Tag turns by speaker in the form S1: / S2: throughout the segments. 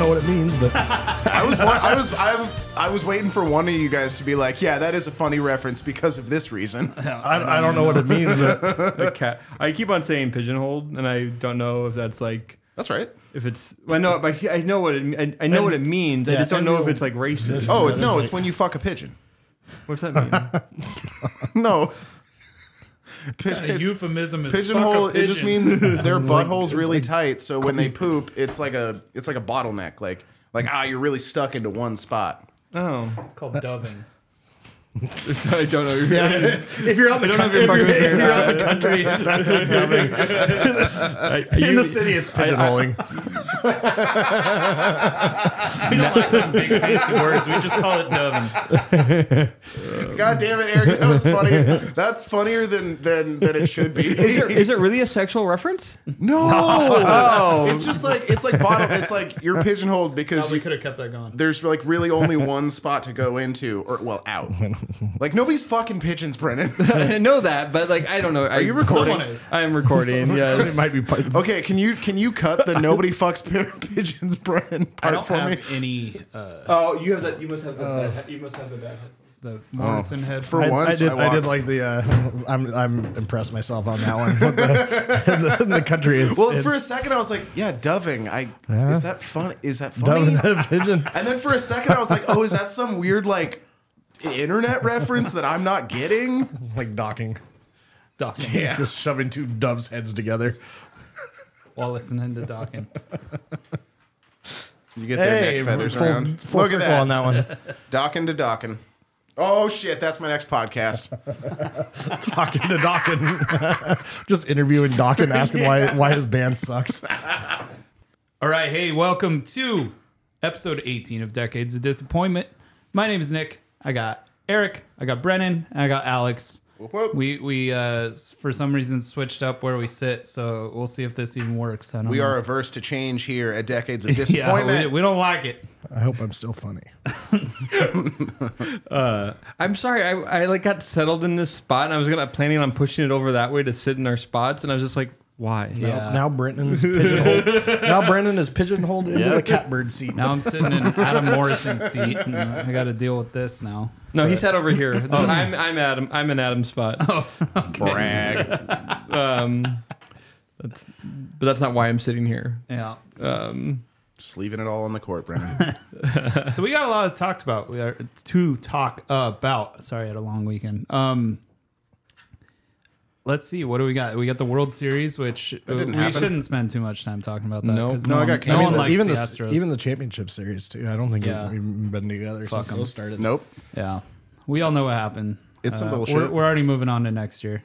S1: but
S2: I was wa- I was I, I was waiting for one of you guys to be like, yeah, that is a funny reference because of this reason.
S3: I, I don't know what it means, but the cat. I keep on saying pigeonholed, and I don't know if that's like
S2: That's right.
S3: if it's. I know, but I know what it. me- I, I know what it means. I
S1: yeah,
S3: just don't know if
S1: enviable
S3: it's like racist.
S2: Oh no,
S1: like-
S2: it's when you fuck a pigeon.
S3: What's that mean?
S2: No.
S4: A euphemism is
S2: Pigeonhole.
S4: Fuck a
S2: It just
S4: pigeon.
S2: means their butthole's really tight, so when they poop, it's like a it's like a bottleneck. Like like ah, you're really stuck into one spot.
S3: Oh,
S4: it's called doving.
S3: I don't know. Yeah.
S1: if you're out
S3: I don't know if you're fucking with me or not.
S1: country, it's actually dubbing.
S3: I-
S1: in
S3: you-
S1: the city, it's pigeonholing.
S4: We don't like them big fancy words. We just call it doving.
S2: God damn it, Eric, that was funny. That's funnier than than than it should be.
S3: Is it, is it really a sexual reference?
S2: no. It's just like it's like bottle. It's like you're pigeonholed because
S4: Oh, We
S2: you,
S4: could have kept that going.
S2: there's like really only one spot to go into or well out. Like nobody's fucking pigeons, Brennan.
S3: I know that, but like I don't know. Are you
S4: recording? Someone is.
S3: I am recording.
S1: It
S3: Yes.
S1: might be. pi-
S2: Okay, can you can you cut the nobody fucks pi- pigeons, Brennan
S4: I
S2: part
S4: don't
S2: for
S4: have
S2: me?
S4: any. Uh,
S3: Oh, you have that. You must have the. bad, you must have the bad.
S4: the Morrison head
S2: Oh, For
S1: I,
S2: once,
S1: I did. I, did
S2: lost.
S1: like the. Uh, I'm. I'm impressed myself on that one. But the, in, the, in the country, it's,
S2: Well,
S1: it's
S2: for a second, I was like, "Yeah, doving." I is that fun? Is that funny?
S1: dubbing a pigeon.
S2: And then for a second, I was like, "Oh, is that some weird like internet reference that I'm not getting?"
S1: It's like docking,
S4: docking.
S1: just shoving two doves' heads together.
S4: While listening to docking.
S2: You get their
S1: Hey,
S2: neck feathers
S1: full,
S2: around.
S1: full
S2: Look at
S1: circle on
S2: that,
S1: that one.
S2: docking to docking. Oh shit, that's my next podcast.
S1: talking to Dawkins, just interviewing Dawkins, asking why why his band sucks.
S4: All right, hey, welcome to episode 18 of Decades of Disappointment. My name is Nick. I got Eric, I got Brennan, and I got Alex.
S2: whoop.
S4: We we uh s- for some reason switched up where we sit, so we'll see if this even works. I don't
S2: We
S4: know.
S2: are averse to change here at Decades of
S4: yeah, we,
S2: Disappointment.
S4: we don't like it.
S1: I hope I'm still funny.
S3: I'm sorry. I, I like got settled in this spot, and I was gonna planning on pushing it over that way to sit in our spots, and I was just like, why?
S4: Yeah.
S1: now Brenton's pigeonholed. now Brenton is pigeonholed into the catbird seat.
S4: Now I'm sitting in Adam Morrison's seat, and uh, I got to deal with this now.
S3: No, he sat over here. Oh. This- I'm I'm Adam. I'm in Adam's spot.
S2: Brag.
S3: Um, that's, but that's not why I'm sitting here.
S4: Yeah.
S3: Um,
S2: Just leaving it all on the court, Brennan.
S4: so we got a lot of talked about. We are to talk about. Sorry, I had a long weekend. Um, let's see. What do we got? We got the World Series, which uh, we
S2: didn't happen.
S4: shouldn't spend too much time talking about that.
S3: Nope.
S4: 'cause
S2: No, I
S4: one-
S2: got
S4: no
S2: canceled.
S4: one likes
S1: even
S4: the,
S1: the,
S4: Astros.
S1: even the championship series too. I don't think
S4: Yeah.
S1: we've, we've been together
S4: Fuck
S1: since
S4: 'em.
S1: it started.
S2: nope.
S4: yeah, we all know what happened. Uh,
S2: It's some bullshit.
S4: We're, we're already moving on to next year.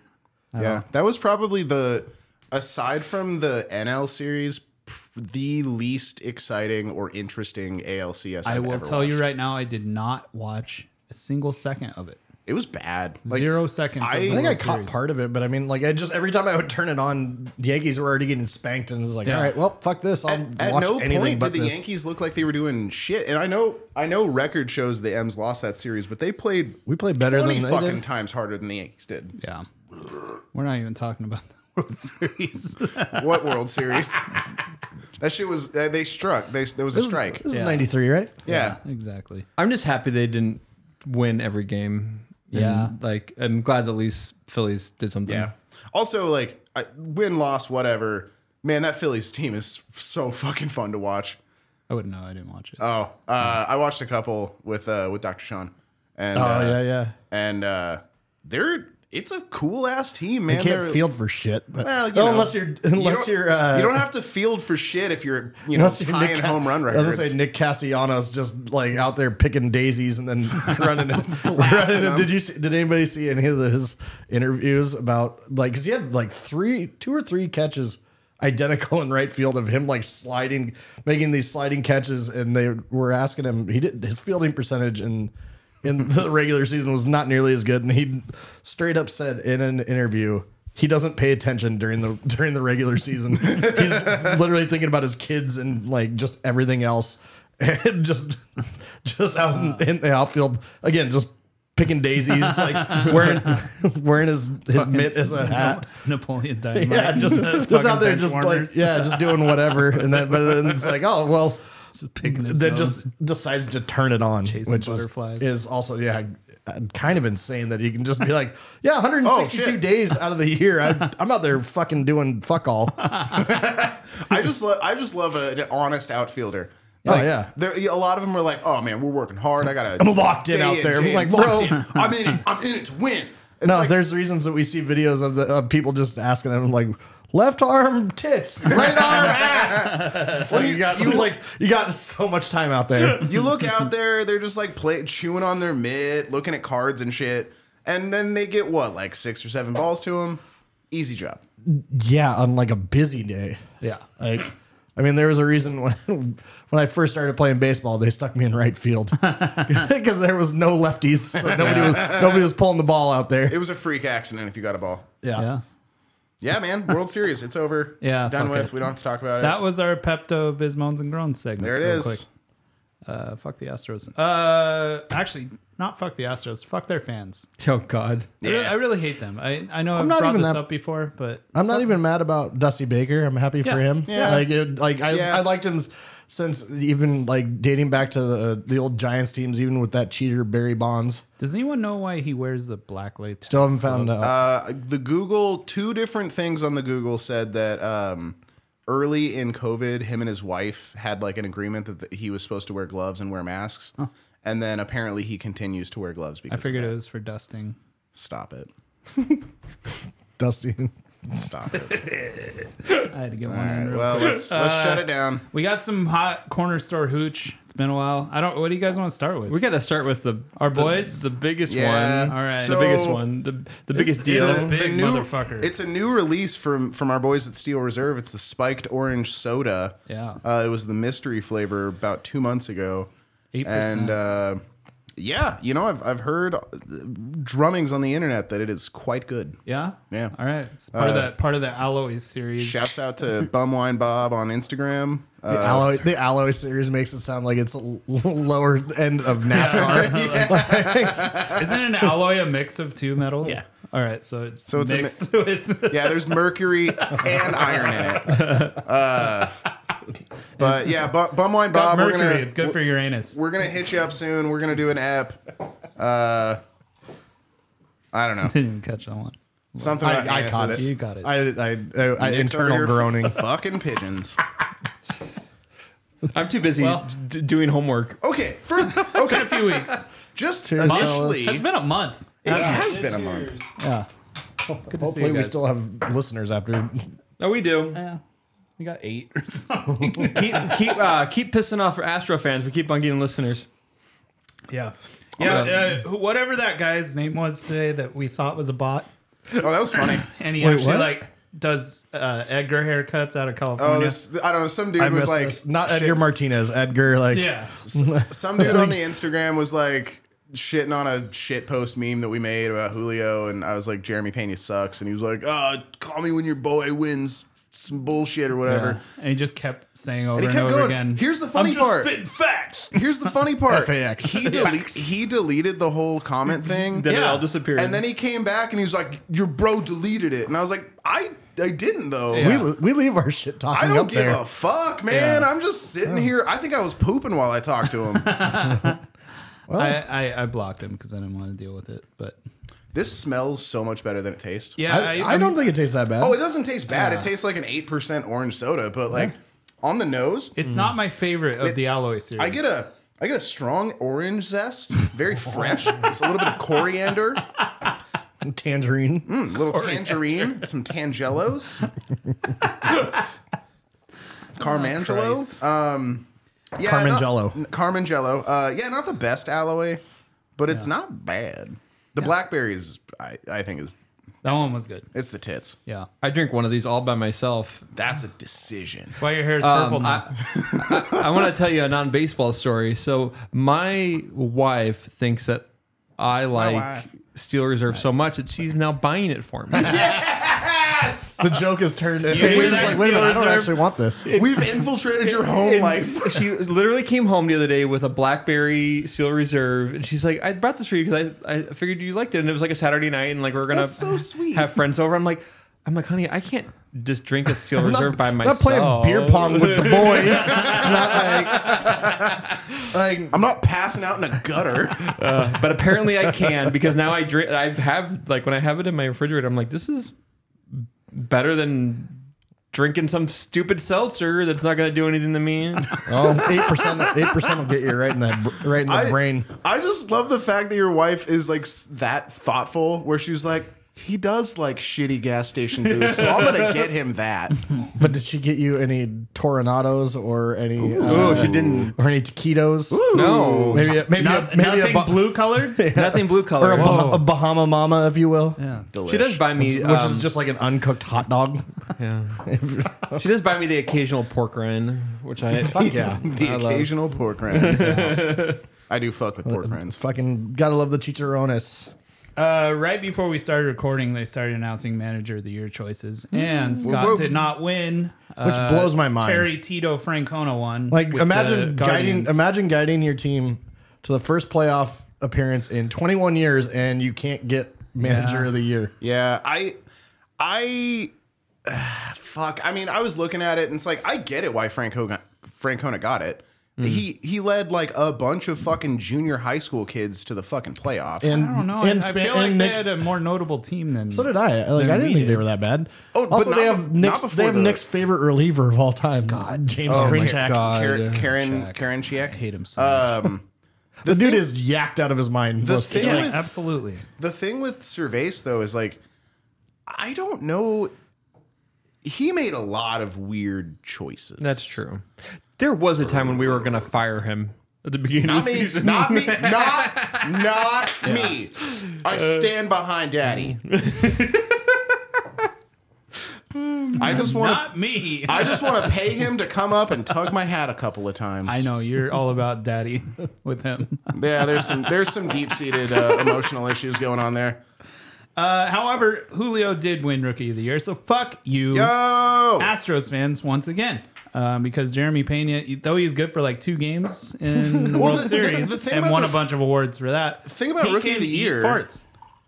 S2: Yeah, that was probably the aside from the NL series, p- the least exciting or interesting ALCS.
S4: I
S2: I've
S4: will
S2: ever
S4: tell you
S2: watched.
S4: right now, I did not watch a single second of it.
S2: it was bad. Like,
S4: Zero seconds.
S2: I-
S4: of the
S2: I
S1: I think I
S4: World
S1: caught
S4: Series.
S1: part of it, but I mean, like, I just every time I would turn it on, the Yankees were already getting spanked, and it's like,
S4: Yeah.
S1: all right, well, fuck this. I'll
S2: At
S1: watch
S2: no
S1: anything
S2: point
S1: but
S2: did the
S1: this.
S2: Yankees look like they were doing shit. And I know, I know, record shows the M's lost that series, but they played
S1: we played better
S2: twenty
S1: than they
S2: fucking
S1: did.
S2: times harder than the Yankees did.
S4: Yeah, we're not even talking about the World Series.
S2: What World Series? That shit was. Uh, they struck. They, there was a
S1: This is-
S2: strike.
S1: This is
S4: Yeah.
S1: '93, right?
S2: Yeah.
S4: exactly.
S3: I'm just happy they didn't win every game. And,
S4: Yeah.
S3: like I'm glad that at least Phillies did something.
S2: Yeah. Also, like I, win, loss, whatever. Man, that Phillies team is so fucking fun to watch.
S4: I wouldn't know. I didn't watch it.
S2: Oh, uh, I watched a couple with uh, with Dr. Sean, and
S1: Oh
S2: uh,
S1: yeah, yeah.
S2: and uh, they're it's a cool ass team, man.
S1: You can't
S2: They're-
S1: field for shit. But,
S2: well, you
S1: Oh,
S2: know,
S1: unless you're
S2: you
S1: unless
S2: don't-
S1: you are uh,
S2: you don't have to field for shit if you're you know
S1: unless you're
S2: tying
S1: Nick Ca-
S2: home run
S1: I was
S2: records.
S1: gonna say Nick Castellanos just like out there picking daisies and then running. and running
S2: them.
S1: and, did you see, did anybody see any of his interviews about like because he had like three two or three catches identical in right field of him like sliding making these sliding catches and they were asking him he did his fielding percentage in in the regular season was not nearly as good and he straight up said in an interview he doesn't pay attention during the during the regular season. He's literally thinking about his kids and like just everything else, and just just out in, in the outfield again, just picking daisies, like wearing wearing his his mitt as a hat.
S4: Napoleon Dynamite.
S1: Yeah, just just
S4: Fucking
S1: out there,
S4: bench
S1: just
S4: warmers.
S1: like yeah, just doing whatever, and then but then it's like oh well.
S4: Just picking his
S1: that
S4: nose.
S1: just decides to turn it on,
S4: Chasing
S1: which is-
S4: butterflies.
S1: Is, also yeah, uh, kind of insane that you can just be like, yeah, 162
S2: shit.
S1: days out of the year, I, I'm out there fucking doing fuck all.
S2: I just love I just love a, an honest outfielder.
S1: Oh,
S2: Like,
S1: yeah.
S2: there a lot of them are like, oh man, we're working hard. I gotta.
S1: I'm locked in
S2: day
S1: out there. I'm
S2: day
S1: like,
S2: locked
S1: bro.
S2: in. I'm in. It, I'm in it to win. It's
S1: no,
S2: like,
S1: there's reasons that we see videos of the of people just asking them like. Left arm tits, right arm ass. Like, you got you like you got so much time out there.
S2: you look out there, they're just like play, chewing on their mitt, looking at cards and shit, and then they get what like six or seven balls to them. Easy job.
S1: Yeah, on like a busy day.
S4: yeah.
S1: Like, I mean, there was a reason when when I first started playing baseball, they stuck me in right field because there was no lefties, so nobody was nobody was pulling the ball out there.
S2: It was a freak accident if you got a ball.
S1: Yeah,
S4: Yeah.
S2: Yeah, man. World Series, it's over.
S4: Yeah,
S2: done
S4: fuck
S2: with.
S4: it.
S2: We don't have to talk about
S4: That
S2: it.
S4: was our Pepto Bismones and Groans segment.
S2: There it
S4: real
S2: is.
S4: quick. Uh, fuck the Astros. Uh, actually, not fuck the Astros. Fuck their fans.
S3: Oh God.
S4: I re-
S2: Yeah.
S4: I really hate them. I, I know I've
S1: not
S4: brought
S1: even
S4: this
S1: that-
S4: up before, but
S1: I'm not even mad about Dusty Baker. I'm happy
S4: Yeah.
S1: for him.
S2: Yeah.
S1: like it, like I
S2: Yeah.
S1: I liked him since even like dating back to the the old Giants teams, even with that cheater Barry Bonds.
S4: does anyone know why he wears the black latex?
S1: Still haven't found
S4: gloves?
S1: out.
S2: Uh, the Google, two different things on the Google said that um, early in COVID, him and his wife had like an agreement that th- he was supposed to wear gloves and wear masks. And then apparently he continues to wear gloves
S4: I
S2: because
S4: figured it was for dusting.
S2: stop it.
S1: Dusty.
S2: Stop it.
S4: I had to get one
S2: All
S4: in.
S2: right.
S4: Real
S2: Well,
S4: quick.
S2: let's let's shut it down.
S4: We got some hot corner store hooch. It's been a while. I don't. What do you guys want to start with?
S3: We got to start with the
S4: Our
S3: the-
S4: boys?
S3: the, biggest
S2: Yeah.
S3: one.
S2: All
S3: All
S4: right.
S3: right,
S2: So-
S3: the biggest one, the, the biggest
S4: is
S3: deal.
S4: a big motherfucker.
S2: It's a new release from from our boys at Steel Reserve. It's the spiked orange soda.
S4: Yeah.
S2: uh, it was the mystery flavor about two months ago.
S4: 8%.
S2: and uh, yeah, you know, I've I've heard uh, drummings on the internet that it is quite good.
S4: yeah.
S2: Yeah.
S4: All right. It's part
S2: Uh,
S4: of that part of the alloy series.
S2: Shouts out to Bumwine Bob on Instagram.
S1: The
S2: Uh,
S1: alloy, the alloy series makes it sound like it's l- lower end of NASCAR.
S4: Isn't an alloy a mix of two metals? Yeah. All right. So it's,
S2: So it's a mi-
S4: mixed with.
S2: yeah, there's mercury and iron in it. Uh, but yeah, Bu- Bumwine Bob, we're
S4: mercury.
S2: gonna
S4: it's good for your anus.
S2: we're gonna hit you up soon. We're gonna do an app. Uh, I don't know
S4: Didn't even catch that one.
S2: something.
S1: I-
S2: about
S1: I
S2: anus
S1: caught
S2: with
S1: it.
S4: You got it.
S1: I, I, I, I
S2: Nick's over
S1: internal
S2: here
S1: groaning.
S2: Fucking pigeons.
S3: I'm too busy
S4: Well-
S3: d- doing homework.
S2: Okay, for, okay.
S4: a few weeks.
S2: Just
S1: Cheers,
S2: initially,
S4: It's
S2: it
S4: been a month.
S2: has been a month.
S4: Yeah. Good to see
S1: Hopefully,
S4: you
S1: we
S4: guys.
S1: still have listeners after.
S3: Oh, we do.
S4: yeah. We got eight or something.
S3: keep keep uh, keep pissing off our Astro fans. We keep on getting listeners.
S4: Yeah. Yeah. Uh, wh- whatever that guy's name was today that we thought was a bot.
S2: Oh, that was funny.
S4: And he
S1: Wait,
S4: actually
S1: what?
S4: like does uh, Edgar haircuts out of
S2: Oh,
S4: California.
S2: this, I don't know. Some dude
S1: I
S2: was
S1: missed
S2: like,
S1: this. Not
S2: shit-
S1: Edgar Martinez. Edgar, like,
S4: yeah.
S2: Some dude on the Instagram was like shitting on a shit post meme that we made about Julio, and I was like, Jeremy Pena sucks, and he was like, uh, call me when your boy wins some bullshit or whatever.
S4: And he just kept saying over
S2: he
S4: and,
S2: kept
S4: over
S2: going.
S4: again.
S2: Here's the funny
S4: I'm just
S2: part."
S4: Spitting facts.
S2: Here's the funny part.
S1: FAX.
S2: He, dele- he deleted the whole comment thing.
S3: Then it
S4: Yeah.
S3: all disappeared.
S2: And then he came back and he was like, "Your bro deleted it," and I was like, "I I didn't though.
S4: Yeah.
S1: We, we leave our shit
S2: I
S1: talking
S2: don't
S1: up
S2: give
S1: there.
S2: a fuck, man.
S4: Yeah.
S2: I'm just sitting here. I think I was pooping while I talked to him.
S4: I, I, I blocked him because I didn't want to deal with it. But
S2: this smells so much better than it tastes.
S4: yeah,
S1: I, I,
S4: I'm-
S1: don't think it tastes that bad.
S2: Oh, it doesn't taste bad. it tastes like an eight percent orange soda, but like on the nose,
S4: It's not my favorite of the alloy series.
S2: I get a I get a strong orange zest, very fresh. There's a little bit of coriander, a
S1: Tangerine.
S2: little tangerine, some tangelos, carmangelo.
S4: Christ.
S2: um, yeah,
S1: Carmangelo.
S2: Not, Carmangelo. Uh, yeah, not the best alloy, but it's not bad. The blackberry is, I, I think, is
S4: that one was good.
S2: it's the tits.
S4: Yeah,
S3: I drink one of these all by myself.
S2: That's a decision.
S4: why your hair is purple
S3: Um,
S4: now?
S3: I, I, want to tell you a non-baseball story. So my wife thinks that I like
S2: wife.
S3: Steel Reserve so much that she's now buying it for me.
S1: The joke is turned. Wade's
S4: hear that,
S1: like, wait a minute, I don't
S4: Steelers?
S1: actually want this.
S2: We've infiltrated your
S1: Oh
S2: home
S3: And
S2: life.
S3: she literally came home the other day with a BlackBerry Seal Reserve, and she's like, "I brought this for you because I, I figured you liked it." And it was like a Saturday night, and like we are gonna
S2: That's so sweet.
S3: have friends over. I'm like, I'm like, honey, I can't just drink a steel reserve by
S1: Not
S3: myself.
S1: playing beer pong with the boys. not like, like
S2: I'm not passing out in a gutter.
S3: but apparently I can because now I drink. I have like when I have it in my refrigerator, I'm like, this is better than drinking some stupid seltzer that's not gonna do anything to me.
S1: oh, eight percent. Eight percent will get you right in that br- right in the
S2: I-
S1: brain.
S2: I just love the fact that your wife is like s- that thoughtful, where she was like, he does like shitty gas station booze, so I'm gonna get him that.
S1: But did she get you any Toronados or any?
S3: Oh,
S1: uh,
S3: she didn't.
S1: or any taquitos?
S3: No,
S1: Maybe a, maybe
S4: Not,
S1: a, maybe a
S4: nothing
S1: ba-
S4: blue colored.
S3: nothing blue
S1: or
S3: color.
S1: a, Bah- a Bahama Mama, if you will.
S3: She does buy me,
S1: Which
S3: um,
S1: is just like an uncooked hot dog.
S3: she does buy me the occasional pork rind, which I
S1: yeah.
S2: the
S3: I love-
S2: occasional pork rind. I do fuck with pork rinds.
S1: Fucking gotta love the chicharrones.
S4: Uh, right before we started recording, they started announcing manager of the year choices, and Scott
S2: whoa.
S4: did not win,
S1: Mm.
S4: uh,
S1: Which blows my mind.
S4: Terry Tito Francona won.
S1: Like
S4: with
S1: imagine
S4: the
S1: guiding
S4: Guardians.
S1: imagine guiding your team to the first playoff appearance in 21 years and you can't get manager
S4: Yeah.
S1: of the year.
S2: Yeah, I, I, fuck. I mean, I was looking at it, and it's like I get it why Frank Hogan, Francona got it. He he led like a bunch of fucking junior high school kids to the fucking playoffs.
S1: And
S4: I don't know.
S1: and
S4: I, I
S1: Spa-
S4: feel like
S1: and
S4: they
S1: Nick's-
S4: had a more notable team than.
S1: so did I. Like I
S4: Then
S1: didn't
S4: we
S1: think they
S4: did.
S1: were that bad.
S2: Oh, but
S1: also,
S2: not
S1: they
S2: bef-
S1: have
S2: not
S1: Nick's.
S2: before
S1: They have
S2: the-
S1: Nick's favorite reliever of all time. God, James oh
S2: Karen Karen, Karen Chiek.
S4: hate him so
S2: Um,
S1: The, dude is yacked out of his mind.
S2: the
S1: most of
S2: thing
S4: Yeah,
S2: with
S4: absolutely.
S2: the thing with Cervase though is like, I don't know. He made a lot of weird choices.
S3: That's true. There was a time when we were gonna fire him at the beginning of
S2: Not
S3: the
S2: me.
S3: season.
S2: Not me. Not, not me. I
S4: Uh,
S2: stand behind Daddy. I just want to.
S4: Not me.
S2: I just want to pay him to come up and tug my hat a couple of times.
S4: I know you're all about daddy with him.
S2: Yeah, there's some there's some deep seated uh, emotional issues going on there.
S4: Uh, however, Julio did win Rookie of the Year, so fuck you,
S2: Yo,
S4: Astros fans, once again. Um, because Jeremy Pena, though he's good for like two games in the
S2: Well,
S4: World
S2: the- the thing-
S4: Series
S2: the thing
S4: and
S2: about
S4: won
S2: the-
S4: a bunch of awards for that,
S2: thing about
S4: he
S2: Rookie of
S4: can
S2: the
S4: eat
S2: Year-
S4: farts.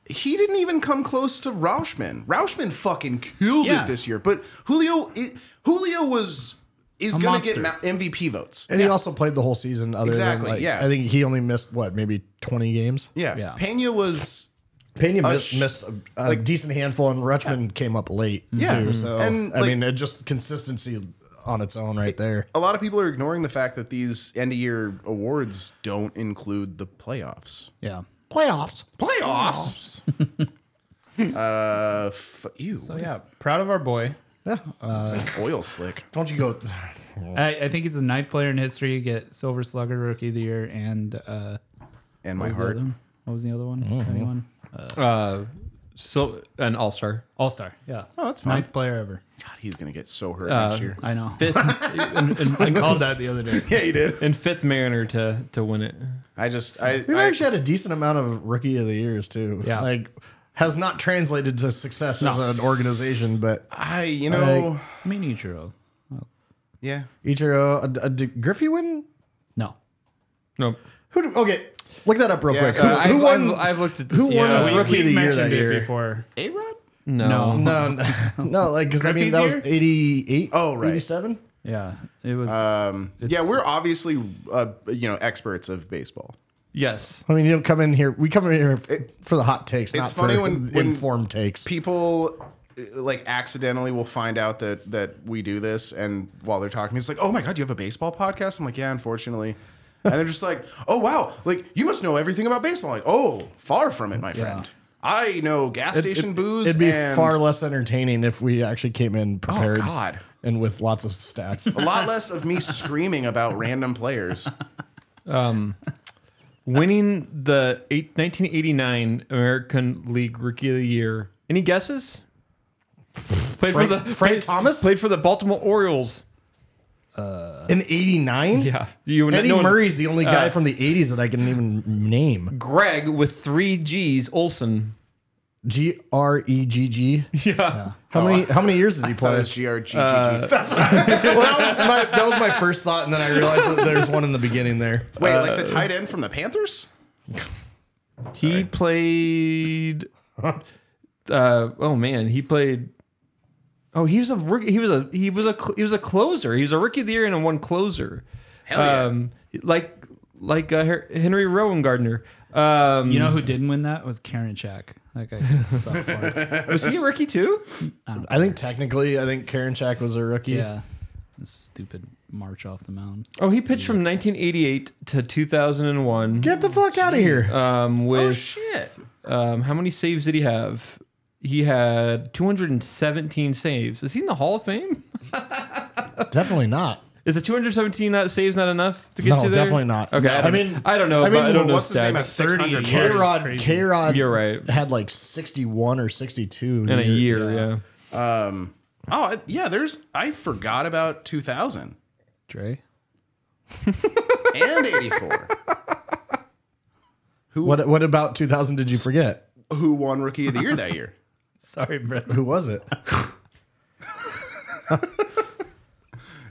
S2: he didn't even come close to Rauschman. Rauschman fucking killed
S4: Yeah.
S2: it this year. But Julio, i Julio was is
S4: A
S2: going to get
S4: monster.
S2: ma- MVP votes.
S1: And he also played the whole season. Other
S2: Exactly,
S1: Than like,
S2: yeah.
S1: I think he only missed what maybe twenty games.
S2: Yeah,
S4: Yeah.
S2: Pena was
S1: Pena missed,
S2: sh-
S1: missed a, a decent handful, and Rutschman came up late
S2: Yeah.
S1: too. So
S2: And,
S1: I
S2: like-
S1: mean, it just consistency on its own, right there.
S2: a lot of people are ignoring the fact that these end of year awards don't include the playoffs.
S4: Yeah.
S1: Playoffs.
S2: Playoffs. uh, f- ew.
S4: So yeah, proud of our boy.
S1: Yeah.
S2: It's like oil slick.
S1: Don't you go?
S4: I, I think he's the ninth player in history to get Silver Slugger Rookie of the Year and uh,
S2: And my
S4: what was the
S2: heart.
S4: other one? What was the other one? Anyone?
S3: Uh, so an all star.
S4: All Star. Yeah.
S2: Oh, that's fine.
S4: Ninth player ever.
S2: God, he's gonna get so hurt
S3: Uh,
S2: next year.
S4: I know.
S3: Fifth and, and-
S4: I called that the other day.
S2: Yeah, he did.
S3: and fifth Mariner to to win it.
S2: I just, I,
S1: We've
S2: I-
S1: actually had a decent amount of rookie of the years too.
S4: Yeah.
S1: Like has not translated to success as
S4: No.
S1: an organization, but
S2: I, you know,
S1: Like-
S4: Minichiro.
S2: yeah.
S1: Ichiro, uh, uh, did Griffey win?
S4: No.
S3: Nope.
S1: Who? do- Okay, look that up real
S2: Yeah,
S1: quick.
S2: uh,
S1: Who,
S3: I've,
S1: who won?
S3: I've, I've looked at this.
S1: who won
S3: yeah.
S1: a rookie of the year
S4: We've mentioned
S1: that
S4: it
S1: year?
S4: before.
S2: A Rod.
S3: No.
S4: No.
S1: no, no, Um, no, like because I mean
S4: Griffey's
S1: that was
S4: year?
S1: eighty-eight.
S2: Oh, right.
S1: eighty-seven.
S4: Yeah. It was.
S2: Um, yeah,
S4: It's-
S2: we're obviously, uh, you know, experts of baseball.
S3: Yes.
S1: I mean, you don't come in here. We come in here f- for the hot takes. It's not
S2: funny
S1: for
S2: when- when
S1: informed takes.
S2: People uh, like accidentally will find out that that we do this, and while they're talking, it's like, "Oh my god, you have a baseball podcast?" I'm like, "Yeah, unfortunately." And they're just like, "Oh wow, like you must know everything about baseball." Like, "Oh, far from it, my friend. I know gas station booze.
S1: It'd be
S2: and Oh,
S1: far less entertaining if we actually came in prepared
S2: God.
S1: and with lots of stats.
S2: a lot less of me screaming about random players."
S3: Winning the eight, 1989 American League Rookie of the Year. Any guesses? Played
S1: Frank,
S3: for the
S1: Frank
S3: played-
S1: Thomas
S3: Played for the Baltimore Orioles.
S1: in '89.
S3: Yeah. You would not
S1: Eddie
S3: know him.
S1: Murray's the only guy from the '80s that I can even name.
S3: Greg with three G's Olson.
S1: G R E G G.
S3: Yeah.
S1: How many
S2: Oh.
S1: How many years did he
S2: That
S1: play?
S2: was GRGGG.
S1: Well, that, was my, that was my first thought, and then I realized that there's one in the beginning there.
S2: Wait, like the tight end from the Panthers?
S3: He played. uh, oh man, he played Oh, he was a rook- he was a he was a cl- he was a closer. He was a rookie of the year and a one closer. Hell
S2: yeah.
S3: Um, like like uh, Her- Henry Rowan Gardner. Um,
S4: You know who didn't win that was Karen Shack. That guy can suck farts.
S3: was he a rookie too?
S1: I think technically, I think Karen Shack was a rookie.
S4: Yeah, This stupid march off the mound.
S3: Oh, he pitched from 1988 to 2001.
S1: Get the fuck out of here.
S3: um, with
S2: shit.
S3: um, how many saves did he have? He had 217 saves. Is he in the Hall of Fame?
S1: definitely not.
S3: Is the 217 not saves not enough to get
S1: No,
S3: you there?
S1: definitely not.
S3: Okay,
S1: No.
S3: I, mean,
S1: mean-
S3: I don't know.
S1: I
S3: I,
S1: mean,
S3: I don't know
S2: What's his name at
S3: stats.
S2: 600
S1: K
S2: yards?
S1: Rod, K Rod,
S3: You're right.
S1: Had like sixty one or sixty two
S3: In a year, yeah.
S2: Um, oh, I- yeah, there's, I forgot about 2000
S4: Dre.
S2: and 84.
S1: What What about two thousand? Did you forget?
S2: Who won Rookie of the Year that year?
S4: Sorry, Brett.
S1: Who was it?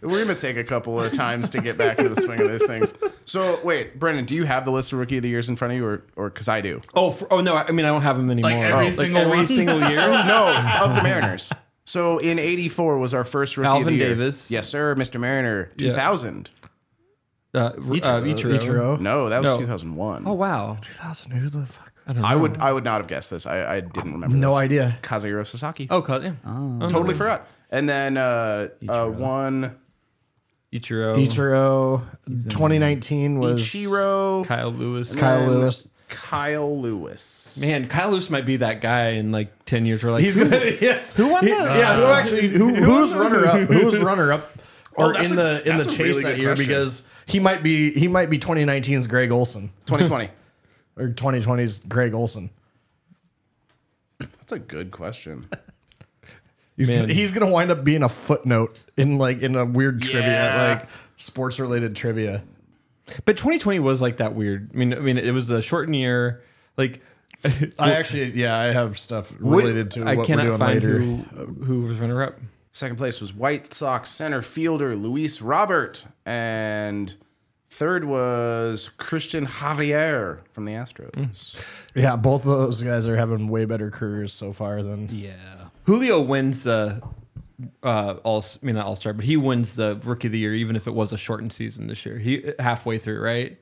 S2: We're gonna take a couple of times to get back to the swing of these things. So wait, Brendan, do you have the list of Rookie of the Years in front of you, or or because I do?
S3: Oh, for, oh no! I mean, I don't have him anymore.
S4: every
S3: Oh,
S4: single one?
S3: single year.
S2: No, of the Mariners. So in '84 was our first Rookie of
S3: Alvin
S2: the Year.
S3: Davis.
S2: yes sir, Mr. Mariner. 2000.
S3: Uh, uh, Ichiro.
S1: Ichiro.
S2: No, that was
S3: No.
S2: 2001.
S3: Oh wow!
S1: Two thousand. Who the fuck?
S2: I would I would not have guessed this. I, I didn't remember.
S1: No
S2: this.
S1: idea.
S2: Kazuhiro Sasaki.
S3: Oh, cut yeah.
S2: totally forgot. And then uh, uh one
S3: Ichiro,
S1: Ichiro. Twenty nineteen was
S2: Ichiro
S3: Kyle Lewis.
S1: Kyle
S2: and
S1: Lewis.
S2: Kyle Lewis.
S3: Man, Kyle Lewis might be that guy in like ten years. We're like,
S1: He's gonna. Yeah. Who won that? yeah. Who actually? Uh, Who, who's runner up? Who's runner up? Or
S2: that's
S1: in
S2: a-
S1: the in the
S2: that's a
S1: chase
S2: really
S1: that
S2: good
S1: year
S2: question.
S1: because he might be he might be 2019's Greg Olson
S2: 2020.
S1: or 2020's Greg Olson.
S2: That's a good question.
S1: He's,
S3: Man.
S1: he's gonna wind up being a footnote in like in a weird
S2: Yeah.
S1: trivia, like sports related trivia.
S3: but 2020 was like that weird. I mean, I mean, it was the shortened year. Like,
S1: I actually, yeah, I have stuff related to
S3: I
S1: what we're
S3: cannot
S1: doing
S3: find
S1: later.
S3: who who was runner up.
S2: Second place was White Sox center fielder Luis Robert. And third was Christian Javier from the Astros.
S3: Mm.
S1: Yeah, both of those guys are having way better careers so far than
S4: Yeah.
S3: Julio wins uh, uh, all. I mean, not all star, but he wins the rookie of the year, even if it was a shortened season this year. He halfway through, right?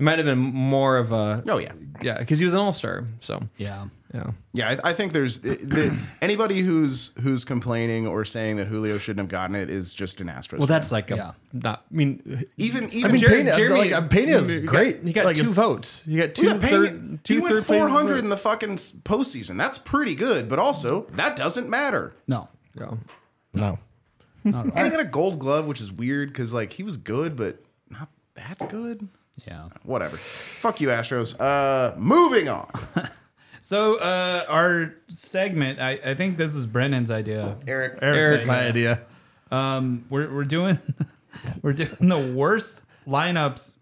S3: It might have been more of a
S2: Oh, yeah.
S3: yeah, because he was an all star. So
S4: Yeah.
S3: yeah,
S2: Yeah, I, I think there's the, the, anybody who's who's complaining or saying that Julio shouldn't have gotten it is just an Astros.
S3: well, that's like a
S4: Yeah.
S3: not. I mean,
S2: even even
S1: I mean,
S2: Jared-
S1: Pena,
S3: Jeremy-
S1: like, uh, Pena's great.
S3: he got
S1: like,
S3: two
S1: it's-
S3: votes. He got two
S2: yeah, Pena-
S3: third- two
S2: he went
S3: third place
S2: 400 in
S3: votes.
S2: the fucking s- postseason. That's pretty good, but also that doesn't matter.
S4: No.
S3: Yeah.
S1: No,
S2: And he got a Gold Glove, which is weird because like he was good, but not that good.
S4: Yeah.
S2: Whatever. Fuck you, Astros. Uh, moving on.
S4: So uh, our segment, I, I think this is Brennan's idea.
S2: Eric.
S4: Eric's
S3: Eric's
S1: my idea.
S4: Um, we're we're doing we're doing the worst lineups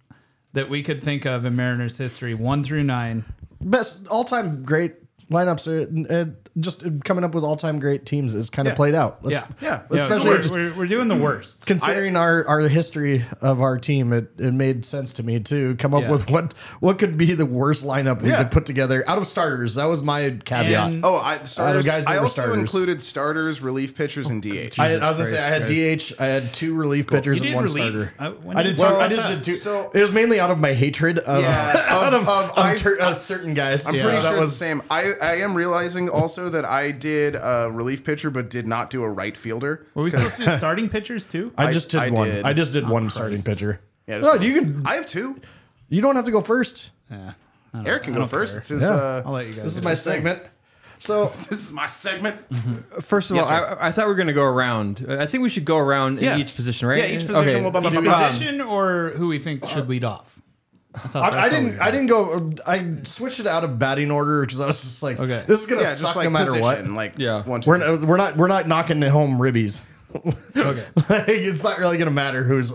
S4: that we could think of in Mariners history, one through nine.
S1: Best all time great lineups are uh, just coming up with all time great teams is kind of
S2: Yeah.
S1: played out.
S4: Yeah.
S2: Yeah,
S4: Yeah,
S2: let's
S1: Especially-
S4: we're, we're, we're doing the worst.
S1: Considering our, our history of our team, it, it made sense to me to come up
S4: Yeah.
S1: with what what could be the worst lineup we
S2: Yeah.
S1: could put together out of starters. That was my caveat.
S4: And-
S2: Oh, I starters.
S1: guys that
S2: I
S1: were
S2: also
S1: starters. Oh,
S2: included starters, relief pitchers, and DH.
S1: I, I was gonna say I had DH, I had two relief pitchers
S4: You
S1: and
S4: did
S1: one
S4: relief.
S1: starter.
S4: I-
S1: I,
S4: when
S1: did.
S4: did
S1: Two,
S4: you-
S1: I just
S2: Well, uh,
S1: did two.
S2: so-
S1: it was mainly out of my hatred of
S2: Yeah,
S1: out
S2: of-
S1: of,
S2: of-
S1: of
S2: I-
S1: tur- uh, certain guys.
S2: I'm
S1: Yeah.
S2: pretty
S1: that
S2: sure it's
S1: was
S2: the same. I, I am realizing also that I did a relief pitcher, but did not do a right fielder.
S4: Were we supposed to do starting pitchers too?
S1: I just did
S2: I
S1: one.
S2: did.
S1: I just did one starting
S4: Christ.
S1: pitcher.
S2: Yeah, just
S1: no,
S2: one.
S1: you can.
S2: I have two.
S1: You don't have to go first.
S4: Yeah.
S2: Eric can go first. It's his,
S1: Yeah.
S4: I'll
S2: uh,
S4: let you guys.
S1: This is my segment. So
S2: this is my segment.
S3: First of all, I, I thought we were going to go around. Uh, I think we should go around
S2: Yeah.
S3: in each position, right?
S2: Yeah, each position will bump
S3: Each
S2: up.
S3: position.
S4: position or who we think should lead off. I, thought
S1: I, I
S4: that's how we
S1: didn't.
S4: were
S1: I didn't go. I switched it out of batting order because I was just like,
S4: Okay.
S1: this is gonna
S2: Yeah,
S1: suck
S2: just like
S1: no matter
S2: position,
S1: what.
S2: Like
S3: Yeah.
S2: one, two,
S1: We're
S2: three.
S1: not, we're not we're not knocking home ribbies.
S4: going. Okay.
S1: like, it's not really gonna matter who's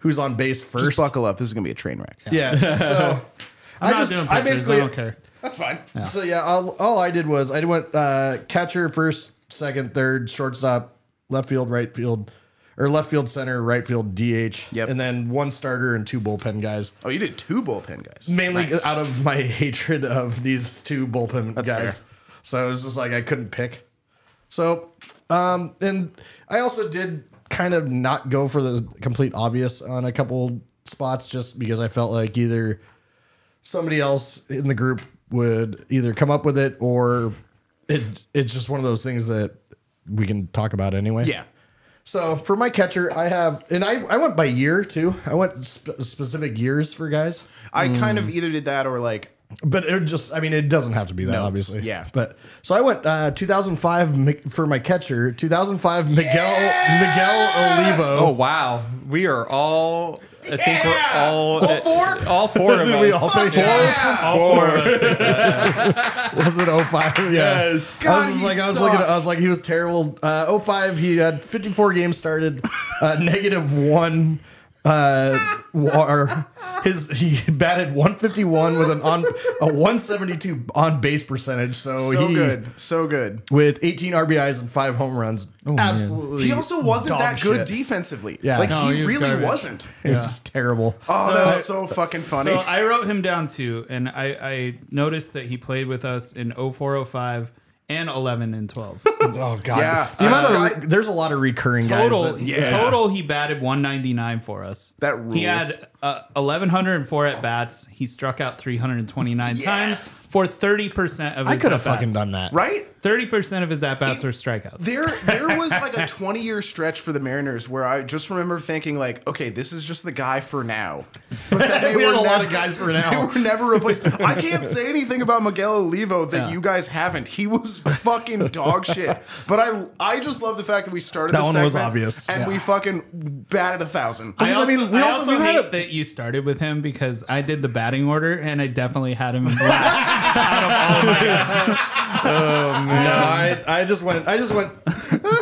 S1: who's on base
S2: Just
S1: first.
S2: buckle up. This is gonna be a train wreck.
S1: Yeah. So
S4: I'm
S1: I
S4: not
S1: just
S4: doing
S1: I
S4: pitchers. I,
S1: basically
S4: don't care.
S2: That's fine.
S1: So yeah, all, all I did was I went uh, catcher first, second, third, shortstop, left field, right field, or left field, center, right field, DH,
S2: Yep.
S1: and then one starter and two bullpen guys.
S2: Oh, you did two bullpen guys.
S1: Mainly
S2: Nice.
S1: out of my hatred of these two bullpen
S2: That's
S1: guys. So it was just like I couldn't pick. So Um, and I also did kind of not go for the complete obvious on a couple spots just because I felt like either somebody else in the group would either come up with it or it it's just one of those things that we can talk about anyway.
S2: Yeah.
S1: So for my catcher, I have, and I, I went by year too. I went sp- specific years for guys,
S2: I kind of either did that or like
S1: but it just, I mean, it doesn't have to be that
S2: Notes,
S1: obviously.
S2: yeah.
S1: But so I went uh, 2005 Mi- for my catcher, 2005 Miguel Miguel Olivo.
S3: Oh wow, we are all. I think we're all uh,
S2: All four?
S3: all four of
S1: Did
S3: us.
S1: we all
S2: oh,
S1: pick four?
S4: All four of us.
S1: Was it 05? Yeah.
S3: Yes.
S2: God,
S1: I was just
S2: he
S1: like, I was
S2: sucks.
S1: looking at, I was like, he was terrible. Uh, 05, he had 54 games started, uh, negative one uh, war. His he batted 151 with an on a 172 on base percentage. So,
S2: so
S1: he
S2: good, so good.
S1: with 18 RBIs and five home runs. absolutely.
S2: He also wasn't
S1: dog
S2: that good
S1: shit.
S2: defensively.
S1: Yeah.
S2: like
S1: No,
S2: he,
S4: he was
S2: really
S4: garbage.
S2: wasn't.
S1: It was just terrible.
S2: Oh,
S4: So-
S2: that's so fucking funny.
S4: So I wrote him down too, and I, I noticed that he played with us in 04, 05, and 11 and 12.
S1: oh God.
S2: Yeah.
S1: The amount
S2: Uh,
S1: of, there's a lot of recurring
S4: total,
S1: guys. that-
S2: yeah.
S4: total, he batted 199 for us.
S2: That
S4: He
S2: rules.
S4: had uh, 1,104 at bats. He struck out 329 times
S2: Yes.
S4: for 30% of his
S1: I could have
S4: at-bats.
S1: fucking done that.
S2: right?
S4: 30% of his at bats were strikeouts.
S2: There, there was like a 20 year stretch for the Mariners where I just remember thinking like, okay, this is just the guy for now. But then they
S1: We had
S2: were
S1: a lot
S2: never-
S1: of guys for
S2: They
S1: now.
S2: were never replaced. I can't say anything about Miguel Olivo that you guys haven't. He was fucking dog shit. But I, I just love the fact that we started
S1: That
S2: this
S1: one was
S2: segment
S1: obvious.
S2: and
S1: Yeah.
S2: we fucking batted a thousand.
S4: I
S1: Because,
S4: also,
S1: I
S4: I
S1: mean, we also-
S4: also
S1: you had
S4: hate
S1: a-
S4: that you started with him because I did the batting order and I definitely had him in last out of all of my guys.
S1: No, I, I just went I just went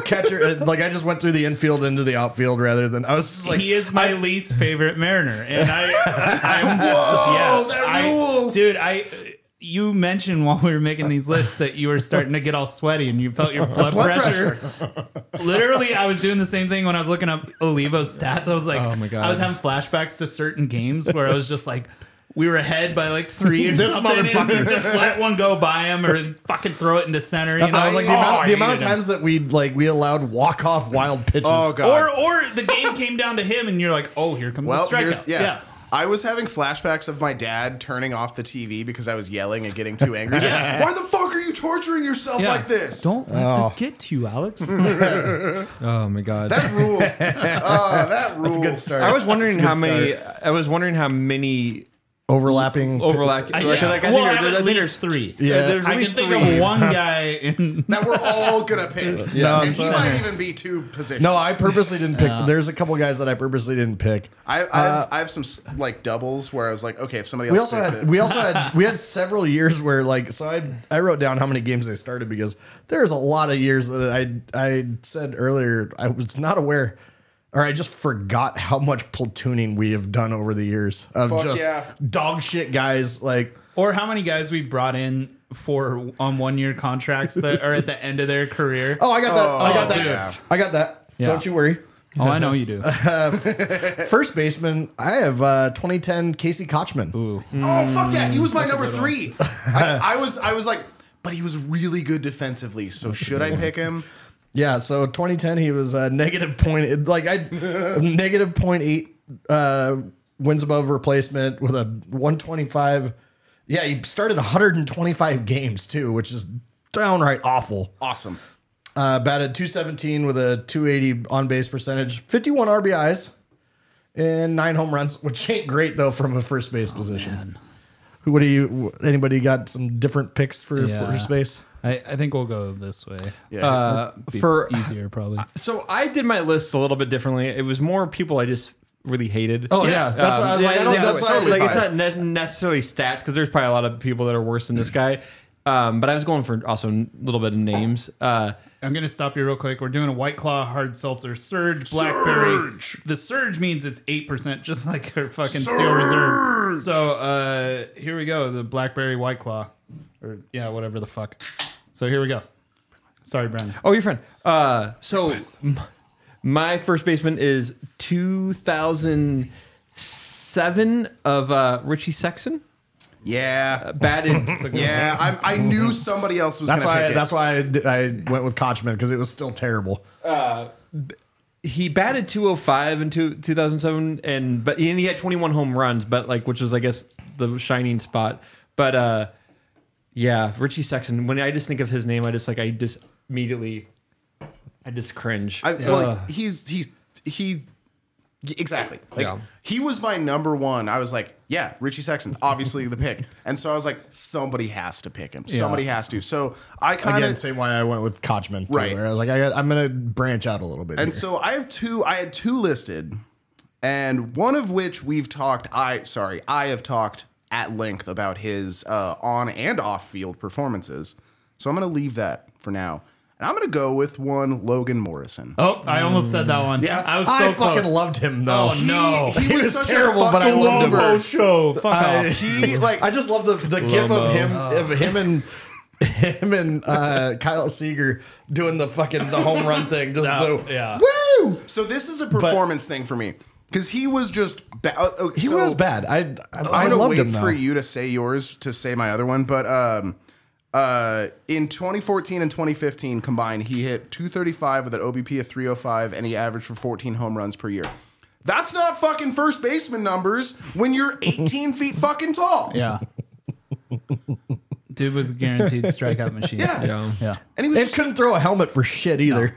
S1: catcher uh, like I just went through the infield into the outfield rather than I was just like
S4: he is my least favorite Mariner, and I, I'm yeah,
S2: that
S4: I-
S2: rules.
S4: dude. I you mentioned while we were making these lists that you were starting to get all sweaty and you felt your blood, pressure. Literally, I was doing the same thing when I was looking up Olivo's stats. I was like,
S3: Oh my God.
S4: I was having flashbacks to certain games where I was just like. We were ahead by like three or
S1: This
S4: something. and
S1: motherfucker.
S4: just let one go by him or fucking throw it into center. you
S1: that's how I was
S4: know?
S1: like the
S4: Oh,
S1: amount,
S4: I
S1: the amount of
S4: hated him.
S1: times that we like we allowed walk off wild pitches.
S2: Oh, God.
S4: Or or the game came down to him, and you're like, oh, here comes
S2: Well,
S4: the strikeout.
S2: here's, yeah. I was having flashbacks of my dad turning off the TV because I was yelling and getting too angry. He's like, Why the fuck are you torturing yourself like this?
S4: Don't let this get to you, Alex.
S3: Oh my god.
S2: That rules. oh, that rules.
S1: That's a good start.
S3: I was wondering
S1: That's a
S3: how
S1: good
S3: many. I was wondering how many
S1: overlapping
S3: overlap. Like,
S4: yeah.
S3: like, I think
S4: well,
S3: there-
S4: I have
S3: I
S4: at
S3: think
S4: least
S3: there's
S4: three.
S1: Yeah.
S3: There's at
S4: I can
S3: least
S4: think
S3: three.
S4: of one guy in.
S2: that we're all gonna pick.
S1: No, I'm
S2: and he
S1: sorry.
S2: might even be two positions.
S1: No, I purposely didn't pick. There's a couple guys that I purposely didn't pick.
S2: I, I've, I have some s- like doubles where I was like, okay, if somebody else
S1: Uh, We also
S2: takes
S1: had
S2: it,
S1: we also had we had several years where like so I I wrote down how many games they started because there's a lot of years that I I said earlier I was not aware or I just forgot how much platooning we have done over the years of
S2: Fuck
S1: just
S2: yeah.
S1: dog shit guys like
S4: Or how many guys we brought in for on one year contracts that are at the end of their career.
S1: oh I got that I got
S4: Oh,
S1: that
S4: dude.
S1: I got that don't you worry
S4: Oh, I know you do.
S1: first baseman I have uh 2010 Casey Kochman
S2: oh fuck yeah, he was my number three. I, I was I was like, but he was really good defensively, so should I pick him?
S1: Yeah, so 2010 he was uh, negative point it- like I negative point eight uh, wins above replacement with a 125. Yeah, he started 125 games too, which is downright awful.
S2: Awesome.
S1: Uh, batted 217 with a 280 on base percentage, 51 RBIs, and nine home runs, which ain't great though from a first base position. Who? What do you? Anybody got some different picks for
S4: Yeah.
S1: first base?
S4: I, I think we'll go this way.
S2: Yeah.
S3: uh, for
S4: Easier, probably.
S3: so I did my list a little bit differently. It was more people I just really hated. Um,
S1: Oh, yeah. That's what I was like, I don't-
S3: yeah,
S1: that's what I would
S3: like it's
S1: find.
S3: not ne- necessarily stats because there's probably a lot of people that are worse than this guy. Um, but I was going for also a little bit of names. Uh,
S4: I'm gonna stop you real quick. We're doing a White Claw hard seltzer surge blackberry.
S2: Surge!
S4: The surge means it's eight percent, just like our fucking steel reserve. So uh, here we go. The blackberry White Claw, or yeah, whatever the fuck. So here we go. Sorry, Brandon.
S3: oh, your friend. Uh, so m- my first baseman is 2007 of uh, Richie Sexton.
S2: Yeah.
S3: Batted.
S2: Yeah, I, I knew somebody else was.
S1: That's
S2: gonna
S1: why.
S2: Pick
S1: That's
S2: it.
S1: why I, d- I went with Kochman because it was still terrible.
S3: uh, he batted 205 in two, 2007 and but and he had 21 home runs but like which was i guess the shining spot but uh yeah richie sexton when i just think of his name i just like i just immediately i just cringe Uh,
S2: I, well, like, he's he's he y- exactly like
S3: Yeah.
S2: he was my number one. I was like, yeah, Richie Sexton, obviously the pick. And so I was like, somebody has to pick him. Somebody has to. So I kind
S1: Again,
S2: of
S1: same why I went with Kochman. Too,
S2: Right.
S1: where I was like, I got, I'm gonna branch out a little bit.
S2: and
S1: here.
S2: so I have two. I had two listed, and one of which we've talked. I sorry, I have talked at length about his uh, on and off field performances. So I'm going to leave that for now, and I'm going to go with one Logan Morrison.
S4: Oh, I almost said that one. Yeah, I was so
S1: I fucking
S4: close.
S1: loved him though.
S4: Oh, no.
S1: he, was, terrible, but I
S2: fucking
S1: loved him.
S2: lover.
S4: Lobo show. Fuck
S1: I,
S4: off.
S2: He like Oh.
S1: I just love the the gif of him of him and him and uh, Kyle Seager doing the fucking the home run thing. Just
S4: No,
S1: the
S4: yeah.
S1: woo.
S2: so. This is a performance thing for me because he was just ba- uh, uh,
S1: He
S2: so-
S1: was bad. I I, I
S2: I'm gonna
S1: loved
S2: wait
S1: him though.
S2: for you to say yours to say my other one, but um, uh, in 2014 and 2015 combined, he hit 235 with an OBP of 305, and he averaged for 14 home runs per year. That's not fucking first baseman numbers when you're 18 feet fucking tall.
S4: Yeah. Dude was a guaranteed strikeout machine.
S2: Yeah.
S3: yeah.
S4: Yeah.
S2: and he was
S1: And
S2: just-
S1: couldn't throw a helmet for shit either.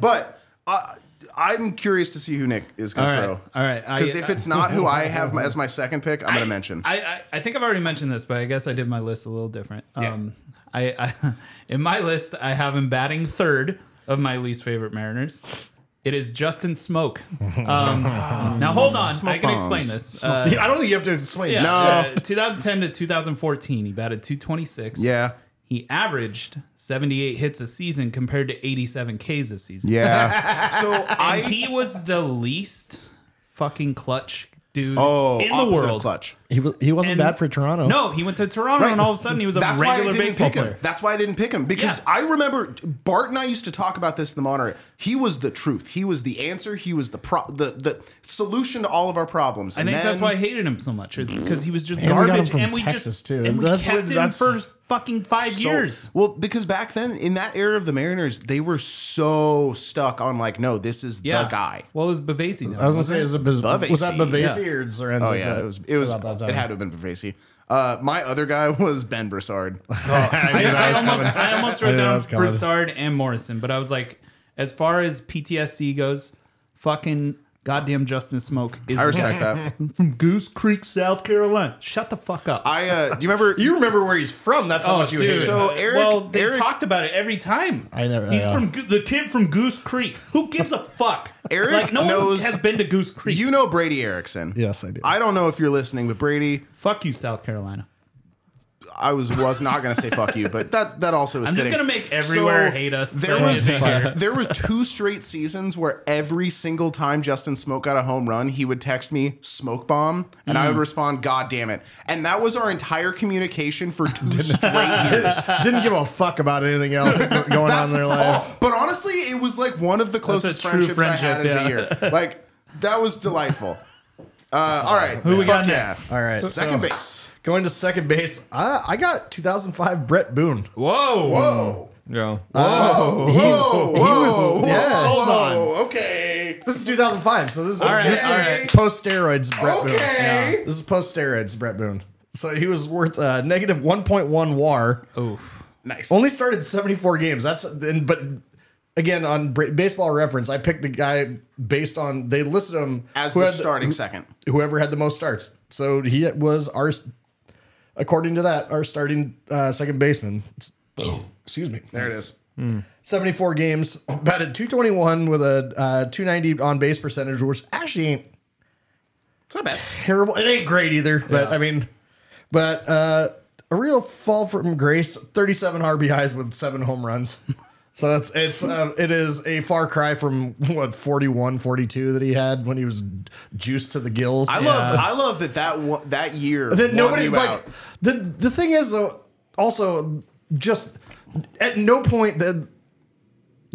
S2: but uh, I'm curious to see who Nick is
S4: All
S2: gonna
S4: right.
S2: throw.
S4: All right. I-
S2: Because if it's not who I have as my second pick, I'm gonna mention.
S4: I, I, I think I've already mentioned this, but I guess I did my list a little different. Um, I, I in my list I have him batting third of my least favorite Mariners. It is Justin Smoke. Um, now hold on, I can explain
S2: bombs.
S4: this. Uh,
S1: I don't think you have to explain.
S4: yeah,
S1: shit.
S4: uh, 2010 to 2014, he batted 226.
S2: yeah,
S4: He averaged 78 hits a season compared to 87 Ks a season.
S2: yeah. so I
S4: And he was the least fucking clutch dude
S2: oh
S4: in the
S2: opposite of
S4: world.
S2: clutch.
S1: He wa- he wasn't
S4: And-
S1: bad for Toronto.
S4: No, he went to Toronto and all of a sudden he was a
S2: That's why I
S4: regular
S2: didn't
S4: baseball
S2: pick
S4: player.
S2: him. That's why I didn't pick him because
S4: Yeah.
S2: I remember Bart and I used to talk about this in the monitor. He was the truth. He was the answer. He was the pro- the the solution to all of our problems.
S4: I
S2: And
S4: think that's
S2: then-
S4: why I hated him so much is because he was just
S1: And we got him
S4: garbage,
S1: from
S4: and we
S1: Texas,
S4: just
S1: too.
S4: and we
S1: That's
S4: kept
S1: what-
S4: him
S1: that's-
S4: for fucking five
S2: so-
S4: years.
S2: Well, because back then in that era of the Mariners, they were so stuck on like, no, this is the guy.
S4: Well, it was Bavasi.
S1: I was gonna say, is it Bez-
S2: Bavesi.
S1: was that Bavesi
S4: Yeah.
S1: or Zorenzo?
S2: Oh yeah, it was it was
S1: About that
S2: it
S1: time.
S2: had to have been Bavesi. Uh, my other guy was Ben Broussard.
S4: I, I almost, I almost wrote
S1: knew that
S4: down
S1: was coming.
S4: Broussard and Morrison, but I was like, as far as PTSD goes, fucking goddamn Justin Smoke is
S2: I respect that.
S4: from Goose Creek, South Carolina. Shut the fuck up.
S2: I uh, do you remember?
S1: You remember where he's from? That's how much you hate.
S4: dude.
S1: him.
S2: Oh, So Eric-
S4: well, they
S2: Eric-
S4: talked about it every time.
S1: I never-
S4: He's
S1: yeah.
S4: from Go- the kid from Goose Creek. Who gives a fuck?
S2: Eric
S4: like, no
S2: knows-
S4: one has been to Goose Creek.
S2: You know Brady Erickson.
S1: Yes, I do.
S2: I don't know if you're listening, but Brady,
S4: fuck you, South Carolina.
S2: I was was not gonna say fuck you, but that that also is.
S4: I'm just
S2: fitting.
S4: gonna make everywhere
S2: So,
S4: hate us.
S2: There
S4: but
S2: was
S4: it's fine.
S2: there was two straight seasons where every single time Justin Smoke got a home run, he would text me "smoke bomb" and
S4: Mm.
S2: I would respond "God damn it," and that was our entire communication for two straight years.
S1: Didn't give a fuck about anything else going on in their life.
S2: Oh, but honestly, it was like one of the closest
S4: true
S2: friendships I had
S4: friendship,
S2: as a year. Like that was delightful. Uh, all right,
S4: Who we got
S2: Fuck
S4: next?
S1: All right,
S2: Second
S1: so-
S2: base.
S1: Going to second base, I, I got 2005 Brett Boone.
S4: Whoa, Oh.
S2: Whoa,
S3: yeah.
S2: whoa, whoa, whoa,
S1: was- yeah.
S4: Hold on.
S2: Okay.
S1: This is 2005, so this is,
S4: right,
S1: this
S4: all
S1: is
S2: right.
S1: post steroids Brett Boone.
S2: Okay.
S1: This is post steroids Brett Boone. So he was worth uh, negative 1.1 WAR.
S2: Nice.
S1: Only started 74 games. That's and, but again on Bra- baseball reference, I picked the guy based on they listed him
S2: as
S1: who
S2: the
S1: had
S2: starting second.
S1: whoever had the most starts. So he was our, according to that, our starting uh, second baseman. Excuse me.
S2: There it is.
S1: 74 games, batted 221 with a uh, 290 on base percentage, which actually ain't
S2: It's not bad.
S1: terrible. It ain't great either, but I mean, but uh, a real fall from grace. 37 RBIs with seven home runs. So it's it's uh, it is a far cry from what 41, 42 that he had when he was juiced to the gills.
S2: I love I love that that wa- that year
S1: that
S2: won
S1: nobody
S2: you
S1: like
S2: out.
S1: the the thing is though also just at no point that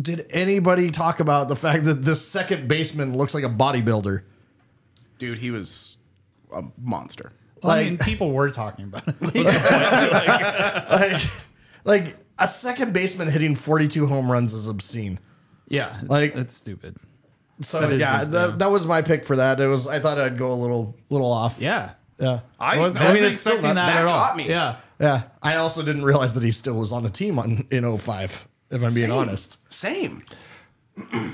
S1: did anybody talk about the fact that this second baseman looks like a bodybuilder
S2: dude he was a monster
S4: Well, I
S1: Like-
S4: mean, people were talking about it.
S1: like, like a second baseman hitting 42 home runs is obscene.
S4: Yeah, it's,
S1: Like-
S4: it's stupid.
S1: So
S3: That is
S1: yeah,
S3: just-
S1: that, that was my pick for that. It was I thought I'd go a little little off.
S4: Yeah,
S1: yeah,
S2: I,
S4: wasn't-
S2: I
S4: wasn't
S2: mean, it's still
S4: expecting
S2: not- that,
S4: that at all.
S2: got me.
S4: yeah.
S1: yeah. I also didn't realize that he still was on the team on, in 05, If I'm being
S2: Same.
S1: honest,
S2: Same.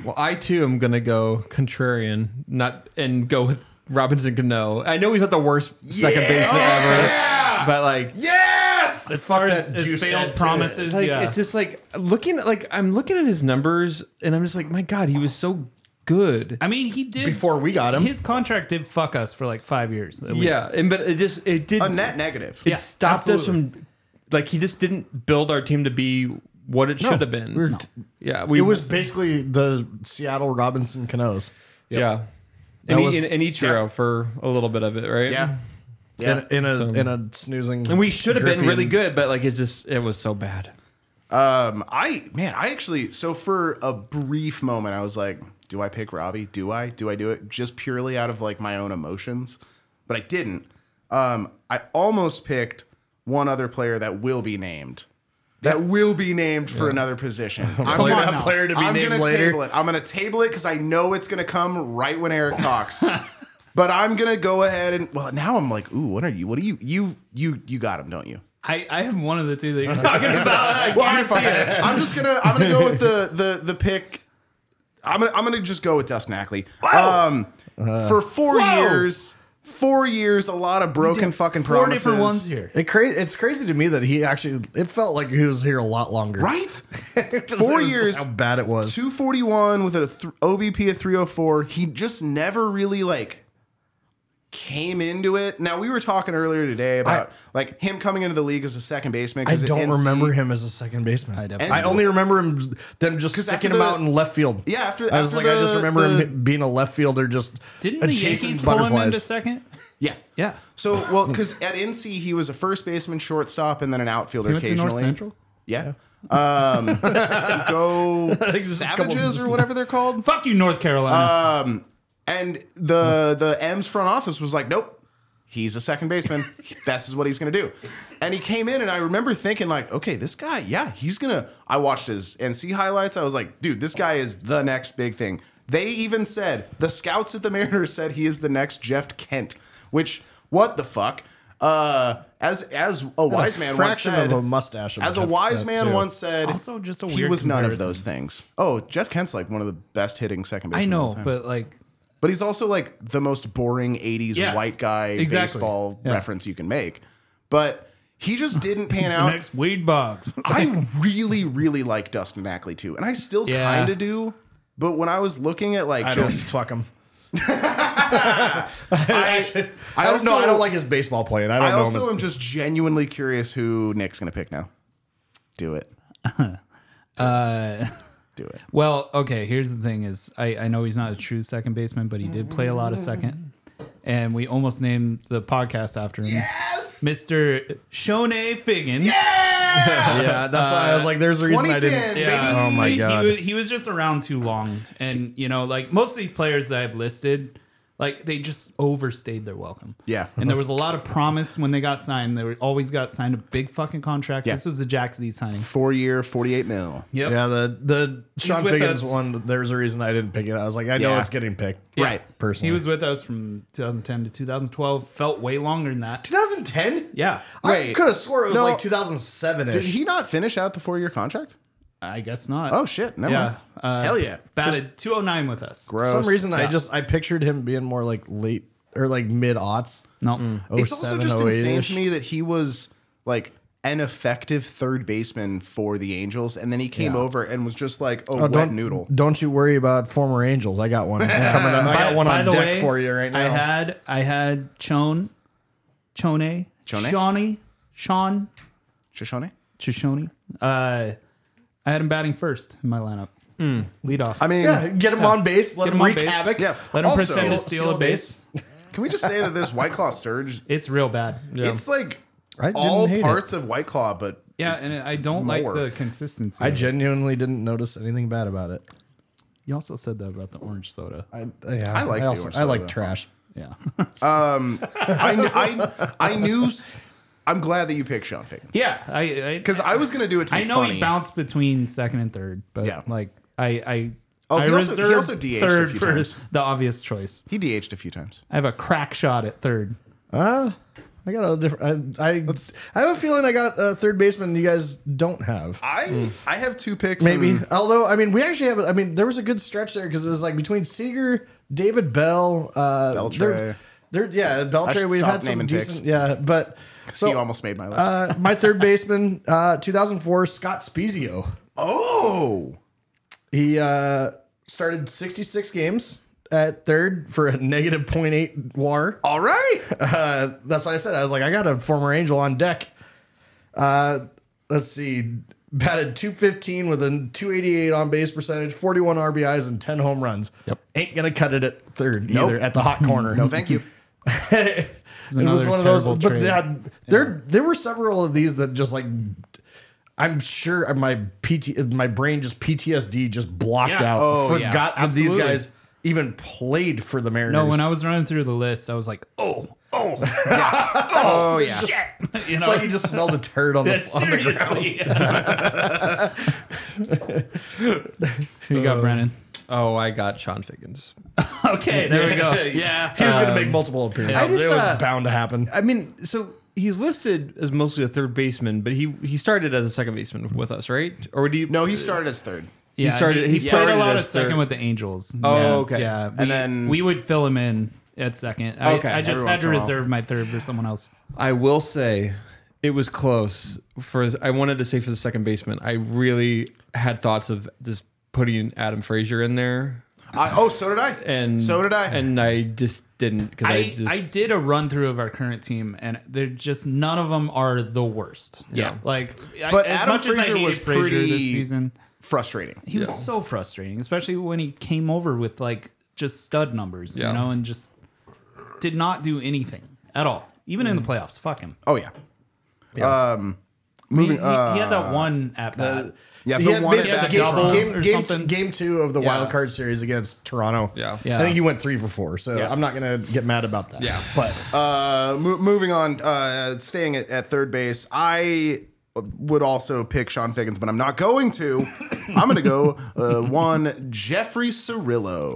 S3: Well, I too am gonna go contrarian, not and go with Robinson Cano. I know he's not the worst second
S2: Yeah.
S3: baseman ever, but like,
S2: Yes.
S4: As far as,
S1: that
S4: as
S1: juice head,
S4: failed
S1: too.
S4: promises,
S3: like
S4: yeah,
S3: it's just like looking at like I'm looking at his numbers, and I'm just like, my God, he was so good.
S4: I mean, he did
S1: Before we got him.
S4: His contract did fuck us for like five years. At
S3: Yeah,
S4: least.
S3: and but it just it did
S2: A net negative.
S3: it
S4: Yeah,
S3: stopped us from like he just didn't build our team to be what it should have been.
S1: we're-
S3: yeah, we
S1: it was basically the Seattle Robinson Canoes.
S3: yeah. And,
S1: was-
S3: he, and, and Ichiro for a little bit of it, right?
S4: yeah.
S1: in, in a
S3: So-
S1: in a snoozing.
S3: And we should have been
S1: Griffey
S3: really
S1: and-
S3: good, but like it just it was so bad.
S2: Um, I man, I actually so for a brief moment I was like, do I pick Robbie? Do I? Do I do it just purely out of like my own emotions? But I didn't. Um, I almost picked one other player that will be named. That will be named for another position. I'm,
S4: Come on
S1: Player-
S4: now.
S1: player to be
S2: I'm
S1: named
S2: gonna
S1: later.
S2: table it. I'm gonna table it because I know it's gonna come right when Eric talks. but I'm gonna go ahead and well now I'm like, ooh, what are you? What are you? You you you got him, don't you?
S4: I, I have one of the two that you're talking about. I
S2: Well, I'm, fine.
S4: guarantee it.
S2: I'm just gonna I'm gonna go with the the the pick. I'm gonna, I'm gonna just go with Dustin Ackley. Um,
S1: Uh-huh.
S2: for four
S4: Whoa.
S2: years, four years, a lot of broken fucking
S4: Four
S2: promises.
S4: different ones here.
S1: It cra- it's crazy to me that he actually. It felt like he was here a lot longer.
S2: right?
S1: Four
S2: Four years,
S1: How bad it was.
S2: 241 with a th- OBP of 304. He just never really like came into it. Now we were talking earlier today about like him coming into the league as a second baseman.
S1: I
S2: 'cause
S1: don't
S2: NC
S1: remember him as a second baseman. I,
S4: definitely
S2: don't.
S1: only remember him them just
S2: after
S1: sticking him
S2: the-
S1: out in left field.
S2: Yeah, after-
S1: I was
S2: after
S1: like, I just
S2: the-
S1: remember
S2: the-
S1: him being a left fielder, just
S4: Didn't the
S1: chasing
S4: Yankees pull him into
S1: butterflies.
S4: second?
S2: Yeah.
S4: Yeah.
S2: So, well, because at NC he was a first baseman, shortstop, and then an outfielder
S4: He went to
S2: occasionally.
S4: North Central?
S2: Yeah. Um, go
S1: is a couple
S2: Savages
S1: of-
S2: or whatever they're called.
S4: Fuck you, North Carolina.
S2: And the the M's front office was like, nope, he's a second baseman. this is what he's gonna do. And he came in, and I remember thinking like, okay, this guy, yeah, he's gonna. I watched his NC highlights. I was like, dude, this guy is the next big thing. They even said the scouts at the Mariners said he is the next Jeff Kent. Which what the fuck? Uh, as as a wise man once
S1: fraction
S2: said,
S1: of a mustache. of
S2: as a
S1: Jeff-
S2: wise
S1: that
S2: man
S1: too.
S2: once said,
S4: Also, just a
S2: he
S4: weird
S2: was none of
S4: comparison.
S2: those things. Oh, Jeff Kent's like one of the best hitting second basemen.
S4: I
S2: of all
S4: know,
S2: time.
S4: but like,
S2: but he's also like the most boring '80s
S4: Yeah,
S2: white guy
S4: exactly.
S2: baseball
S4: Yeah.
S2: reference you can make. But he just didn't pan out.
S4: next Wade Boggs.
S2: I really, really like Dustin Ackley too, and I still
S4: Yeah.
S2: kind of do. But when I was looking at like
S1: I don't
S2: just,
S1: fuck him.
S2: I,
S1: I don't know.
S2: also-
S1: I don't like his baseball play, and I don't
S2: I
S1: know
S2: also
S1: him.
S2: am just genuinely curious who Nick's gonna pick now. Do it.
S4: Uh,
S2: Do it.
S4: well, okay. Here's the thing: is I, I know he's not a true second baseman, but he did play a lot of second, and we almost named the podcast after him,
S2: Yes.
S4: Mr. Shonay Figgins.
S1: As, yeah, that's why I was like, there's a reason I
S2: 2010,
S1: didn't.
S2: baby.
S1: Oh my
S4: he,
S1: God.
S4: He was, he was just around too long, and you know, like most of these players that I've listed, like they just overstayed their welcome.
S2: Yeah.
S4: and there was a lot of promise when they got signed. They were, always got signed to big fucking contracts.
S2: Yeah.
S4: This was the Jack Z signing.
S2: Four year, forty eight mil.
S4: Yep.
S1: Yeah, the the Sean
S4: with
S1: Figgins
S4: us.
S1: one. There's a reason I didn't pick it. I was like, I know
S2: Yeah.
S1: it's getting picked.
S2: Right.
S1: Personally,
S4: He was with us from 2010 to 2012. Felt way longer than that.
S1: 2010.
S4: Yeah,
S1: I
S2: Wait.
S1: could have swore it was
S2: No.
S1: like 2007
S2: Did
S1: ish.
S2: he not finish out the four year contract?
S4: I guess not.
S2: Oh shit! No.
S4: yeah. Uh,
S2: Hell yeah.
S4: Batted 209 with us.
S1: For
S2: Gross.
S1: some reason, I
S4: Yeah.
S1: just I pictured him being more like late or like oh mid aughts.
S4: No.
S2: it's also just
S1: 07, 08
S2: insane
S1: -ish.
S2: to me that he was like an effective third baseman for the Angels, and then he came over and was just like a
S1: Oh,
S2: wet
S1: don't
S2: noodle.
S1: Don't you worry about former Angels. I got one coming up. I got one on deck for you right now.
S4: I had I had Chone, Chone,
S2: Chone?
S4: Shawnee, Sean,
S2: Shoshone.
S4: Chishone. Uh, I had him batting first in my lineup. Lead off.
S2: Hmm. I mean,
S1: yeah, get him on base. Let
S4: Get
S1: him
S4: him on
S1: wreak
S4: base.
S1: havoc.
S2: Yeah.
S4: Let him
S2: Also,
S4: pretend to steal, a base.
S2: Can we just say that this White Claw surge?
S4: It's real bad. Yeah,
S2: It's like
S1: I didn't
S2: all
S1: hate it.
S2: parts of White Claw, but
S4: and I don't
S2: More.
S4: like the consistency.
S1: I
S4: of it.
S1: genuinely didn't notice anything bad about it.
S4: you also said that about the orange soda.
S1: I, yeah,
S2: I like
S1: I,
S2: the
S1: also,
S2: orange
S1: I like
S2: soda.
S1: trash.
S4: Yeah.
S2: I, I, I knew. I'm glad that you picked Sean Fagan
S4: yeah. I, I,
S2: because I was gonna do it. To be
S4: I know
S2: funny.
S4: he bounced between second and third, but
S2: Yeah.
S4: like I, I,
S2: Oh,
S4: I
S2: he also- he
S4: reserved
S2: also DH'd a
S4: third
S2: few
S4: for
S2: times.
S4: the obvious choice.
S2: He DH'd a few times.
S4: I have a crack shot at third.
S1: Uh, I got a different. I I, I have a feeling I got a third baseman you guys don't have.
S2: I I have two picks.
S1: Maybe.
S2: and-
S1: Although, I mean, we actually have. I mean, there was a good stretch there because it was like between Seager, David Bell, uh,
S2: Beltre.
S1: There, there- yeah, Beltre.
S2: should
S1: We've
S2: stop
S1: had some
S2: naming
S1: decent. Yeah, but so
S2: you almost made my list.
S1: uh, my third baseman, uh, 2004, Scott Spezio.
S2: oh,
S1: He uh, started 66 games at third for a negative 0.8 WAR.
S2: all right.
S1: Uh, that's why I said I was like, I got a former Angel on deck. Uh, let's see, batted 215 with a 288 on base percentage, 41 RBIs, and 10 home runs.
S4: Yep.
S1: Ain't gonna cut it at third
S2: Nope.
S1: either at the hot corner.
S2: No, thank you.
S1: it was
S4: another
S1: one of those.
S4: terrible
S1: But
S4: trade.
S1: yeah, there there were several of these that just like. I'm sure my PT, my brain just PTSD just blocked
S4: Yeah.
S1: out.
S4: Oh, yeah.
S1: Forgot that these
S4: Absolutely.
S1: guys even played for the Mariners.
S4: No, when I was running through the list, I was like, oh, oh,
S2: Oh yeah.
S4: you
S1: it's
S4: know,
S1: like you just smelled a turd on the, on the ground.
S4: seriously. Who you
S3: Uh,
S4: got, Brennan?
S3: Oh, I got Sean Figgins.
S4: Okay, there we go.
S1: yeah. He was going to make multiple appearances.
S3: I just,
S1: it was
S3: uh,
S1: bound to happen.
S3: I mean, so he's listed as mostly a third baseman, but he he started as a second baseman with us, right? Or do you?
S2: No, he started as third.
S4: Yeah,
S3: started-
S4: He,
S3: he
S4: he played
S3: started
S4: a lot of
S3: as third.
S4: second with the Angels.
S3: Oh,
S4: yeah,
S3: okay.
S4: Yeah,
S3: And
S4: we,
S2: then-
S4: we would fill him in at second. I,
S3: Okay,
S4: I just
S2: every
S4: had to
S2: once in a while.
S4: reserve my third for someone else.
S3: I will say it was close. For I wanted to say for the second baseman, I really had thoughts of just putting Adam Frazier in there,
S2: I, oh, so did I.
S3: and
S2: so did I.
S3: and I just didn't because I,
S4: I,
S3: just
S4: I did a run through of our current team, and they're just none of them are the worst.
S3: Yeah.
S4: like I-
S2: But
S4: as
S2: Adam
S4: much as I
S2: Frazier
S4: hated
S2: was
S4: Frazier this
S2: pretty-
S4: season,
S2: Frustrating.
S4: he was so frustrating, especially when he came over with like just stud numbers,
S3: Yeah.
S4: you know, and just did not do anything at all, even in the playoffs. Fuck him.
S2: Oh yeah. Um,
S4: He,
S2: moving.
S4: he-
S2: uh,
S4: he had that one at bat.
S2: yeah,
S1: He
S2: the
S1: had
S2: one
S1: basically
S2: at
S4: the
S1: game,
S4: double
S1: game,
S4: or
S1: game-
S4: something.
S1: game two of the
S4: Yeah.
S1: wild card series against Toronto.
S3: Yeah.
S4: Yeah.
S1: I think he went three for four, so I'm not going to get mad about that.
S3: Yeah.
S1: But
S2: Uh, mo- moving on, uh, staying at, at third base, I would also pick Sean Figgins, but I'm not going to. I'm going to go uh, one Jeffrey Cirillo.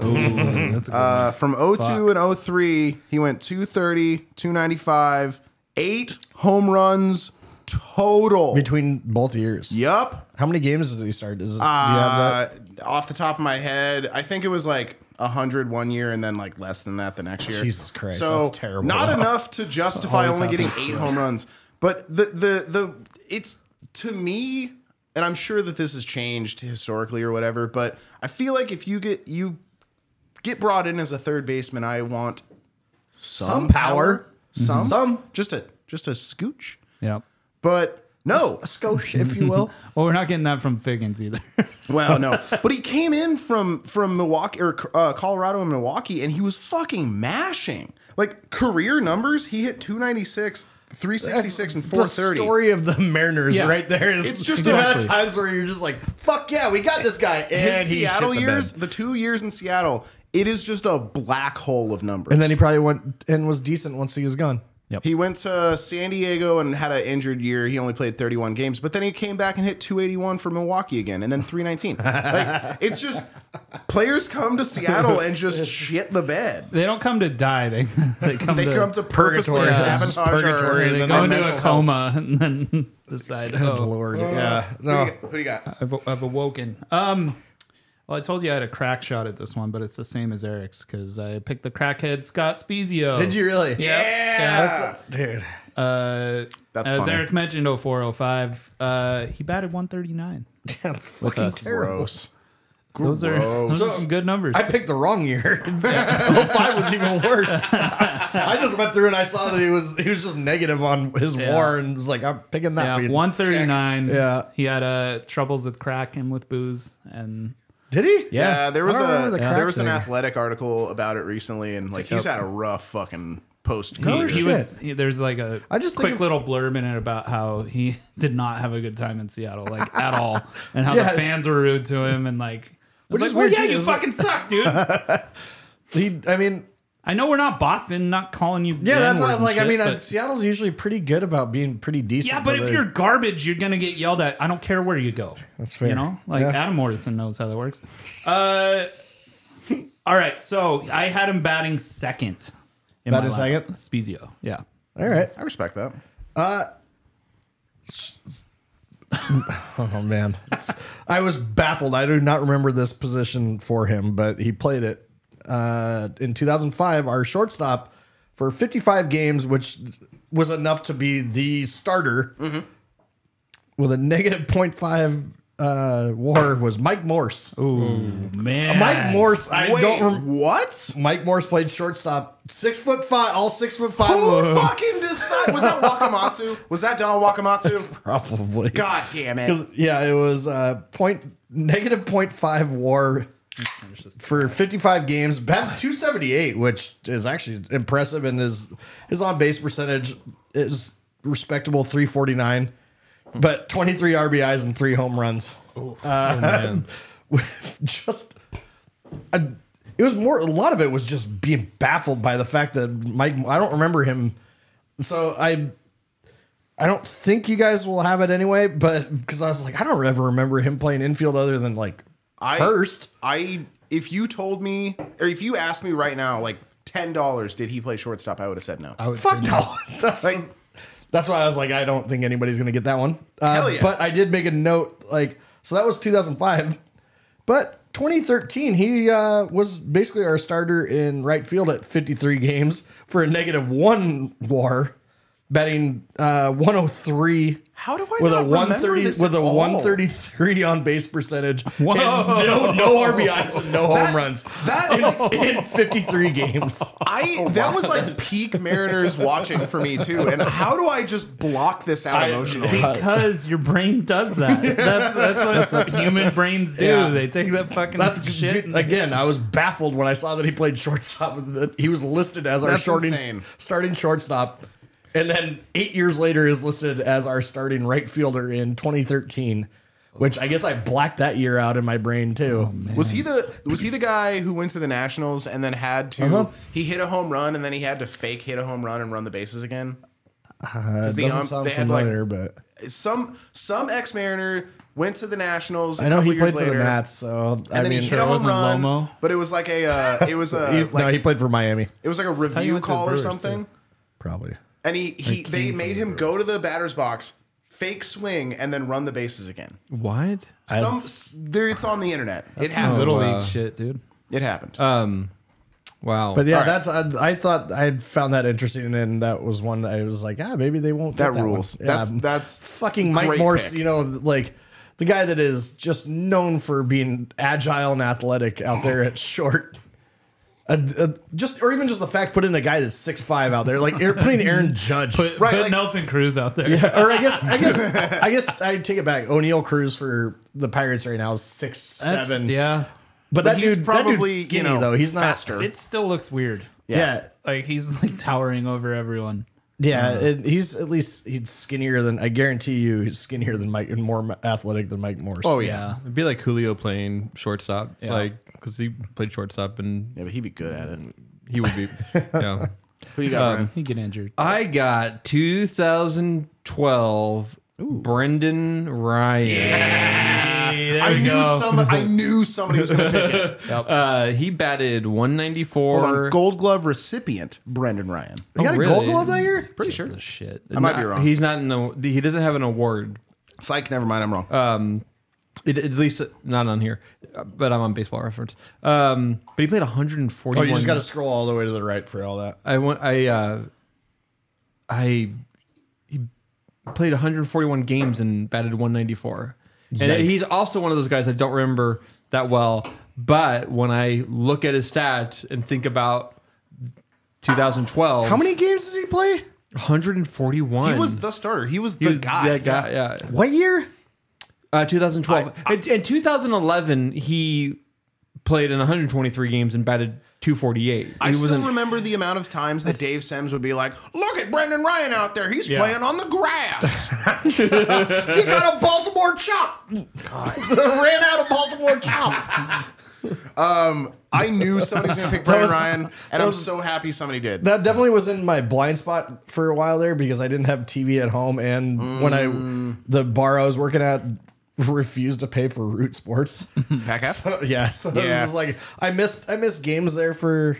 S2: Uh, from 02 and 03, he went 230, 295, eight home runs total.
S1: between both years,
S2: Yup.
S1: how many games did he start? Is, do you have that?
S2: Uh, off the top of my head, I think it was like 100 one year and then like less than that the next year.
S1: Jesus Christ,
S2: So
S1: that's terrible.
S2: Not enough to justify only getting eight home runs. But the the the it's to me, and I'm sure that this has changed historically or whatever. But I feel like if you get you get brought in as a third baseman, I want some,
S1: Some power. Mm-hmm.
S2: some
S1: Some.
S2: just a just a scooch.
S4: Yeah.
S2: But no,
S1: A skosh, if you will.
S4: Well, we're not getting that from Figgins either.
S2: Well, no, but he came in from from Milwaukee or uh, Colorado and Milwaukee, and he was fucking mashing like career numbers. He hit two ninety six, three sixty six, and four
S1: the
S2: thirty.
S1: story of the Mariners
S4: Yeah.
S1: right there is
S2: It's just
S1: the amount
S4: exactly.
S1: of times where you're just like, fuck yeah, we got this guy. And
S2: His
S1: he
S2: Seattle
S1: shit the
S2: years,
S1: bed.
S2: the two years in Seattle, it is just a black hole of numbers.
S1: And then he probably went and was decent once he was gone.
S2: he went to San Diego and had an injured year. He only played thirty one games, but then he came back and hit two eighty one for Milwaukee again, and then three nineteen. like it's just players come to Seattle and just shit the bed.
S4: they don't come to die. They they come
S2: They
S4: to
S2: come to purgatory,
S4: Yeah.
S2: sabotage our-
S1: Purgatory and
S4: they
S1: then
S4: go
S2: our
S4: into
S2: mental
S4: a
S2: health.
S4: coma and then decide.
S1: Oh,
S4: Oh,
S1: Lord. yeah.
S2: Who
S1: No.
S2: do you got- Who do you got?
S4: I've, I've awoken. Um, well, I told you I had a crack shot at this one, but it's the same as Eric's because I picked the crackhead Scott Spezio.
S1: Did you really?
S4: Yeah.
S1: That's dude.
S4: Uh,
S2: That's
S4: as
S2: funny.
S4: Eric mentioned, 0405. Uh, he batted 139.
S1: Damn, fucking
S4: us.
S1: terrible.
S4: Those are, those are
S1: So-
S4: some good numbers.
S1: I picked the wrong year. 05 was even worse. I just went through and I saw that he was he was just negative on his war and was like, I'm picking that
S4: yeah,
S1: weed.
S4: 139.
S1: Yeah.
S4: He had uh, troubles with crack and with booze. And
S1: Did he?
S2: Yeah, there was
S1: I don't
S2: a
S1: remember the
S2: there
S1: crack
S2: was an
S1: thing.
S2: athletic article about it recently, and like he's had a rough fucking post.
S4: he,
S1: Oh,
S4: he
S1: shit.
S4: was he- there's like a
S1: I just think
S4: quick
S1: of-
S4: little blurb in it about how he did not have a good time in Seattle, like at all, and how
S1: Yeah.
S4: the fans were rude to him and like. I was
S1: Which
S4: like,
S1: is
S4: well,
S1: weird,
S4: yeah,
S1: too. It
S4: you
S1: was like-
S4: fucking suck, dude. I
S1: He I mean
S4: I know we're not Boston, not calling you.
S1: Yeah, that's what I
S4: N-word
S1: was
S4: and
S1: like. I
S4: shit,
S1: mean, uh
S4: but-
S1: Seattle's usually pretty good about being pretty decent.
S4: yeah, but
S1: to
S4: if
S1: the-
S4: you're garbage, you're gonna get yelled at. I don't care where you go.
S1: That's fair.
S4: You know, like
S1: Yeah.
S4: Adam Morrison knows how that works. Uh, all right, so I had him batting second. In
S1: Batting
S4: my lineup. Spezio. Yeah.
S1: all right.
S2: I respect that.
S1: Oh man, I was baffled. I do not remember this position for him, but he played it uh, in 2005. Our shortstop for 55 games, which was enough to be the starter,
S2: Mm-hmm.
S1: with a negative 0.5 uh, WAR, was Mike Morse.
S4: Man,
S1: Uh, Mike Morse. I
S2: Wait,
S1: don't. Rem-
S2: what?
S1: Mike Morse played shortstop, six foot five, all six foot five.
S2: Who fucking decided? Was that Wakamatsu? Was that Don Wakamatsu?
S1: Probably.
S2: God damn it!
S1: 'Cause, yeah, it was uh, point negative point five WAR for fifty five games, batted two seventy eight, which is actually impressive, and his his on base percentage is respectable three forty nine, but twenty three RBIs and three home runs, uh, with just. A, it was more. A lot of it was just being baffled by the fact that Mike. I don't remember him. So I I don't think you guys will have it anyway, but because I was like, I don't ever remember him playing infield other than like
S2: I-
S1: first.
S2: I if you told me or if you asked me right now, like ten dollars, did he play shortstop? I would have said no.
S4: I would
S1: Fuck
S4: say
S1: no. that's
S2: Like-
S1: that's why I was like, I don't think anybody's gonna get that one. Uh,
S2: Hell yeah.
S1: But I did make a note, like, so that was 2005, but 2013 he uh, was basically our starter in right field at 53 games for a negative one WAR, batting uh, 103.
S2: How do I
S1: with
S2: not
S1: a
S2: remember
S1: 130
S2: this
S1: with
S2: at
S1: a
S2: all?
S1: 133 on base percentage
S4: Whoa.
S1: and no, no RBIs and no home runs
S2: That
S1: in, in 53 games.
S2: I that was like peak Mariners watching for me too. And how do I just block this out emotionally?
S4: Because your brain does that. That's that's what human brains do.
S1: Yeah.
S4: They take that fucking
S1: That's
S4: shit.
S1: dude, again. I was baffled when I saw that he played shortstop. and That he was listed as our
S2: That's
S1: shorting,
S2: insane.
S1: starting shortstop, and then eight years later is listed as our starting right fielder in 2013, which I guess I blacked that year out in my brain too. Uh,
S2: Was he the was he the guy who went to the Nationals and then had to
S1: Uh-huh.
S2: he hit a home run and then he had to fake hit a home run and run the bases again?
S1: Uh,
S2: the,
S1: doesn't
S2: um,
S1: sound
S2: they had, like-
S1: familiar, but
S2: Some some ex Mariner went to the Nationals. I
S1: I know he played for the Nats. So I
S2: And then
S1: mean,
S2: he hit
S4: Sure,
S2: a
S4: it
S2: home
S4: wasn't
S2: run,
S4: Lomo.
S2: but it was like a uh, it was
S1: he-
S2: a like,
S1: no, he played for Miami.
S2: it was like a review
S4: went to the
S2: call or
S4: Brewers,
S2: something.
S1: Probably.
S2: And he, he they made him go to the batter's box, fake swing, and then run the bases again.
S3: What? Oh,
S2: Some s- there, it's on the internet. It happened.
S4: little
S3: wow.
S4: league shit, dude.
S2: It happened.
S1: Uh,
S3: Um, wow.
S1: But yeah,
S2: All right.
S1: that's I, I thought I found that interesting, and that was one I was like, ah, maybe they won't.
S2: that
S1: get one.
S2: rules.
S1: Yeah.
S2: That's that's
S1: fucking Mike
S2: great
S1: Morse.
S2: pick.
S1: You know, like the guy that is just known for being agile and athletic out there at short. Uh, uh, just or even just the fact put in a guy that's six five out there, like Aaron- putting Aaron Judge,
S4: Put,
S2: Right,
S4: put
S2: like-
S4: Nelson Cruz out there.
S1: or I guess I guess I guess I take it back. O'Neill Cruz for the Pirates right now is six
S4: That's-
S1: seven.
S4: Yeah.
S1: but that
S2: he's
S1: dude, probably that
S2: probably,
S1: dude's
S2: you
S1: skinny
S2: know,
S1: though. He's not
S2: faster.
S4: It still looks weird.
S1: yeah.
S4: Like he's like towering over everyone.
S1: Yeah, and he's at least he's skinnier than I guarantee you he's skinnier than Mike and more athletic than Mike Morse.
S2: Oh yeah.
S4: Yeah.
S3: It'd be like Julio playing shortstop, Like 'cause like because he played shortstop and
S2: Yeah, but he'd be good at it.
S3: he would be. yeah.
S2: Who you got?
S4: He get injured.
S3: I got 2012 Brendan Ryan.
S2: I knew some. I knew somebody was going to pick it.
S3: Uh, he batted 194.
S2: Gold Glove recipient Brendan Ryan.
S1: he got
S3: Oh,
S1: a gold
S3: really?
S1: glove that year?
S2: Pretty sure.
S4: Shit.
S2: I might be
S3: Not-
S2: wrong.
S3: He's not in the. He doesn't have an award.
S2: Psych. Never mind. I'm wrong.
S3: It, at
S1: uh,
S3: least not on here, but I'm on Baseball Reference. Um, but he played 141.
S1: Oh, you just got to scroll all the way to the right for all that.
S3: I went. I. Uh, I. He played 141 games and batted 194. And
S1: Yikes.
S3: he's also one of those guys I don't remember that well. But when I look at his stats and think about 2012,
S1: How many games did he play?
S3: 141.
S2: he was the starter. He was the
S3: He was
S2: guy.
S3: that guy. Yeah.
S1: What year?
S3: Uh, 2012. in, in 2011, he played in 123 games and batted 248.
S2: I
S3: he
S2: still
S3: wasn't-
S2: remember the amount of times that Dave Sims would be like, "Look at Brendan Ryan out there. He's
S4: Yeah.
S2: playing on the grass."
S1: He got a Baltimore chop. Ran out of Baltimore chop.
S2: Um, I knew somebody's gonna pick Brendan
S1: was-
S2: Ryan, and I'm
S1: was-
S2: so happy somebody did.
S1: That definitely was in my blind spot for a while there because I didn't have TV at home, and when I the bar I was working at refused to pay for Root Sports.
S2: Back up.
S1: so, yeah, so it was
S2: Yeah.
S1: just like I missed I missed games there for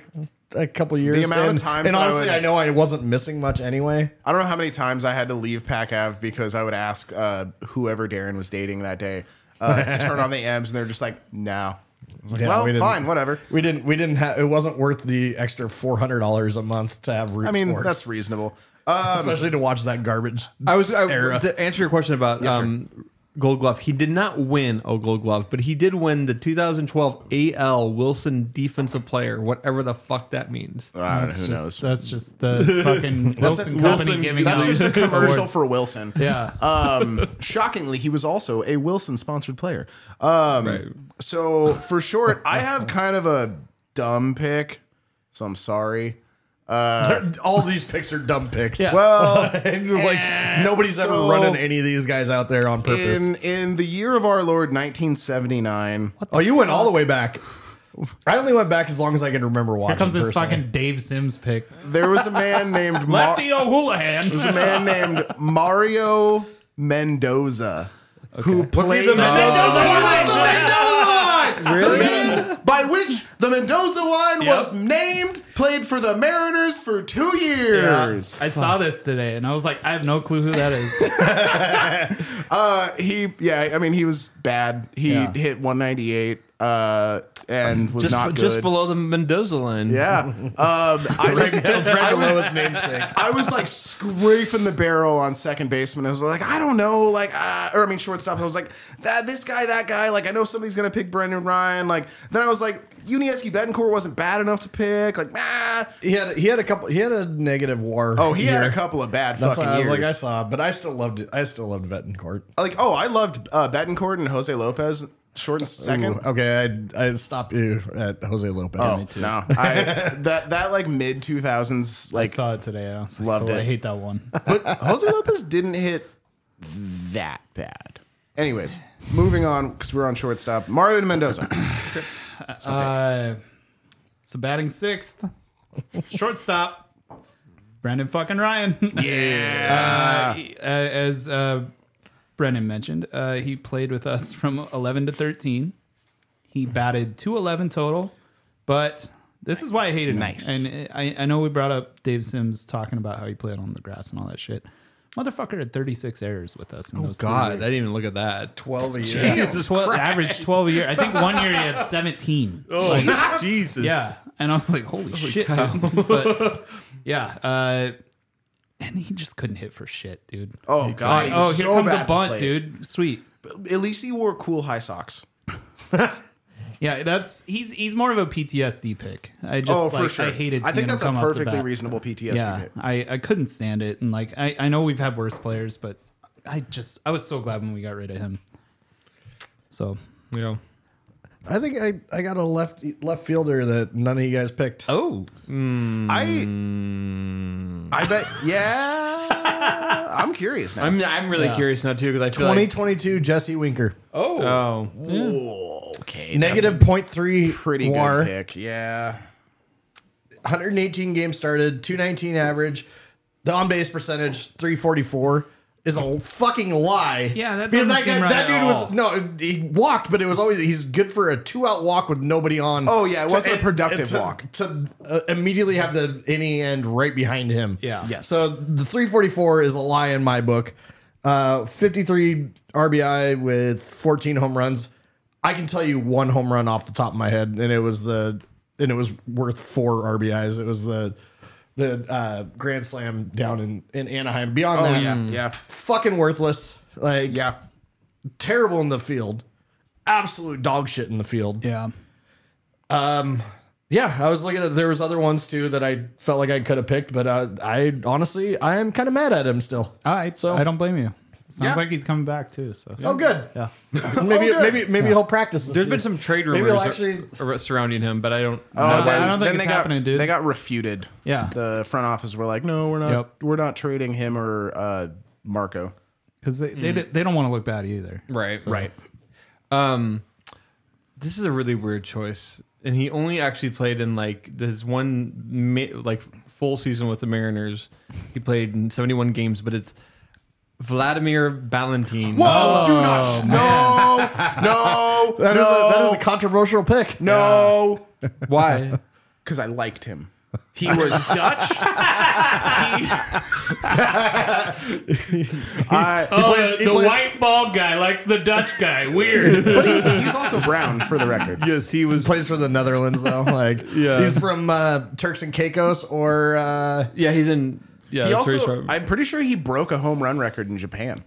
S1: a couple years.
S2: amount of
S1: and,
S2: times
S1: and
S2: that I
S1: honestly,
S2: would-
S1: I know I wasn't missing much anyway.
S2: I don't know how many times I had to leave Pack Ave because I would ask uh, whoever Darren was dating that day uh, to turn on the M's, and they're just like, "No." I was like,
S1: Yeah,
S2: well,
S1: we didn't-
S2: fine, whatever.
S1: We didn't. We didn't have. It wasn't worth the extra four hundred dollars a month to have Root.
S2: I mean,
S1: Sports,
S2: that's reasonable. Uh,
S1: especially to watch that garbage.
S3: I was I,
S1: era.
S3: to answer your question about
S2: Yes, sir.
S3: um, Gold Glove. He did not win a Gold Glove, but he did win the 2012 AL Wilson Defensive Player, whatever the fuck that means.
S2: I don't know,
S4: That's
S2: Uh, who
S4: just,
S2: knows?
S4: That's just the fucking Wilson
S2: That's-
S4: company
S2: Wilson-
S4: giving
S2: that's
S4: out
S2: just a commercial
S4: awards.
S2: for Wilson.
S4: Yeah.
S2: Um, shockingly, he was also a Wilson-sponsored player. Um,
S3: Right.
S2: So for short, I have kind of a dumb pick, so I'm sorry.
S1: All these picks are dumb picks.
S4: Yeah.
S2: Well,
S1: like nobody's ever
S2: so-
S1: running any of these guys out there on purpose.
S2: in in the year of our Lord 1979,
S1: oh, you went all the way back. I only went back as long as I can remember watching.
S4: Here comes this
S1: personally.
S4: fucking Dave Sims pick.
S2: there was a man named Mar-
S4: Lefty O'Houlihan.
S2: a man named Mario Mendoza who
S1: Was he
S2: played
S1: the Mendoza
S2: He
S1: line?
S2: was the Mendoza line! The man by which the Mendoza line
S4: Yep.
S2: was named played for the Mariners for two years.
S4: I saw this today and I was like, I have no clue who that is.
S2: Uh, he, yeah, I mean, he was bad. He
S4: Yeah.
S2: hit 198 uh, and was
S3: Just,
S2: not good.
S3: just below the Mendoza line.
S2: yeah, um, I was, I
S1: Brad
S2: was,
S1: Lowe's namesake.
S2: I was like scraping the barrel on second baseman. I was like, I don't know, like, uh, or I mean, shortstop. I was like, that this guy, that guy. Like, I know somebody's gonna pick Brendan Ryan. Like, then I was like, Unieski Betancourt wasn't bad enough to pick. Like, nah.
S1: He had he had a couple. He had a negative WAR.
S2: Oh, he had
S1: year.
S2: a couple of bad
S1: That's what
S2: fucking
S1: I was
S2: years.
S1: like I saw, but I still loved it. I still loved Betancourt.
S2: like, oh, I loved uh, Betancourt and Jose Lopez. Short and second.
S1: Ooh, okay, I I stopped you at Jose Lopez.
S2: Oh, No, I, that that like mid two thousands
S4: I
S2: like
S4: saw it today. I was like,
S2: Loved
S4: oh,
S2: it.
S4: I hate that one.
S2: But Jose Lopez didn't hit that bad. Anyways, moving on because we're on shortstop. Mario Mendoza.
S4: Uh, so batting sixth, shortstop, Brandon fucking Ryan. Yeah. Uh, he- uh, as uh, Brendan mentioned, uh, he played with us from 11 to 13. He batted 211 total, but this is why I hated
S2: Nice.
S4: him. And I, I know we brought up Dave Sims talking about how he played on the grass and all that shit. Motherfucker had 36 errors with us. In oh, those three
S3: God, I
S4: years.
S3: didn't even look at that.
S1: Twelve a year.
S4: Yeah, twelve, average 12 a year. I think one year he had 17.
S3: Oh, Jesus.
S4: Yeah, and I was like, "Holy, shit!" Dude. But yeah, uh, and he just couldn't hit for shit, dude.
S2: Oh god. he
S4: oh,
S2: was
S4: here
S2: so
S4: comes
S2: bad
S4: a
S2: to
S4: bunt,
S2: play.
S4: dude. Sweet.
S2: At least he wore cool high socks.
S4: Yeah, that's he's he's more of a PTSD pick. I just
S2: oh,
S4: like,
S2: for sure.
S4: I hated. Seeing
S2: I think that's
S4: him
S2: a
S4: come up to
S2: perfectly
S4: bat.
S2: reasonable PTSD
S4: Yeah,
S2: pick.
S4: I I couldn't stand it, and like I I know we've had worse players, but I just I was so glad when we got rid of him. So
S3: Yeah.
S1: I think I, I got a left left fielder that none of you guys picked.
S4: oh
S2: I
S4: Mm.
S2: I bet yeah. I'm curious now.
S3: I'm, I'm really
S4: Yeah.
S3: curious now, too, because I feel like.
S1: 2022 Jesse Winker.
S2: oh,
S3: Oh.
S2: okay.
S1: Negative 0.3
S2: pretty good
S1: WAR.
S2: pick. Yeah.
S1: 118 games started, 219 average. The on base percentage 344 is a fucking lie.
S4: Yeah, that
S1: because
S4: doesn't
S1: that, guy-
S4: seem right
S1: that
S4: at
S1: dude
S4: all.
S1: was no, he walked, but it was always he's good for a two out walk with nobody on.
S2: Oh, yeah, it
S1: To-
S2: wasn't a
S1: and-
S2: productive
S1: and to-
S2: walk.
S1: to uh, immediately have the inning end right behind him.
S4: Yeah. Yes.
S1: So the 344 is a lie in my book. Uh, 53 RBI with 14 home runs. I can tell you one home run off the top of my head, and it was the and it was worth four RBIs. It was the the uh, grand slam down in in Anaheim. Beyond
S2: Oh
S1: that,
S2: yeah.
S3: mm.
S2: Yeah.
S1: fucking worthless. Like
S2: Yeah.
S1: terrible in the field, absolute dog shit in the field.
S4: yeah,
S1: Yeah, I was looking at there was other ones too that I felt like I could have picked, but uh, I honestly I am kind of mad at him still.
S4: all right. So I don't blame you. Sounds
S2: Yeah.
S4: like he's coming back too. So
S1: Oh, good.
S4: yeah.
S1: Maybe
S2: good.
S1: maybe maybe he'll practice. This
S3: There's been
S1: season.
S3: some trade
S1: Maybe
S3: rumors
S1: they'll actually-
S3: ar- surrounding him, but I don't.
S2: Oh,
S4: I
S2: then-
S4: don't think
S2: then
S4: it's
S2: they got,
S4: happening, dude.
S2: They got refuted.
S4: Yeah.
S2: the front office were like, "No, we're not.
S4: Yep.
S2: We're not trading him or uh, Marco."
S4: because they, they, they don't want to look bad either.
S3: Right. Right. Um, This is a really weird choice, and he only actually played in like this one ma- like full season with the Mariners. He played in 71 games, but it's Vladimir Ballantyne.
S2: Whoa! do not. No, no,
S1: That is
S2: no,
S1: a, that is a controversial pick.
S2: no.
S3: Why?
S2: Because I liked him. He was Dutch. He- I-
S4: Oh,
S1: plays-
S4: the,
S1: he
S4: the
S1: plays-
S4: white bald guy likes the Dutch guy. Weird.
S2: but he's, he's also brown, for the record.
S3: yes, he was.
S1: Plays for the Netherlands though. Like
S3: Yeah.
S1: he's from uh, Turks and Caicos or uh,
S3: Yeah, he's in. Yeah,
S2: He
S3: that's where he's
S2: also,
S3: from.
S2: I'm pretty sure he broke a home run record in Japan.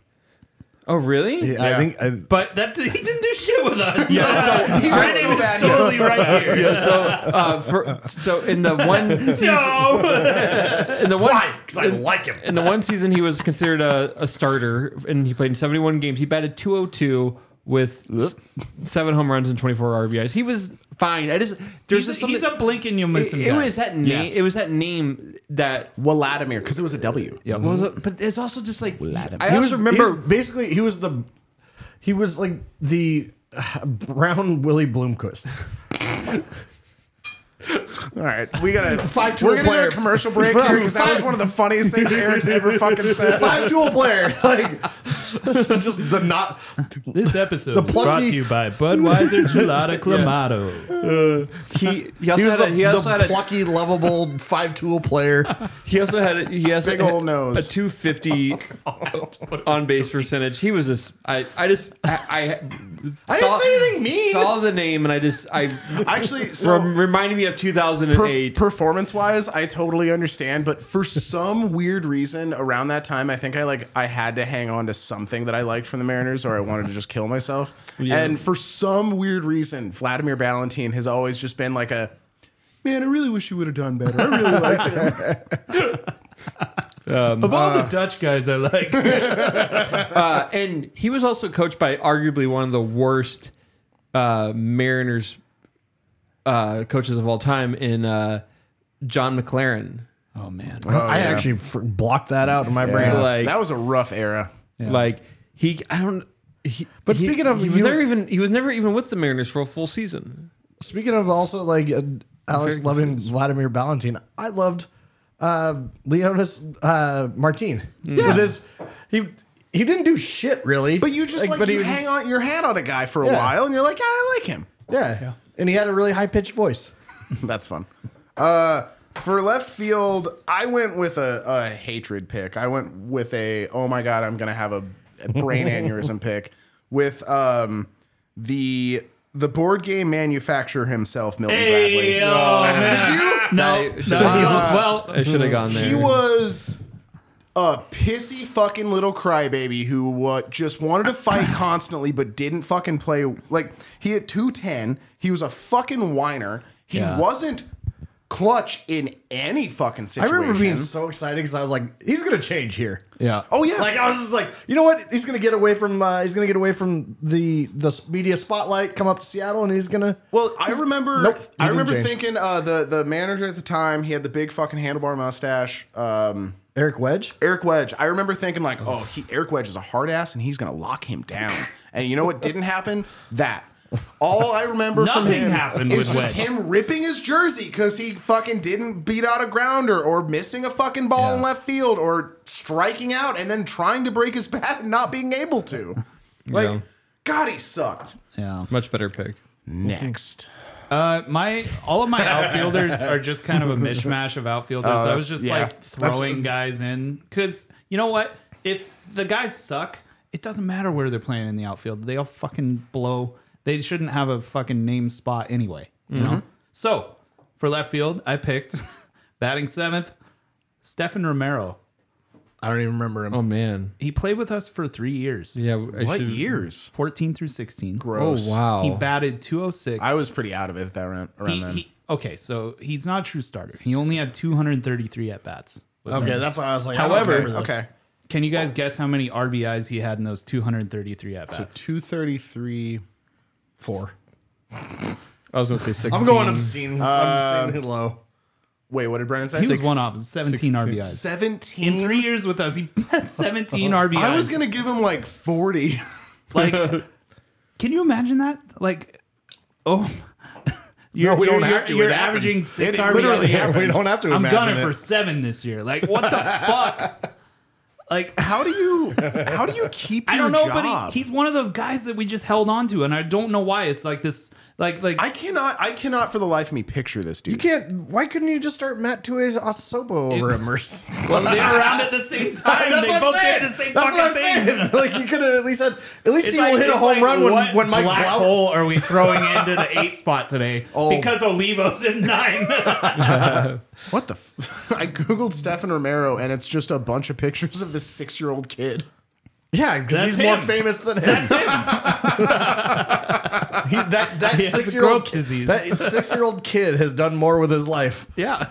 S3: oh, really?
S1: I
S2: Yeah.
S1: think I,
S4: but that he didn't do shit with us.
S2: He
S4: My
S2: was
S4: name
S2: so
S4: is
S2: bad.
S4: totally right here.
S3: Yeah, so uh, for, so in the one season, in the one
S1: because I like him.
S3: in the one season he was considered a, a starter and he played in 71 games he batted 202 with s- seven home runs and 24 rbis he was fine i just there's
S4: He's,
S3: just
S4: a,
S3: something
S4: he's a blink and you miss
S3: it,
S4: him.
S3: it
S4: guy.
S3: was that name
S4: Yes.
S3: it was that name that
S2: Vladimir, because it was a W.
S3: yeah was it, but it's also just like i
S1: He
S3: also
S1: was,
S3: remember
S1: he was basically he was the he was like the uh, brown Willie Bloomquist.
S2: All right, we gotta
S1: Five to
S2: We're
S1: a
S2: gonna
S1: player.
S2: do a commercial break here because that was one of the funniest things Eric's ever fucking said.
S1: Five tool player, like just the not.
S4: This episode
S1: The
S4: is brought
S1: plucky-
S4: to you by Budweiser Gelato Clamato.
S3: he, he
S1: He
S3: also
S1: was
S3: had
S1: the,
S3: a, he also
S1: the
S3: had a,
S1: plucky, lovable five tool player.
S3: he also had a, he also
S2: Big
S3: had
S2: ol' nose.
S3: a
S1: Oh,
S3: 250 on base percentage he was just i i just i i,
S1: I didn't say anything mean.
S3: saw the name and i just i
S2: Actually, so
S3: Rem- reminding me of 2008.
S2: performance wise, I totally understand, but for some weird reason around that time, I think I like I had to hang on to something that I liked from the Mariners or I wanted to just kill myself. And for some weird reason, Vladimir Ballantyne has always just been like a man, I really wish you would have done better. I really liked him.
S4: Of all the Dutch guys I like,
S3: Uh, and he was also coached by arguably one of the worst uh, Mariners uh, coaches of all time in uh, John McLaren.
S4: oh man,
S1: I actually fr- blocked that out in my brain.
S3: Like,
S2: that was a rough era.
S3: like he, I don't. He,
S1: But
S3: he-
S1: speaking of
S3: he was
S1: you-
S3: never even he was never even with the Mariners for a full season.
S1: Speaking of also like uh, Alex
S3: Very
S1: Levin, Vladimir Valentin, I loved uh, Leonis uh, Martin.
S3: Hmm.
S1: Yeah, with his, he he didn't do shit really,
S2: But you just like,
S1: but he
S2: you
S1: was just-
S2: hang on your hat on a guy for a
S1: Yeah.
S2: while and you're like, yeah, I like him.
S1: yeah. and he had a really high pitched voice.
S2: That's fun. Uh, for left field, I went with a, a hatred pick. I went with a oh my god, I'm gonna have a brain aneurysm pick with um the the board game manufacturer himself, Milton
S4: Hey,
S2: Bradley.
S4: oh,
S2: Did
S4: man.
S2: you?
S4: no,
S3: I-
S4: no, well,
S1: Mm-hmm.
S3: I should have gone there.
S2: He was a pissy fucking little crybaby who uh, just wanted to fight constantly but didn't fucking play. Like, he hit 210. He was a fucking whiner. He
S4: Yeah.
S2: wasn't clutch in any fucking
S1: I
S2: situation.
S1: remember being so excited because I was like, he's gonna change here.
S4: yeah.
S2: Oh, yeah.
S1: Like I was just like, you know what? He's gonna get away from uh, he's gonna get away from the the media spotlight, come up to Seattle, and he's gonna.
S2: Well, I remember.
S1: Nope, he
S2: I
S1: didn't
S2: remember
S1: change.
S2: thinking uh, the the manager at the time. He had the big fucking handlebar mustache. Um,
S1: Eric Wedge.
S2: Eric Wedge. I remember thinking like, oh, he, Eric Wedge is a hard ass, and he's gonna lock him down. And you know what didn't happen? That. All I remember from
S4: Nothing
S2: him
S4: happened
S2: is
S4: with
S2: just
S4: Wedge.
S2: him ripping his jersey because he fucking didn't beat out a grounder or missing a fucking ball in
S4: Yeah.
S2: left field or striking out and then trying to break his bat and not being able to. Like,
S3: Yeah.
S2: God, he sucked.
S4: Yeah.
S3: Much better pick.
S2: Next.
S4: Uh, my all of my outfielders are just kind of a mishmash of outfielders. I was just
S2: yeah.
S4: like throwing guys in because you know what? If the guys suck, it doesn't matter where they're playing in the outfield. They all fucking blow. They shouldn't have a fucking name spot anyway. You know. So for left field, I picked batting seventh, Stefan Romero.
S1: I don't even remember him.
S3: Oh man,
S4: He played with us for three years,
S3: yeah. I
S2: What
S3: should-
S2: years?
S4: 14 through 16.
S3: Oh
S2: Gross.
S3: wow.
S4: He batted 206.
S2: I was pretty out of it at that round, around
S4: He,
S2: then.
S4: he, okay, so he's not a true starter. He only had 233 at bats.
S1: Okay, that's why I was like. I don't
S4: However,
S1: remember this.
S2: okay.
S4: Can you guys guess how many RBIs he had in those 233 at bats?
S2: 233.
S1: four.
S3: I was gonna say 16.
S1: I'm going obscene. I'm obscenely low.
S2: Wait, what did Brennan say?
S4: he was one off 17 RBIs.
S2: 17.
S4: In three years with us, he had 17 RBIs.
S2: I was going to give him like 40.
S4: like, can you imagine that? Like, Oh, you're,
S1: we don't
S4: you're-
S1: have
S4: you're-
S1: to. It
S4: You're
S1: happened.
S4: averaging six
S2: It
S4: RBIs.
S2: literally
S4: Yeah.
S2: happened.
S1: we don't have to
S4: I'm
S1: imagine
S4: gunning
S1: it.
S4: for seven this year. Like what the fuck? Like
S2: How do you how do you keep
S4: I
S2: your
S4: don't know,
S2: job?
S4: but he, he's one of those guys that we just held on to, and I don't know why. It's like this, like like
S2: I cannot I cannot for the life of me picture this dude.
S1: You can't. Why couldn't you just start Matt Tue's Osobo over
S4: It-
S1: at Mercy?
S4: well, they were around at the same time.
S1: That's
S4: they
S1: what
S4: both
S1: I'm saying.
S4: did the same
S1: That's
S4: fucking
S1: what I'm
S4: thing.
S1: saying. Like you could have at least had at least
S4: It's
S1: he will
S4: like-
S1: hit a
S4: it's
S1: home
S4: like,
S1: run
S4: what
S1: when when Mike
S4: black
S1: Blau-
S4: hole are we throwing into the eight spot today?
S1: Oh.
S4: Because Olivo's in nine.
S2: What the? F- I googled Stefan Romero, and it's just a bunch of pictures of this six-year-old kid.
S1: Yeah, because
S4: That's
S1: he's more
S4: him.
S1: famous than him. That's him. he, that that
S4: He has
S1: six year old
S4: Grove disease.
S1: That six year old kid has done more with his life.
S4: yeah,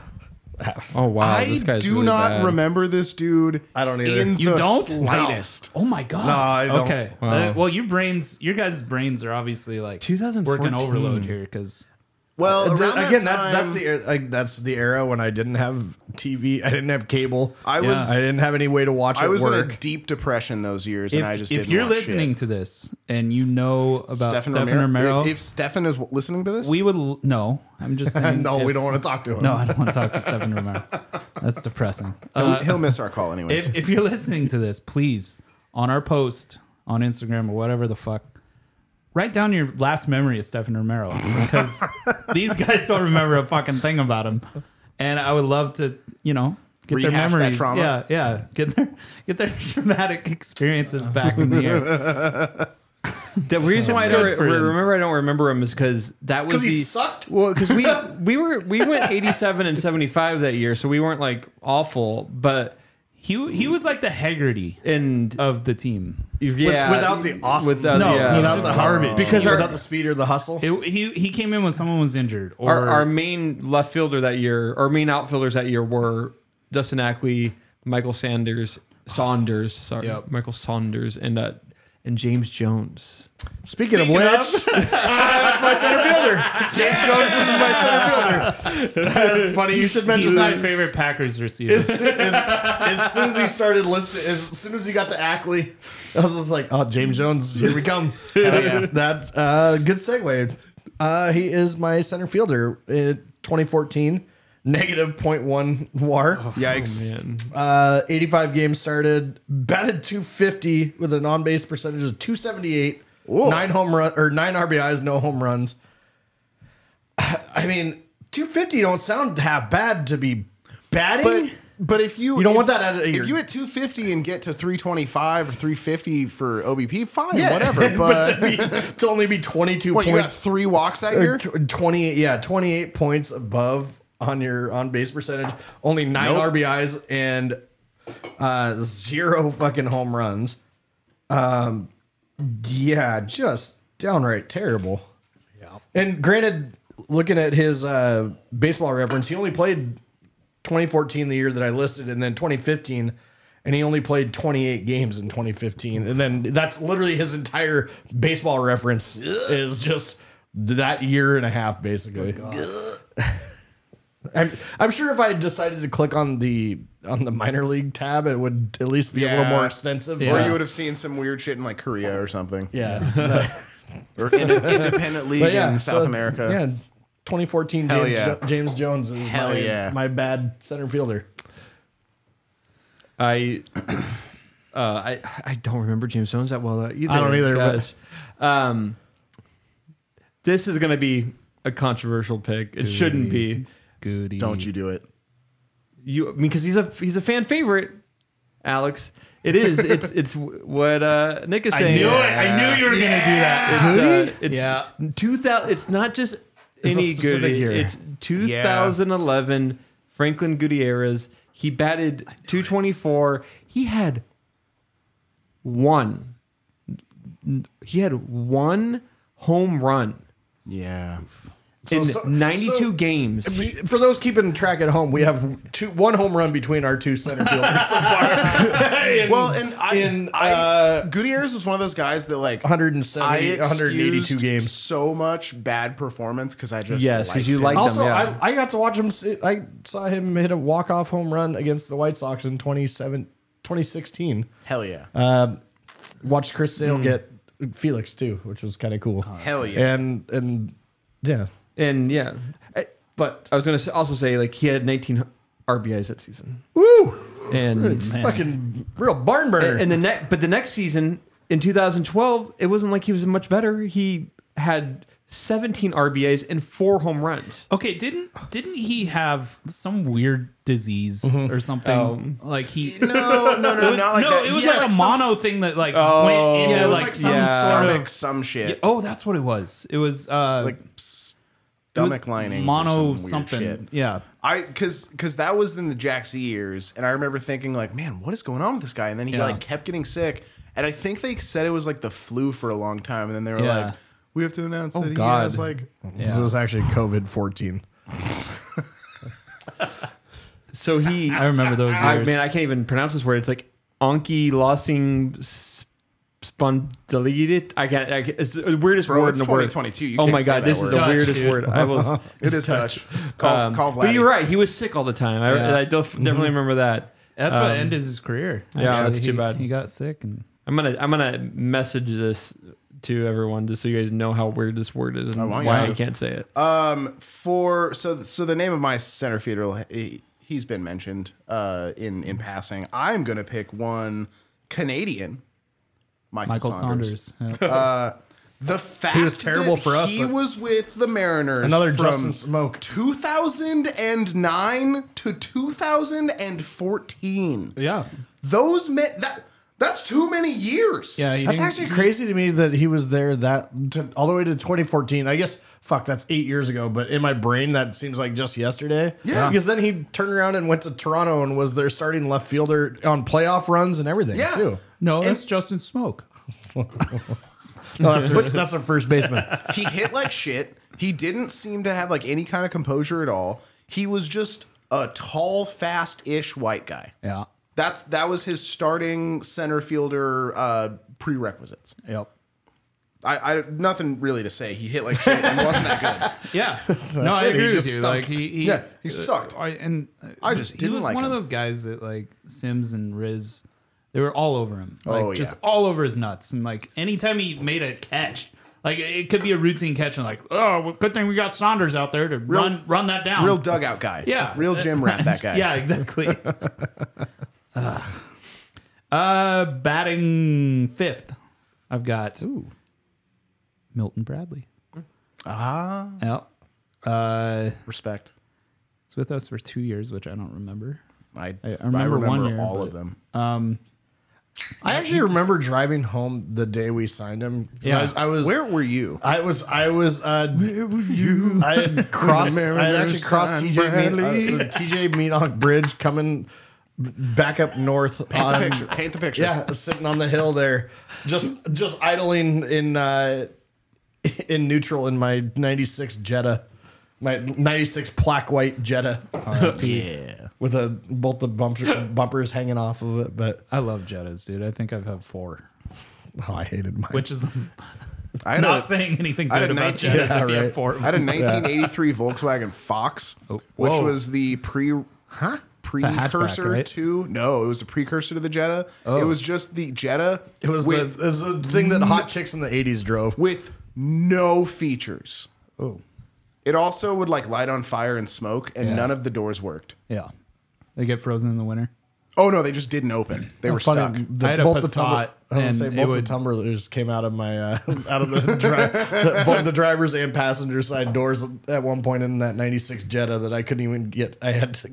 S3: Oh wow,
S2: I
S3: this guy's
S2: do
S3: really
S2: not
S3: bad.
S2: remember this dude.
S1: I don't either.
S2: In
S4: you
S2: the
S4: don't
S2: slightest.
S4: No. Oh my god.
S1: No, I don't.
S4: Okay.
S3: Wow.
S4: Uh, well, your brains, your guys' brains are obviously like
S3: 2014.
S4: working overload here because
S2: Well,
S1: Th-
S2: around
S1: again,
S2: that
S1: that's
S2: time,
S1: that's the er- like, that's the era when I didn't have TV. I didn't have cable.
S2: I
S4: Yeah.
S2: was
S1: I didn't have any way to watch
S2: I
S1: it
S2: was
S1: work.
S2: in a deep depression those years,
S4: if,
S2: and I just
S4: if
S2: didn't
S4: you're
S2: watch
S4: listening
S2: shit.
S4: to this and you know about Stefan, Romero,
S2: If, if Stefan is w- listening to this,
S4: we would l- no. I'm just saying.
S1: no,
S4: if-
S1: Oh, we don't want to talk to him.
S4: No, I don't want to talk to Stefan Romero. That's depressing. Uh,
S2: he'll, he'll miss our call anyways.
S4: if, if you're listening to this, please on our post on Instagram or whatever the fuck, write down your last memory of Stefan Romero because these guys don't remember a fucking thing about him, and I would love to, you know. Get their
S2: Rehash that
S4: memories,
S2: trauma.
S4: yeah, yeah. Get their get their traumatic experiences back in the air.
S3: The reason why I don't
S4: Good
S3: re-
S4: for him.
S3: remember I don't remember him is because that was
S1: 'Cause he
S3: the-
S1: sucked?
S3: Well, because we we were we went eighty seven and seventy five that year, so we weren't like awful, but
S4: He he was like the Haggerty
S3: and
S4: of the team.
S3: yeah,
S1: without the awesome.
S3: without the,
S4: No,
S3: uh,
S4: no,
S1: without
S4: just
S1: the garbage.
S3: Because our-
S1: without the speed or the hustle.
S4: It- he he came in when someone was injured, or
S3: our, our main left fielder that year, our main outfielders that year were Dustin Ackley, Michael Sanders, Saunders, sorry,
S4: Yep.
S3: Michael Saunders, and uh, and James Jones.
S1: Speaking,
S4: Speaking
S1: of
S4: of-
S1: which, that's my center fielder. James Jones is my center fielder. That's funny. You should
S4: he's
S1: mention
S4: my
S1: that.
S4: favorite Packers receiver.
S1: As soon as, as soon as he started listening, as soon as he got to Ackley, I was just like, "Oh, James Jones, here we come." That's, That uh, good segue. Uh, he is my center fielder in 2014, negative 0.1 WAR.
S2: Yikes!
S3: Man,
S1: Uh, 85 games started, batted 250 with an on-base percentage of 278,
S2: Whoa.
S1: nine home run or nine RBIs, no home runs. I mean, 250 don't sound half bad to be batting.
S2: But but if you
S1: You don't
S2: if-
S1: want that at your-
S2: if you hit 250 and get to 325 or 350 for OBP, fine,
S1: Yeah.
S2: whatever. But,
S1: to, be, to only be 22
S2: what you got
S1: points,
S2: three walks that
S1: or
S2: year?
S1: tw- 28, yeah, 28 points above on your on-base percentage, only nine
S2: Nope.
S1: RBIs and uh, zero fucking home runs. Um, yeah, just downright terrible. Yeah. And granted, looking at his uh, baseball reference, he only played 2014, the year that I listed, and then 2015, and he only played 28 games in 2015. And then that's literally his entire baseball reference is just that year and a half, basically.
S2: Oh
S1: I'm, I'm sure if I decided to click on the on the minor league tab, it would at least be a little
S2: Yeah.
S1: more extensive.
S2: Or
S1: but-
S2: you would have seen some weird shit in like Korea or something,
S1: yeah, But-
S2: or in- independent league
S1: but yeah,
S2: in
S1: so,
S2: South America.
S1: Yeah, 2014.
S2: Hell
S1: James,
S2: yeah.
S1: Jo- James Jones is
S2: Hell
S1: my,
S2: yeah.
S1: my bad center fielder.
S3: I. Uh, I I don't remember James Jones that well uh, either.
S1: I don't either, but-
S3: Gosh. Um, this is going to be a controversial pick. It shouldn't be.
S4: Goody.
S2: Don't you do it?
S3: you because he's a he's a fan favorite, Alex. It is. It's it's what uh, Nick is saying.
S4: I knew it. I knew you were gonna do that.
S3: It's, uh, it's
S4: Yeah.
S3: two thousand. It's not just
S1: It's a
S3: any
S1: specific
S3: Goody.
S1: year.
S3: It's 2011 Franklin Gutierrez. He batted 224. He had one. He had one home run
S2: Yeah.
S3: in
S1: so-
S3: 92
S1: so-
S3: games.
S1: We- For those keeping track at home, we have two one home run between our two center fielders so far.
S2: Well, and I,
S1: in,
S2: I
S1: uh,
S2: Gutierrez was one of those guys that like
S1: 170, 182
S2: excused
S1: games.
S2: So much bad performance because I just
S3: Yes, 'cause
S2: liked
S3: you
S2: him.
S3: liked him.
S1: Also,
S3: yeah.
S1: I, I got to watch him. si- I saw him hit a walk off home run against the White Sox in 27 2016.
S2: Hell yeah.
S1: Um, Hmm.
S2: Oh,
S1: Watched Chris Sale get Felix too, which was kind of cool.
S2: Hell yeah.
S1: And and Yeah.
S3: And yeah, I,
S1: But
S3: I was going to also say like he had 19 RBIs that season,
S1: woo,
S3: and
S1: fucking real barn burner.
S3: and the next but the next season in 2012 it wasn't like he was much better he had 17 rbas and four home runs
S4: Okay, didn't didn't he have some weird disease or something?
S3: Um,
S4: like he
S2: No, no,
S4: it
S2: no,
S4: was,
S2: not like
S4: no,
S2: that.
S4: it was
S2: He
S4: like
S2: had
S4: a
S2: some-
S4: mono thing that like
S3: Oh.
S4: went into
S2: Yeah, it was
S4: like,
S2: like,
S4: some
S2: some
S3: yeah.
S2: stomach, some shit,
S4: Oh, that's what it was. It was uh
S2: like
S4: it was
S2: stomach lining,
S4: mono
S2: or some weird
S4: something.
S2: shit.
S4: Yeah.
S2: I because because that was in the Jack's years, and I remember thinking like, man, what is going on with this guy? And then he
S4: Yeah.
S2: like kept getting sick, and I think they said it was like the flu for a long time, and then they were
S4: Yeah.
S2: like, we have to announce that
S3: Oh, God.
S2: he has like
S1: This was actually COVID fourteen.
S3: so he
S4: I
S3: I,
S4: remember those years.
S3: man i can't even pronounce this word it's like onkylosing s- spondylitis i can't I can't- it's the weirdest
S2: Bro,
S3: word
S2: it's
S3: in the world
S2: 2022. You
S3: oh
S2: can't
S3: my
S2: say
S3: god
S2: that
S3: this is
S2: word.
S3: the
S4: Dutch,
S3: weirdest
S4: dude.
S3: word i was
S2: it is touch. Call,
S3: um,
S2: call
S3: but
S2: Vladdy.
S3: you're right he was sick all the time i,
S4: Yeah. Mm-hmm.
S3: I def- definitely remember that
S4: that's what
S3: um,
S4: ended his career.
S3: yeah,
S4: actually.
S3: that's too
S4: He-
S3: bad.
S4: He got sick and
S3: i'm gonna i'm gonna message this to everyone just so you guys know how weird this word is and
S2: want you
S3: why
S2: to.
S3: i can't say it
S2: Um, for so so the name of my center fielder, he, he's been mentioned uh, in in passing. I'm gonna pick one Canadian, Michael,
S4: Michael
S2: Saunders.
S4: Saunders. Uh, Yeah.
S2: The fact
S1: was terrible
S2: that
S1: for us,
S2: He
S1: but-
S2: was with the Mariners.
S1: Another
S2: from
S1: Justin Smoke.
S2: 2009 to 2014.
S4: yeah.
S2: Those men that that's too many years.
S4: Yeah, he
S1: That's
S4: didn't-
S1: actually crazy to me that he was there that to, all the way to 2014. I guess fuck, that's eight years ago. But in my brain, that seems like just yesterday.
S2: Yeah.
S1: because then he turned around and went to Toronto and was their starting left fielder on playoff runs and everything.
S2: Yeah.
S1: too.
S4: No, that's Justin Smoke.
S1: No, that's a, that's a first baseman.
S2: he hit like shit. He didn't seem to have like any kind of composure at all. He was just a tall, fast-ish white guy.
S4: Yeah.
S2: That's that was his starting center fielder uh, prerequisites.
S4: Yep.
S2: I, I nothing really to say. He hit like shit and wasn't that good.
S4: Yeah. no, I
S1: it. He
S4: agree with
S1: just
S4: you.
S1: stunk.
S4: Like he, he
S2: Yeah, he sucked.
S4: I, and uh,
S2: I just
S4: he
S2: didn't
S4: was
S2: like
S4: one of
S2: him.
S4: those guys that like Sims and Riz, they were all over him. Like
S2: Oh, yeah.
S4: just all over his nuts. And like anytime he made a catch, like it could be a routine catch and like, oh, well, good thing we got Saunders out there to run run that down.
S2: Real dugout guy.
S4: Yeah.
S2: Real gym rat that guy.
S4: yeah, exactly. Ugh. uh batting fifth. I've got Milton Bradley.
S2: Ah,
S4: Yeah. Uh
S2: respect.
S4: It's with us for two years, which I don't remember.
S2: I,
S4: I remember one year,
S2: all
S4: but-
S2: of them.
S1: I actually remember driving home the day we signed him. 'Cause
S4: Yeah.
S1: I was. I was
S2: Where were you?
S1: I was I was uh, you? I had crossed I had actually crossed
S2: Mariners,
S1: TJ Mead,
S2: Bradley.
S1: uh, TJ Meadock Bridge coming back up north
S2: Paint
S1: on
S4: Um,
S2: the picture. Paint the picture.
S1: yeah sitting on the hill there just just idling in uh, in neutral in my 96 Jetta my 96 plaque white Jetta
S2: Yeah.
S1: with a both the bumper, bumpers hanging off of it but
S4: I love Jettas, dude. I think I've had four,
S1: oh, I hated mine
S4: which is
S2: I had,
S4: not
S2: a,
S4: saying anything
S2: I
S4: good
S2: had a
S4: about
S2: 19
S4: Jettas.
S1: yeah, Oh.
S4: if you had
S1: right.
S4: four,
S2: I had a 1983 Volkswagen Fox, which
S4: Whoa.
S2: was the pre huh
S4: hatchback,
S2: precursor
S4: right?
S2: to no, it was the precursor to the Jetta. It was just the Jetta.
S1: Oh. it was
S2: with
S1: the it was the thing that hot chicks in the 80s drove
S2: with no features.
S4: oh
S2: It also would like light on fire and smoke, and
S4: Yeah.
S2: none of the doors worked.
S4: yeah, they get frozen in the winter.
S2: Oh no, they just didn't open. They were stuck.
S1: Funny,
S4: I had a
S1: both the
S4: Passat,
S1: tumbler, I was gonna
S4: and
S1: say
S4: it
S1: both
S4: would-
S1: the tumblers came out of my uh, out of the, dri- the both the driver's and passenger side doors at one point in that '96 Jetta that I couldn't even get. I had to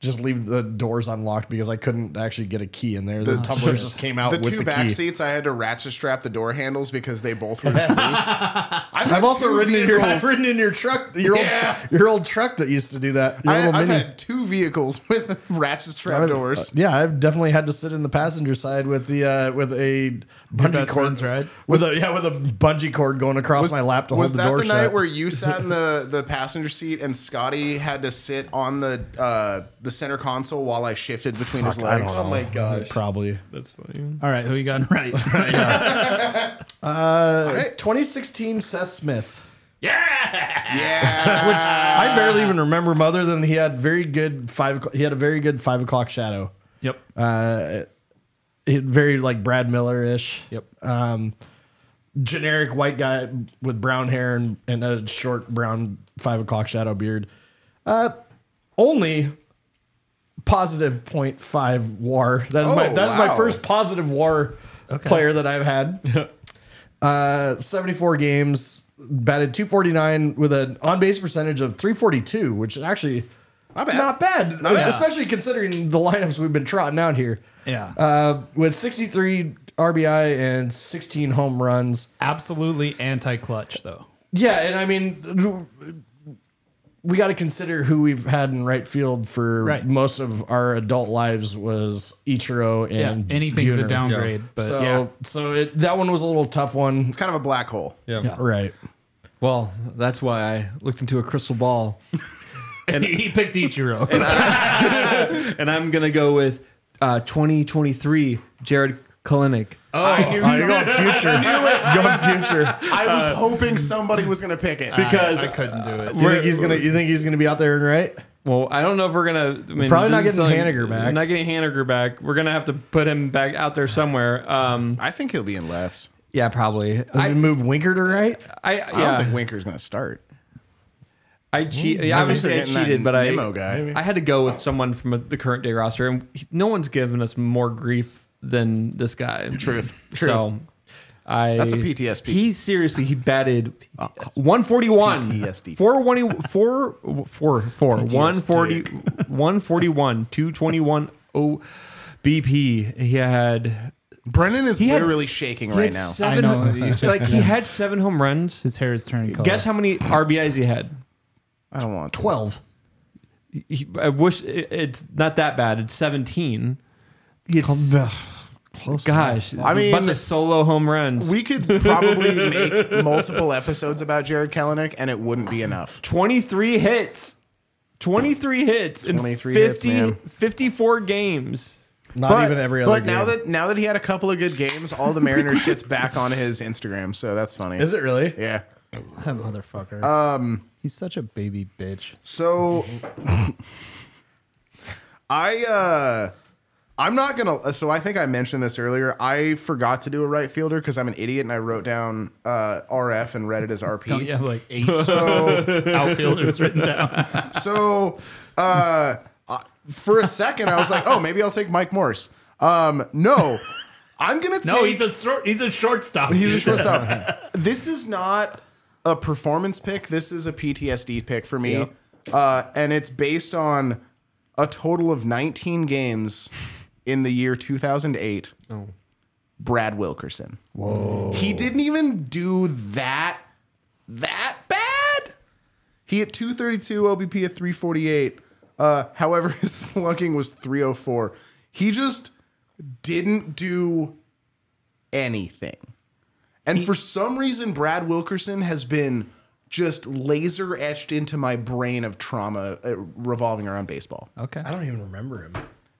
S1: just leave the doors unlocked because I couldn't actually get a key in there. The, tumblers just came out
S2: The
S1: with
S2: two
S1: the
S2: back
S1: key.
S2: seats, I had to ratchet strap the door handles because they both were just loose. I've, had
S1: I've also
S2: two
S1: ridden in your I've
S2: vehicles-
S1: ridden in your truck your
S2: Yeah.
S1: old your old truck that used to do that your
S2: I,
S1: little
S2: I've
S1: mini.
S2: had two vehicles with ratchet strap
S1: I've-
S2: doors.
S1: uh, yeah, I've definitely had to sit in the passenger side with the uh, with a bungee
S4: best
S1: cord,
S4: friend's ride?
S1: with a yeah with a bungee cord going across my lap to
S2: was
S1: hold the
S2: that
S1: door
S2: the night
S1: shut.
S2: where you sat in the, the passenger seat and Scotty had to sit on the uh, the center console while I shifted between his
S1: I don't
S2: legs?
S1: know.
S3: my gosh
S1: Probably
S3: that's funny
S4: All right, who you got right?
S1: uh,
S2: right.
S1: 2016 Seth Smith,
S2: Yeah,
S1: which I barely even remember, other than he had very good five. o'clock- He had a very good five o'clock shadow.
S4: yep,
S1: He had very like Brad Miller ish.
S4: yep.
S1: Um, generic white guy with brown hair and, and a short brown five o'clock shadow beard. Uh, only positive 0.5 war. That is my
S2: Oh,
S1: that is
S2: wow.
S1: my first positive war player that I've had. uh, 74 games, batted 249 with an on base percentage of 342, which is actually not bad, especially considering the lineups we've been trotting out here.
S4: Yeah.
S1: Uh, with 63 RBI and 16 home runs.
S4: Absolutely anti-clutch though.
S1: Yeah, and I mean, we got to consider who we've had in right field for
S4: Right.
S1: most of our adult lives was Ichiro
S4: Yeah.
S1: and
S4: Anything's a
S1: Buhner.
S4: downgrade, but
S1: so,
S4: yeah.
S1: so it, that one was a little tough one.
S2: It's kind of a black hole.
S3: Yeah.
S1: Right.
S3: Well, that's why I looked into a crystal ball,
S4: he picked Ichiro.
S3: and I'm gonna go with uh, 2023 Jared Kalinick.
S2: I knew
S1: Oh, You're going future. going future.
S2: I was
S3: uh,
S2: hoping somebody was going to pick it.
S3: Because
S4: I couldn't do it.
S1: You think he's gonna? You think he's gonna be out there and right?
S3: well, I don't know if we're gonna I mean,
S1: Probably not
S3: this is
S1: getting
S3: something-
S1: Haniger back.
S3: Not getting Haniger back. We're gonna have to put him back out there somewhere. Um,
S2: I think he'll be in left.
S3: yeah, probably.
S1: I
S3: I,
S1: move Winker to right.
S3: I
S2: I
S3: yeah.
S2: don't think Winker's going to start.
S3: I cheat. Yeah, obviously I
S2: They're getting that
S3: cheated, but I
S2: Nimmo guy.
S3: I had to go with someone from the current day roster, and he- no one's given us more grief than this guy. Truth. So I
S2: That's a PTSD.
S3: He seriously he batted uh,
S2: Oh,
S3: 141.
S2: PTSD.
S3: 420 four- four- four, 140
S2: PTSD.
S3: 141 221 O BP. He had
S2: Brennan is
S3: He had-
S2: literally shaking
S3: he
S2: right
S3: had
S2: now.
S3: Seven,
S4: I know,
S3: home-
S4: it's just-
S3: like he had seven home runs.
S4: His hair is turning color.
S3: Guess how many RBIs he had?
S2: I don't want to.
S1: Twelve.
S3: he, I wish it, it's not that bad. It's 17. It's,
S1: Close.
S3: gosh, I mean,
S2: mean-
S3: a bunch of solo home runs.
S2: We could probably make multiple episodes about Jared Kelenic, and it wouldn't be enough.
S3: 23 hits. 23 hits in
S2: 23 hits,
S3: 50,
S2: man.
S3: 54 games.
S1: Not even every other.
S2: but now
S1: game.
S2: that now that he had a couple of good games, all the Mariners shit's back on his Instagram, so that's funny.
S1: is it really?
S2: Yeah.
S4: that motherfucker. Um, he's such a baby bitch.
S2: So I uh I'm not gonna so I think I mentioned this earlier. I forgot to do a right fielder because I'm an idiot and I wrote down uh RF and read it as RP.
S4: Don't you have like eight
S2: So
S4: outfielders written down?
S2: so uh, uh, for a second I was like, oh, maybe I'll take Mike Morse. Um, no, I'm gonna take.
S4: No, he's a short, he's a shortstop.
S2: he's a shortstop. this is not a performance pick. This is a PTSD pick for me, uh, and it's based on a total of 19 games in the year 2008. Brad Wilkerson. Whoa. He didn't even do that that bad. He hit 232 OBP at 348. Uh, however, his slugging was 304. He just didn't do anything. And for some reason, Brad Wilkerson has been just laser etched into my brain of trauma uh, revolving around baseball.
S4: Okay.
S1: I don't even remember him.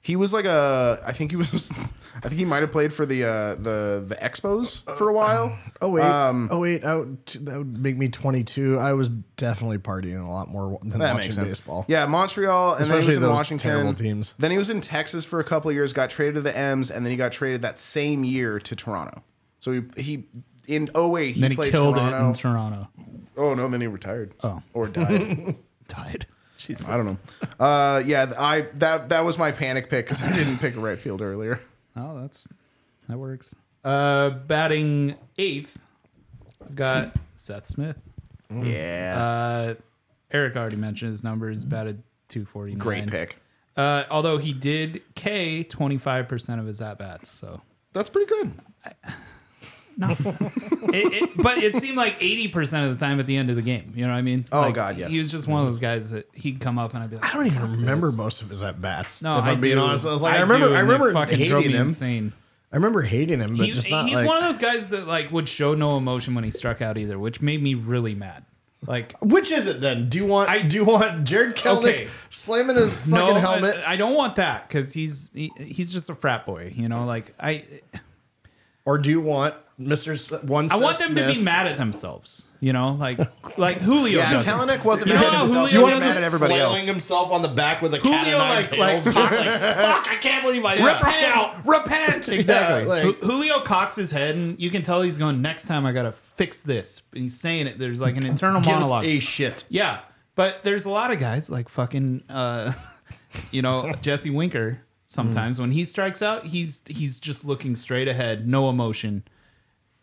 S2: He was like a, I think he was, I think he might have played for the uh, the the Expos for a while.
S1: Oh wait,
S4: Um,
S1: oh wait, I would, that would make me 22. I was definitely partying a lot more than
S2: That
S1: watching
S2: makes sense.
S1: baseball.
S2: Yeah, Montreal, and
S1: Especially
S2: then he was in
S1: those
S2: Washington.
S1: terrible teams.
S2: Then he was in Texas for a couple of years, got traded to the M's, and then he got traded that same year to Toronto. So he, he in 08, he
S4: then he
S2: played
S4: killed it
S2: Toronto.
S4: in Toronto.
S2: oh, no, then he retired.
S4: Oh.
S2: Or died.
S4: Died. Jesus.
S2: I don't know. Uh, yeah, th- I that that was my panic pick because I didn't pick a right field earlier.
S4: Oh, that's that works. Uh, batting eighth, I've got Seth Smith.
S2: Yeah,
S4: Uh, Eric already mentioned his numbers. Batted two forty nine.
S2: great pick.
S4: Uh, although he did K twenty five percent of his at bats, so
S2: That's pretty good.
S4: it, it, but it seemed like eighty percent of the time at the end of the game. You know what I mean?
S2: Oh,
S4: Like,
S2: God, yes.
S4: He was just one of those guys that he'd come up and I'd be
S1: I
S4: like,
S1: don't even remember
S4: this.
S1: most of his at bats.
S4: No,
S1: if
S4: I
S1: I'm being
S4: do.
S1: honest, I was like, I, remember,
S4: do,
S1: I
S4: and it
S1: remember
S4: fucking drove
S1: hating
S4: me
S1: him.
S4: insane.
S1: I remember hating him, but
S4: He-
S1: just not
S4: he's
S1: like.
S4: one of those guys that like would show no emotion when he struck out either, which made me really mad. Like
S1: which is it then? Do you want?
S4: I-
S1: do you want Jared Kelnick
S4: Okay.
S1: slamming his fucking
S4: no, I-
S1: helmet?
S4: I, don't want that because he's he, he's just a frat boy, you know. Like I,
S1: or do you want Mister S- One?
S4: I
S1: Seth
S4: want them to be
S1: Smith?
S4: mad at themselves. You know, like like Julio.
S2: Yeah,
S4: does it.
S2: Kalanick wasn't
S4: You
S2: mad
S4: know
S2: at
S4: how
S2: himself.
S4: Julio
S2: he was
S4: does
S2: mad
S4: this
S2: at everybody
S1: flailing
S2: else.
S1: himself on the back with a cat
S4: Julio
S1: o' nine
S4: like like,
S1: tails.
S4: Cox, like fuck. I can't believe I said that."
S2: Repent! Repent!
S4: Exactly.
S1: Yeah, like-
S4: Ju- Julio cocks his head, and you can tell he's going. Next time, I gotta fix this. And he's saying it. There's like an internal
S1: Gives
S4: monologue.
S1: a shit.
S4: Yeah, but there's a lot of guys like fucking, uh, you know, Jesse Winker. Sometimes when he strikes out, he's he's just looking straight ahead, no emotion,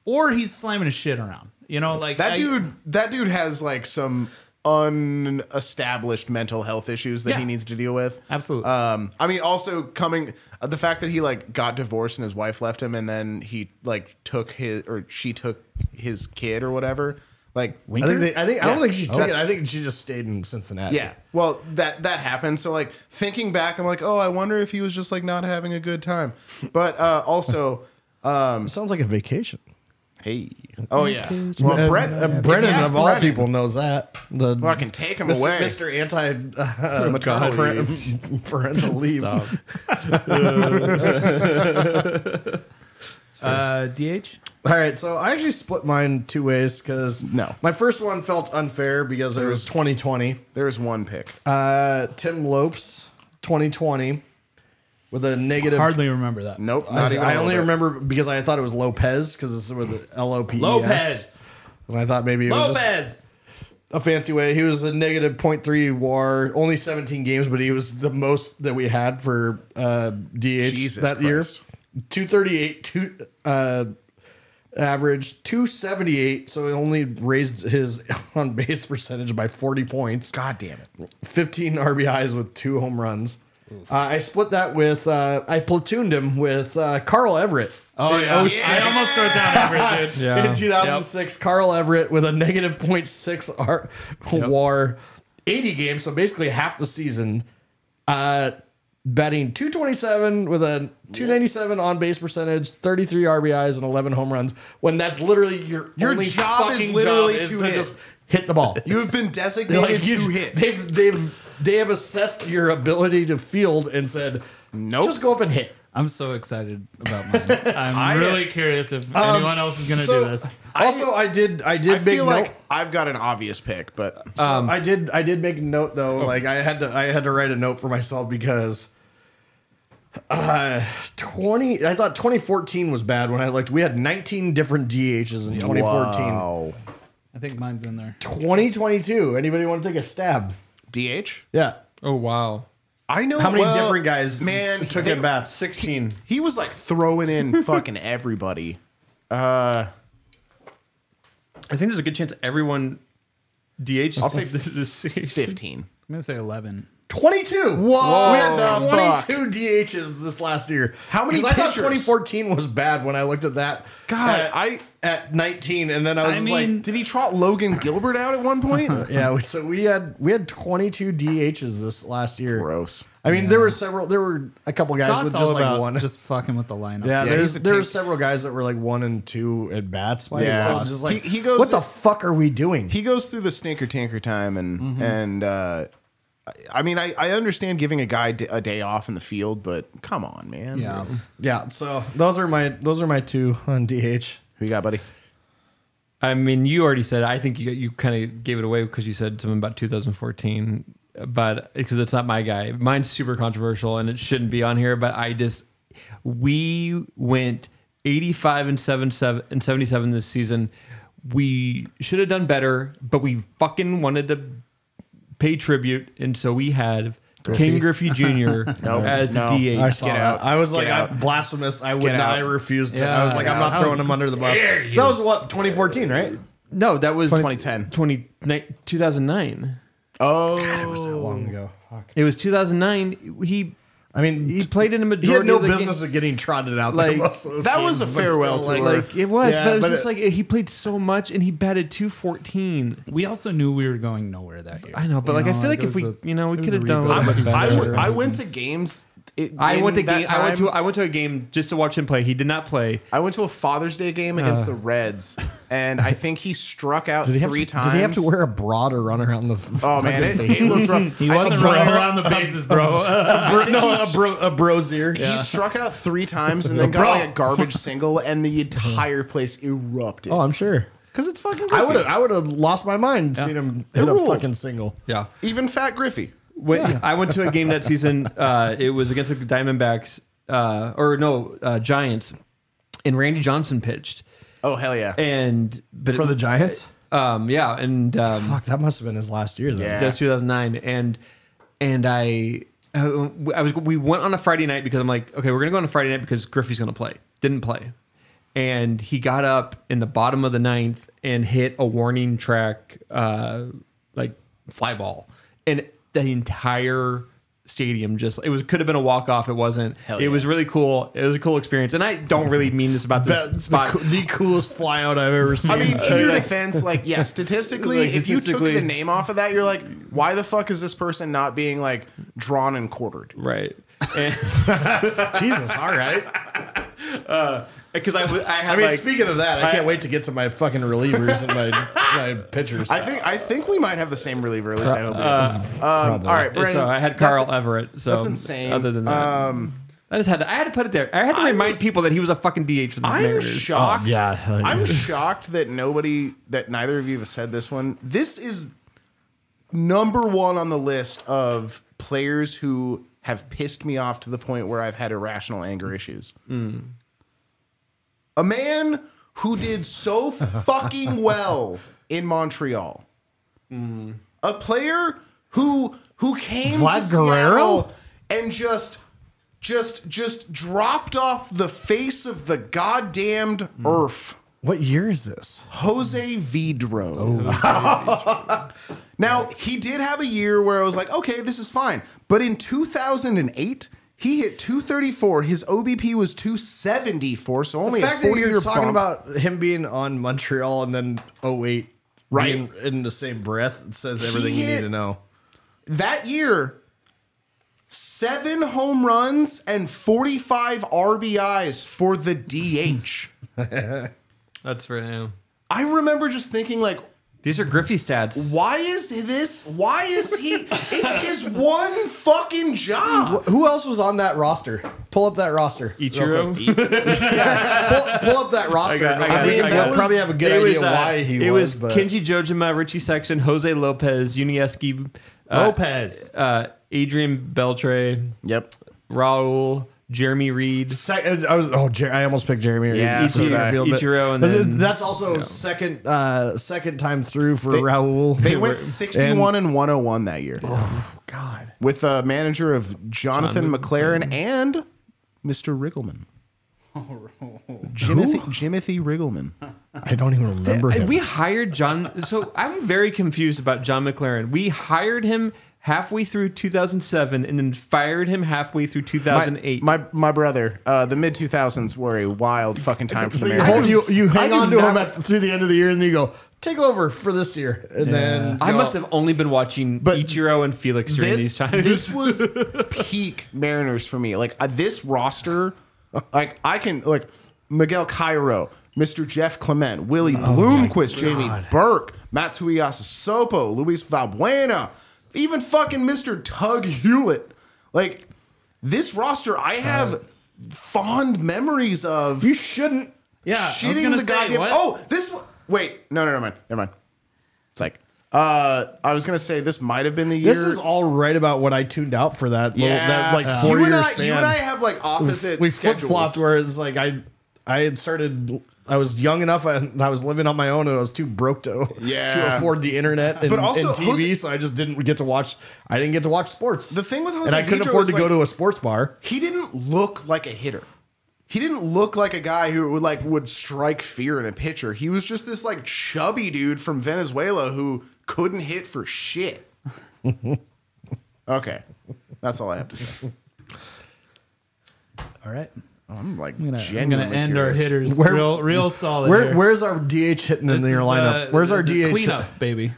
S4: or he's slamming his shit around. You know, like
S2: That
S4: I-
S2: dude. That dude has like some unestablished mental health issues that
S4: Yeah.
S2: he needs to deal with.
S4: Absolutely.
S2: Um, I mean, also coming uh, the fact that he like got divorced and his wife left him, and then he like took his or she took his kid or whatever. Like
S1: I think they, I think I don't
S2: Yeah.
S1: think she
S4: Oh.
S1: took it. I think she just stayed in Cincinnati.
S2: Yeah. Well, that that happened. So like thinking back, I'm like, oh, I wonder if he was just like not having a good time. But uh, also,
S1: It sounds like a vacation.
S2: hey, oh yeah.
S1: Uh,
S2: Well, Brett,
S1: uh,
S2: uh,
S1: Brennan
S2: ask
S1: of all
S2: Brennan-
S1: people knows that. The
S2: Well, I can take him
S1: Mr.
S2: away.
S1: Mr. Anti uh,
S3: Maternal
S1: parent- parental leave.
S4: uh, DH.
S1: All right, so I actually split mine two ways because
S2: No.
S1: my first one felt unfair because it was 2020.
S2: There's one pick.
S1: Uh, Tim Lopes, 2020, with a negative.
S4: Hardly remember that.
S2: Nope. Not
S1: I,
S2: even
S1: I
S2: a
S1: only
S2: little bit.
S1: remember because I thought it was Lopez because it's with L O P E S.
S4: Lopez.
S1: and I thought maybe it was just
S4: Lopez.
S1: a fancy way. He was a negative 0.3 WAR, only 17 games, but he was the most that we had for uh, DH
S2: Jesus
S1: that
S2: Christ.
S1: year. 238 two, uh, average, 278. So it only raised his on base percentage by 40 points.
S2: God damn it.
S1: 15 RBIs with two home runs. Uh, I split that with uh, I platooned him with uh, Carl Everett.
S4: Oh yeah. I
S1: six.
S4: almost wrote down average. Dude.
S3: Yeah.
S1: In 2006, Carl Everett with a negative 0.6 R- WAR, 80 games, so basically half the season, uh, batting 227 with a 297 on base percentage, 33 RBIs, and 11 home runs. When that's literally your
S2: Your
S1: only
S2: job is
S1: fucking
S2: literally
S1: job is
S2: to
S1: to
S2: hit.
S1: just hit the ball.
S2: You have been designated
S1: Like, you-
S2: to hit.
S1: They've they've they have assessed your ability to field and said,
S2: Nope.
S1: just go up and hit.
S4: I'm so excited about mine. I'm really curious if anyone else is gonna do this.
S1: also, I, did I did
S2: I
S1: make
S2: feel
S1: note-
S2: like I've got an obvious pick, but uh,
S1: Um, I did. I did make a note though.
S2: oh.
S1: Like I had to. I had to write a note for myself because uh, twenty. I thought twenty fourteen was bad when I looked. We had nineteen different DHs in twenty fourteen.
S2: Wow.
S4: I think mine's in there.
S1: Twenty twenty two. Anybody want to take a stab?
S2: DH.
S1: Yeah.
S3: Oh wow,
S2: I know
S1: How many
S2: well,
S1: different guys
S2: Man,
S1: took
S2: they-
S1: at bats?
S3: sixteen.
S2: He was like throwing in fucking everybody.
S3: I think there's a good chance everyone DH.
S2: I'll say
S3: this series.
S2: Fifteen.
S4: I'm gonna say 11.
S1: Twenty two.
S2: Whoa.
S1: We had
S2: The fuck.
S1: twenty two DHs this last year.
S2: How many
S1: 'Cause I thought
S2: pitchers?
S1: twenty fourteen was bad when I looked at that.
S2: God,
S1: at,
S2: Uh, I
S1: at nineteen, and then I was
S4: I
S1: just like,
S4: mean,
S2: did he trot Logan Gilbert out at one point?
S1: Yeah, we- Um, so we had we had 22 DHs this last year.
S2: Gross.
S1: I mean, there were several. There were a couple guys
S4: Scott's
S1: with
S4: all
S1: just like
S4: about
S1: one.
S4: just fucking with the lineup.
S1: yeah,
S2: Yeah,
S1: there's
S2: he's a
S1: there were
S2: tank.
S1: several guys that were like one and two at bats. But
S2: Yeah.
S1: still just like
S2: He- he goes-
S1: What the fuck are we doing?
S2: he goes through the stinker tinker time and and uh I- I mean, I, I understand giving a guy d- a day off in the field, but come on, man.
S4: Yeah.
S1: yeah, so those are my those are my two on DH.
S2: Who you got, buddy?
S3: I mean, you already said. I think you you kind of gave it away because you said something about 2014, but because it's not my guy. Mine's super controversial and it shouldn't be on here. But I just we went 85 and 77 and 77 this season. We should have done better, but we fucking wanted to pay tribute, and so we had King Griffey Jr. as the
S2: No.
S3: DH.
S1: I saw
S2: Get
S1: that.
S2: out.
S1: I was like,
S2: Get
S1: I,
S2: out.
S1: blasphemous. I would
S2: Get
S1: not.
S2: out.
S1: I refused to.
S4: Yeah,
S1: I was like, I'm
S4: yeah.
S1: not throwing him under the bus. So that was what 2014, right?
S3: No, that was
S2: 2010.
S3: 20, 2009.
S2: Oh,
S1: Long ago. Fuck.
S3: It was 2009. He
S1: I mean,
S3: he played in a
S1: he
S3: majority
S1: had no
S3: of the game-
S1: business of getting trotted out.
S3: Like,
S1: there most of those
S2: that was
S1: games,
S2: a
S1: but
S2: farewell
S1: still, like,
S2: tour.
S3: Like it was,
S1: Yeah,
S3: but it was
S1: but
S3: just
S1: it-
S3: like he played so much and he batted 214.
S4: We also knew we were going nowhere that year.
S3: I know, but
S4: You
S3: like I
S4: know,
S3: feel like
S4: it
S3: if
S4: was
S3: we,
S4: a-
S3: you know, we
S4: it
S3: could
S4: was a
S3: have done a
S4: rebuild.
S3: little bit
S2: I,
S3: better.
S2: w- I went to games it,
S3: I
S2: in
S3: went to
S2: that
S3: game, I went to
S2: time-
S3: I went to a game just to watch him play. He did not play.
S2: I went to a Father's Day game against the Reds, and I think he struck out
S1: Did he have
S2: three
S1: to,
S2: times.
S1: Did he have to wear a broad or run around the?
S2: Oh man, it, it was rough.
S4: He
S2: I
S4: wasn't
S2: think
S4: running around the bases, bro.
S2: I think
S1: no,
S2: he
S1: a, bro, a brosier.
S2: He struck out three times and then
S1: Bro.
S2: got like a garbage single, and the entire place erupted.
S1: Oh, I'm sure.
S2: Because it's fucking
S1: I
S2: Griffey.
S1: would have. I would have lost my mind seeing him hit
S2: It
S1: a
S2: ruled.
S1: fucking single.
S3: Yeah.
S2: Even Fat Griffey.
S3: When, I went to a game that season. Uh, it was against the Diamondbacks, uh, or no, uh, Giants, and Randy Johnson pitched.
S2: Oh, hell yeah.
S3: And but
S1: For the Giants?
S3: um, yeah, and um,
S1: Fuck, that must have been his last year. Then.
S2: Yeah.
S3: That's 2009, and and I uh, I was we went on a Friday night because I'm like, okay, we're gonna go on a Friday night because Griffey's gonna play. Didn't play, and he got up in the bottom of the ninth and hit a warning track uh, like fly ball, and the entire stadium just it was could have been a walk off. It wasn't. it was really cool. It was a cool experience, and I don't really mean this about this
S1: That- the,
S3: spot.
S1: coo- the coolest flyout I've ever seen.
S2: I mean, in your defense, like, yeah, statistically,
S3: Like,
S2: if you took
S3: statistically-
S2: the name off of that, you're like, why the fuck is this person not being, like, drawn and quartered?
S3: Right. And-
S1: Jesus, all right.
S3: Because I, w- I had
S1: I mean,
S3: like,
S1: speaking of that, I,
S3: I-
S1: can't wait to get to my fucking relievers and my my pitchers.
S2: I think I think we might have the same reliever, at least I hope. we do. um,
S1: probably.
S2: all right, Brandon,
S3: so uh, I had
S2: that's-
S3: Carl Everett. So
S2: that's insane.
S3: Other than that,
S2: Um,
S3: I just had to, I had to put it there. I had to remind people that he was a fucking DH for the
S2: I'm
S3: Mariners.
S2: shocked.
S1: Oh, yeah.
S2: I'm shocked that nobody, that neither of you have said this one. This is number one on the list of players who have pissed me off to the point where I've had irrational anger issues. A man who did so fucking well in Montreal. A player who who came
S1: Vlad
S2: to
S1: Guerrero?
S2: Seattle and just just just dropped off the face of the goddamned
S1: Hmm.
S2: earth.
S1: what year is this?
S2: Jose
S1: Oh,
S2: Vidro. now, he did have a year where I was like, okay, this is fine. But in 2008, he hit 234. His OBP was 274, so only
S1: The fact
S2: a
S1: that
S2: 40
S1: you're
S2: year
S1: talking
S2: bump.
S1: about him being on Montreal and then 08
S2: Right.
S1: being in the same breath it says everything you need
S2: hit-
S1: to know.
S2: that year, seven home runs and 45 RBIs for the DH.
S3: That's for him.
S2: I remember just thinking, like,
S3: These are Griffey stats.
S2: why is this? Why is he? It's his one fucking job.
S1: Who else was on that roster? Pull up that roster.
S3: Ichiro.
S1: pull, pull up that roster. I,
S3: got- I got
S1: mean,
S3: it, I
S1: you'll
S3: got it.
S1: probably have a good
S3: It
S1: idea
S3: was, uh,
S1: why he
S3: It was
S1: was. but
S3: Kenji Jojima, Richie Sexton, Jose Lopez, Unieski, uh,
S4: Lopez.
S3: uh, Adrian Beltre,
S2: Yep.
S3: Raul, Jeremy Reed.
S2: uh,
S1: Second, I was oh, Jer- I almost picked Jeremy.
S2: Yeah,
S1: Reed.
S2: so
S1: Center
S2: did I.
S1: but-
S3: Ichiro and
S1: but th-
S3: then-
S1: that's also second uh, second time through for Raul.
S2: They went 61 and, 101 that year
S1: Oh, God,
S2: with a manager of Jonathan McLaren and Mr. Riggleman. Jimothy, Jimothy Riggleman.
S1: I don't even remember him.
S3: And we hired John. So I'm very confused about John McLaren. We hired him halfway through 2007 and then fired him halfway through 2008.
S2: My, my my brother, uh, the mid 2000s were a wild fucking time for
S1: so
S2: the
S1: you, hold,
S2: Mariners.
S1: you you hang
S2: I do
S1: on to
S2: not-
S1: him at, through the end of the year, and you go take over for this year, and then
S3: I
S1: go-
S3: must have only been watching
S2: But
S3: Ichiro and Felix during these
S2: this,
S3: times.
S2: this was peak Mariners for me. Like uh, this roster, like I can like Miguel Cairo, Mr. Jeff Clement, Willie
S4: Oh
S2: Bloomquist, Jamie Burke, Matsuyasa Sopo, Luis Valbuena, even fucking Mr. Tug Hewlett. Like this roster, I have fond memories of
S1: You shouldn't.
S4: yeah, I was
S2: shitting
S4: gonna
S2: the
S4: say,
S2: goddamn.
S4: what?
S2: Oh, this. w- Wait, no, no, never mind, never mind. It's like. Uh, I was gonna say this might have been the year.
S1: This is all right about what I tuned out for that little that like
S2: Yeah.
S1: four year
S2: you and I,
S1: span.
S2: You and I have like opposite.
S1: we flip
S2: schedules.
S1: flopped where it's like I I had started I was young enough and I was living on my own and I was too broke to
S2: Yeah.
S1: to afford the internet and,
S2: But also,
S1: and TV,
S2: Jose-
S1: so I just didn't get to watch I didn't get to watch sports.
S2: The thing with Jose
S1: and I couldn't
S2: Vidro
S1: afford to
S2: is,
S1: go
S2: like-
S1: to a sports bar.
S2: He didn't look like a hitter. He didn't look like a guy who would like would strike fear in a pitcher. He was just this like chubby dude from Venezuela who couldn't hit for shit. okay, that's all I have to say.
S1: All right.
S2: I'm like
S4: I'm gonna- I'm gonna
S2: genuinely
S4: end our
S2: curious.
S4: hitters
S1: Where-
S4: real, real solid.
S1: Where
S4: here.
S1: where's our DH hitting
S4: This
S1: in your
S4: is,
S1: lineup?
S4: uh,
S1: where's our
S4: the
S1: DH?
S4: cleanup, baby?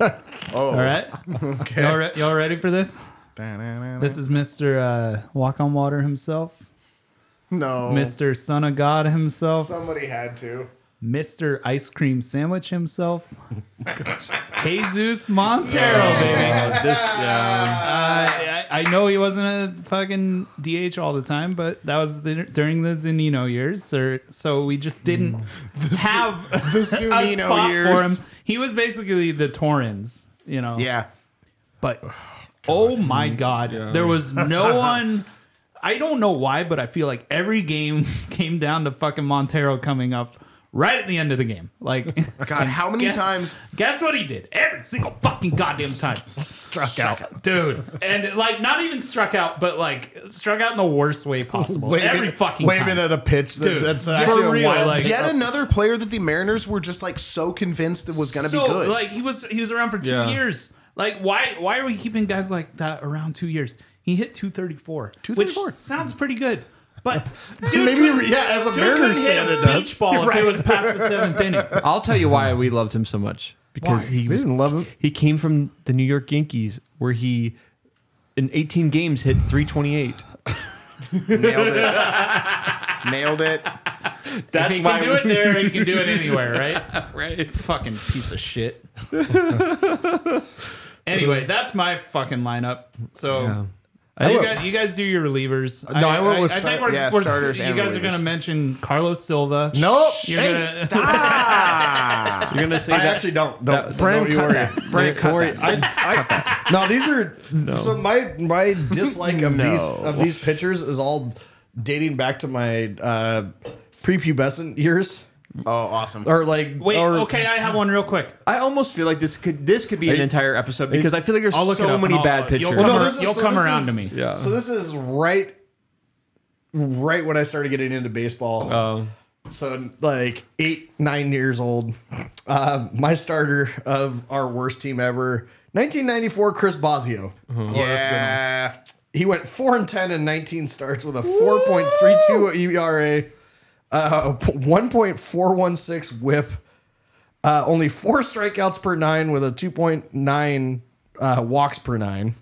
S4: All right, y'all, re- y'all ready for this?
S2: This
S4: This is Mr. Uh, Walk on Water himself,
S2: no
S4: Mr. Son of God himself,
S2: Somebody had to.
S4: Mr. Ice Cream Sandwich himself, Jesus Montero, baby.
S3: Yeah, this, um,
S4: I, I I know he wasn't a fucking DH all the time, but that was the, during the Zunino years, or, so we just didn't have the
S2: Mm. Zunino years.
S4: for him. He was basically the Torrens, you know.
S2: Yeah.
S4: But oh
S2: Mm-hmm.
S4: my god, there was no one. I don't know why, but I feel like every game came down to fucking Montero coming up right at the end of the game. Like,
S2: God, how many times?
S4: Guess what he did? Every single fucking goddamn time. struck out. Dude. And like not even struck out, but like struck out in the worst way possible. Every fucking
S1: waving
S4: time.
S1: at a pitch that,
S4: Dude,
S1: that's
S4: for
S1: actually a
S4: real,
S1: wild
S4: like-
S1: pitch.
S2: Yet another player that the Mariners were just like so convinced it was going to
S4: so,
S2: be good.
S4: Like he was he was around for two
S3: Yeah.
S4: years. Like why why are we keeping guys like that around two years? He hit 234.
S2: 234.
S4: Which sounds pretty good. But dude,
S1: Maybe
S4: couldn't-
S1: yeah, as a
S4: dude
S1: Mariners
S4: couldn't hit
S1: fan,
S4: a
S1: it does.
S4: beach ball if it was past the seventh inning.
S3: I'll tell you why we loved him so much because
S1: He
S3: he was
S1: didn't love him.
S3: He came from the New York Yankees, where he, in 18 games, hit 328.
S2: Nailed it. Nailed it.
S4: That's
S3: he
S4: he
S3: why
S4: can do
S3: we-
S4: it there, he can do it anywhere, right? right. Fucking piece of shit. anyway, that's my fucking lineup. So you,
S1: went-
S4: guys, you guys do your relievers.
S1: No, I went with
S4: I,
S1: start-
S4: think we're,
S2: yeah,
S4: we're-
S2: starters
S4: You
S2: and
S4: guys are
S2: relievers.
S4: going to mention Carlos Silva.
S1: Nope.
S4: You're gonna,
S2: Stop.
S3: You're gonna say
S1: I
S3: that
S1: actually don't. Don't,
S3: that-
S1: so don't you
S2: cut
S1: worry.
S2: that. Brand,
S1: Don't
S2: cut
S1: worry. I, I, no, these are so my my dislike of these
S2: No.
S1: of these pictures is all dating back to my uh, prepubescent years,
S2: Oh, awesome.
S1: or like
S4: wait,
S1: or,
S4: okay, I have one real quick.
S3: I almost feel like this could this could be an entire episode because I feel like there's
S4: I'll look it
S3: so
S4: up
S3: many
S4: and I'll-
S3: bad
S4: you'll
S3: pictures.
S4: come
S1: Well,
S4: ar-
S1: this is-
S4: you'll
S1: so
S4: come
S1: this
S4: around
S1: is-
S4: to me.
S3: yeah.
S1: So this is right, right when I started getting into baseball.
S2: Oh.
S3: Um,
S1: so like eight, nine years old. Uh, my starter of our worst team ever, 1994, Chris Bosio.
S2: yeah.
S1: He went four and ten in 19 starts with a 4.32 ERA, E uh, 1.416 WHIP, uh, only four strikeouts per nine with a 2.9 uh, walks per nine.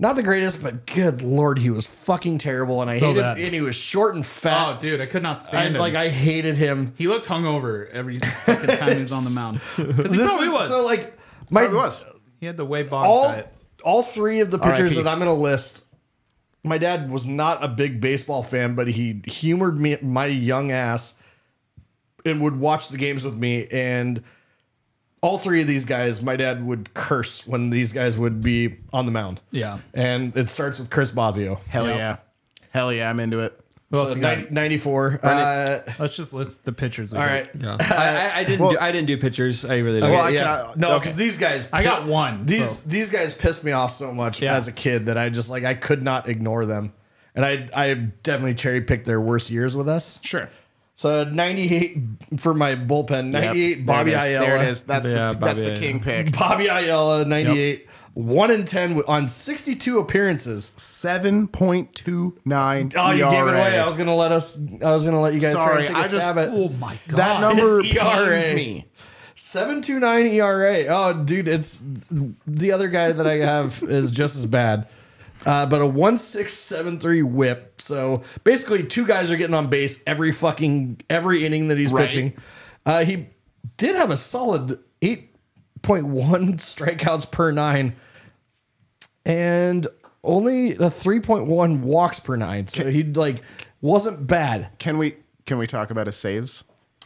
S1: Not the greatest, but good lord, he was fucking terrible, and I
S4: So
S1: hated.
S4: bad.
S1: And he was short and
S4: Oh,
S1: fat.
S4: dude, I could not stand
S1: and
S4: him.
S1: like I hated him.
S4: he looked hungover every fucking time he was on the mound. Because he
S1: This
S4: probably
S1: is-
S4: was.
S1: so like my
S2: It was.
S4: he had the way Bob's
S1: all
S4: diet.
S1: all three of the pictures
S3: R.I.P.
S1: that I'm going to list. My dad was not a big baseball fan, but he humored me, my young ass, and would watch the games with me. And all three of these guys, my dad would curse when these guys would be on the mound.
S4: Yeah.
S1: and it starts with Chris Bosio,
S2: Hell yeah. Hell yeah, I'm into it.
S4: Who else
S1: So
S4: you got?
S1: 90 94. Uh,
S4: Let's just list the pictures.
S1: all right,
S3: I, I- I didn't do, I didn't do pictures. I really didn't.
S1: Well, I
S2: Okay,
S1: yeah.
S2: can I-
S1: no, because these guys,
S4: I got one.
S1: These
S4: so-
S1: these guys pissed me off so much
S4: Yeah.
S1: as a kid that I just like I could not ignore them, and I I definitely cherry picked their worst years with us.
S2: Sure.
S1: So ninety eight for my bullpen, ninety eight Bobby
S2: there it is.
S1: Ayala,
S2: There it is. That's,
S3: Yeah,
S2: the, that's
S3: Bobby
S2: the king pick.
S1: Bobby Ayala ninety eight, one in ten wi- on sixty two appearances.
S2: 7.29.
S1: Oh, you gave it
S2: ERA.
S1: away. I was gonna let us. I was gonna let you guys
S2: E
S1: try and
S2: Sorry,
S1: take a
S2: I just-
S1: stab at E
S4: oh my god.
S2: That number
S1: His ERA.
S2: pains me.
S1: seven two nine ERA. Oh, dude, it's the other guy that I have is just as bad. Uh, but a one six seven three WHIP. So basically, two guys are getting on base every fucking every inning that he's
S2: Right.
S1: pitching. Uh, he did have a solid eight point one strikeouts per nine, and only a three point one walks per nine. So he like wasn't bad.
S2: Can we can we talk about his saves?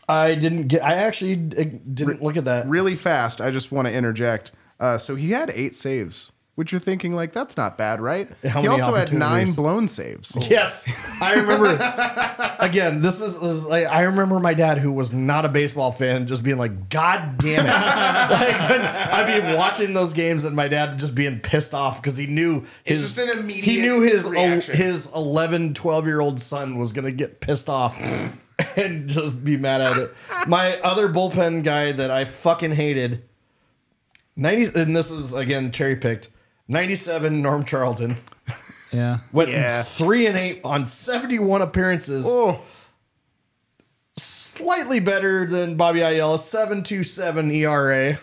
S1: I didn't get. I actually uh, didn't look at that.
S2: Really fast, I just want to interject. Uh, so he had eight saves, which you're thinking like that's not bad, right?
S1: How
S2: he
S1: many
S2: also had nine
S1: opportunities?
S2: blown saves.
S1: Yes, I remember. again, this is, this is like I remember my dad, who was not a baseball fan, just being like, "God damn it!" like when I'd be watching those games, and my dad just being pissed off because he knew his
S2: just an immediate
S1: he knew his
S2: reaction.
S1: his 11, 12 year old son was gonna get pissed off. And just be mad at it. My other bullpen guy that I fucking hated, ninety, and this is again cherry picked, ninety-seven Norm Charlton
S4: Yeah.
S1: went
S2: Yeah.
S1: three and eight on 71 appearances.
S2: Oh,
S1: Slightly E better than Bobby Ayala, 727 ERA.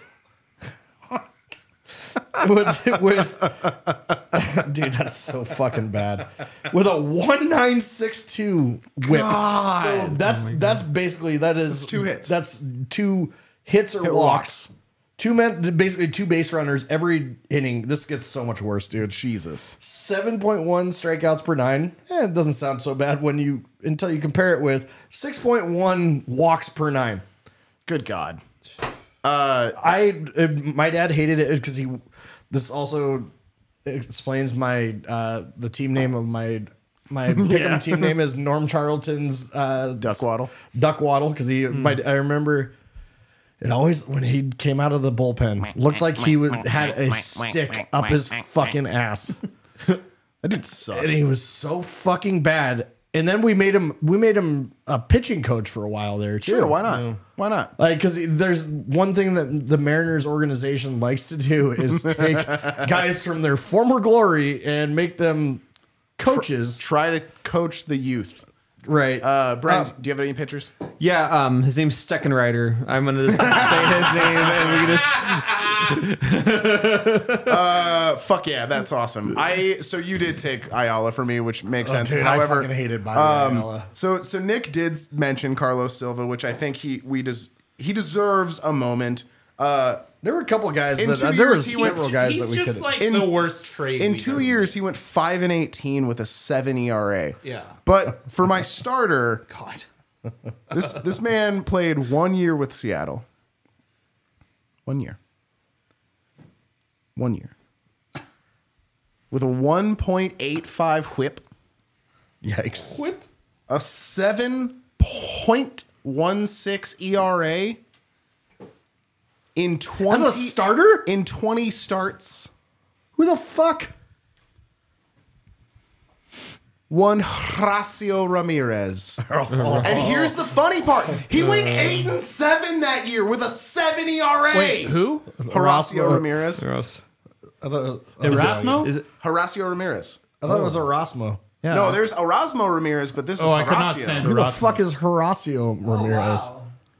S1: with with dude, that's so fucking bad. With a one nine six two whip.
S2: God. Oh
S1: So that's that's basically that is
S2: two hits.
S1: That's two hits or walks. Two men, basically two base runners every inning. This gets so much worse, dude.
S2: Jesus.
S1: 7.1 strikeouts per nine. Eh, it doesn't sound so bad when you until you compare it with 6.1 walks per nine.
S2: Good God. Uh,
S1: I uh, my dad hated it because he. This also explains my uh, the team name of my my pick'em team name is Norm Charlton's uh,
S2: duck waddle. Hmm.
S1: Duck Waddle because he. My, I remember. It always when he came out of the bullpen looked like he would, had a stick up his fucking ass,
S2: That dude sucked.
S1: and he was so fucking bad. And then we made him we made him a pitching coach for a while there too.
S2: Sure, why not? Why not?
S1: Like, because there's one thing that the Mariners organization likes to do is take guys from their former glory and make them coaches.
S2: Try to coach the youth.
S1: Right.
S2: Uh, Brian, do you have any pictures?
S3: Yeah, um, his name's Steckenrider. I'm gonna just say his name, and we can just
S2: Uh, fuck yeah, that's awesome. I so you did take Ayala for me, which makes sense.
S1: Oh, dude, I
S2: However, um,
S1: fucking hated Bobby Ayala.
S2: So so Nick did mention Carlos Silva, which I think he we des- he deserves a moment. Uh,
S1: there were a couple guys
S2: in
S1: that
S2: two
S1: uh, there were
S2: years, he was-
S1: several guys
S4: He's
S1: that we
S4: just
S1: could.
S4: like
S2: In-
S4: the worst trade
S2: in
S4: we've
S2: two
S4: ever-
S2: years, he went five and eighteen with a seven ERA.
S4: Yeah.
S2: But for my starter,
S4: God.
S2: this this man played one year with Seattle. One year. One year. With a 1.85 whip,
S1: Yikes!
S4: Whip.
S2: a 7.16 ERA E in 20
S1: As a starter,
S2: in 20 starts.
S1: who the fuck?
S2: One Horacio Ramirez.
S1: Oh.
S2: And here's the funny part. He went 8 and 7 that year with a E 7 ERA.
S4: Wait, who?
S2: Horacio
S1: Erasmo-
S2: Ramirez.
S3: gross.
S1: I thought it was, oh,
S4: Erasmo?
S3: Is it?
S2: Horacio Ramirez.
S1: I thought it was Erasmo.
S3: Yeah.
S2: No, there's Erasmo Ramirez, but this
S4: Oh,
S2: is
S4: I could not
S2: Horacio.
S4: stand
S1: Who the
S4: Erasmo.
S1: fuck is
S2: Oh,
S1: Horacio Ramirez?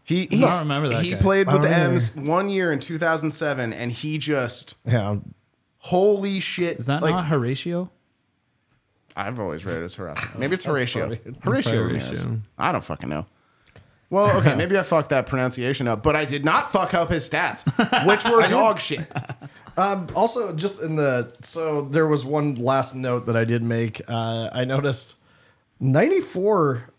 S2: He, he's-
S4: don't remember that
S2: He
S4: guy.
S2: played
S1: I
S2: with the
S1: don't either.
S2: M's one year in 2007, and he just
S1: Yeah,
S2: holy shit.
S4: Is that not Horatio?
S2: I've always read it as Horacio. Maybe it's Horatio. Horatio
S3: Horatio.
S2: Ramirez. I don't fucking know. Well, okay, maybe I fucked that pronunciation up, but I did not fuck up his stats, which were dog shit.
S1: Um, also, just in the so there was one last note that I did make. Uh, I noticed ninety four.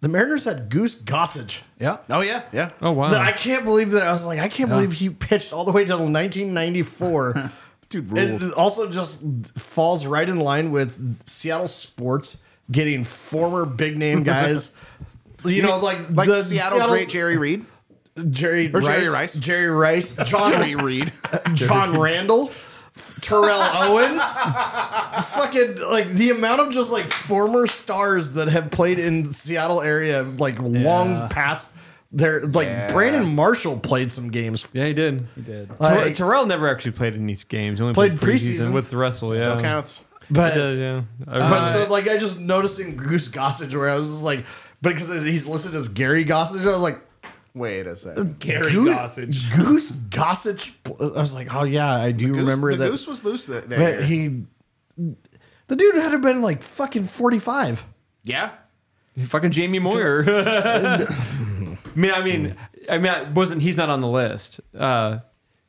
S1: The Mariners had Goose Gossage.
S4: Yeah.
S2: Oh yeah, yeah.
S3: Oh wow.
S1: That- I can't believe that. I was like, I can't believe he pitched all the way till nineteen ninety four.
S2: Dude ruled.
S1: It also just falls right in line with Seattle sports getting former big name guys. You know, like
S2: like
S1: the
S2: Seattle, great Jerry Reed,
S1: Jerry
S2: or
S1: Rice,
S2: Jerry
S1: Jerry
S2: Rice.
S1: Rice, Jerry Rice, John
S2: Reed.
S1: John Randall, Terrell Owens, fucking like the amount of just like former stars that have played in the Seattle area like long past their like Brandon Marshall played some games.
S3: yeah, he did. He
S4: did.
S1: Like-
S3: Terrell never actually played in these games. He only
S1: Played
S3: played,
S1: preseason.
S3: preseason with Russell. Yeah.
S2: Still counts.
S3: He
S1: But
S3: does, yeah.
S1: but
S2: Uh,
S1: so like I just noticing Goose Gossage where I was just like but because he's listed as Gary Gossage, I was like
S2: Wait a second.
S4: Gary
S1: Goose,
S4: Gossage.
S1: Goose Gossage. I was like, oh yeah, I do remember
S2: Goose, the
S1: that.
S2: goose was loose that, that
S1: that
S2: year.
S1: he, the dude had to have been like fucking forty five.
S2: yeah.
S3: fucking Jamie Moyer. I mean, I mean,
S1: Hmm.
S3: I mean, I wasn't he's not on the list. Uh,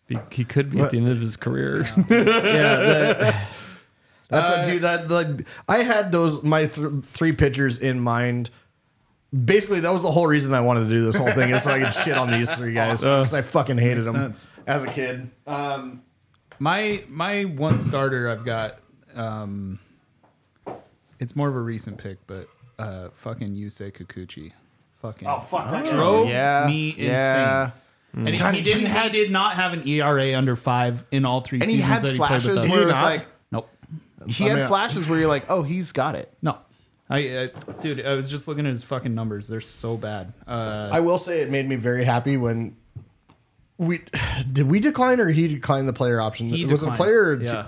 S3: he, he could be at the end of his career.
S1: yeah, the- that's a dude. That like I had those my th- three pitchers in mind. Basically, that was the whole reason I wanted to do this whole thing is so I could shit on these three guys because I fucking hated them
S4: sense.
S1: as a kid.
S4: My my one starter I've got um it's more of a recent pick, but uh fucking Yusei Kikuchi. Fucking
S1: Oh fuck! that guy.
S4: drove
S2: Yeah,
S4: me insane.
S2: yeah.
S4: And he,
S2: God,
S4: he didn't
S2: he
S4: he,
S2: had-
S4: did not have an ERA under five in all three
S2: And he
S4: seasons
S2: had
S4: that he
S2: flashes
S4: played with us.
S2: where it was like
S4: Nope.
S2: he had flashes where you're like, oh, he's got it.
S4: No. I, I dude, I was just looking at his fucking numbers. They're so bad. Uh
S1: I will say it made me very happy when we did we decline or he declined the player option.
S4: he
S1: was it a
S4: declined.
S1: player. or
S4: Yeah.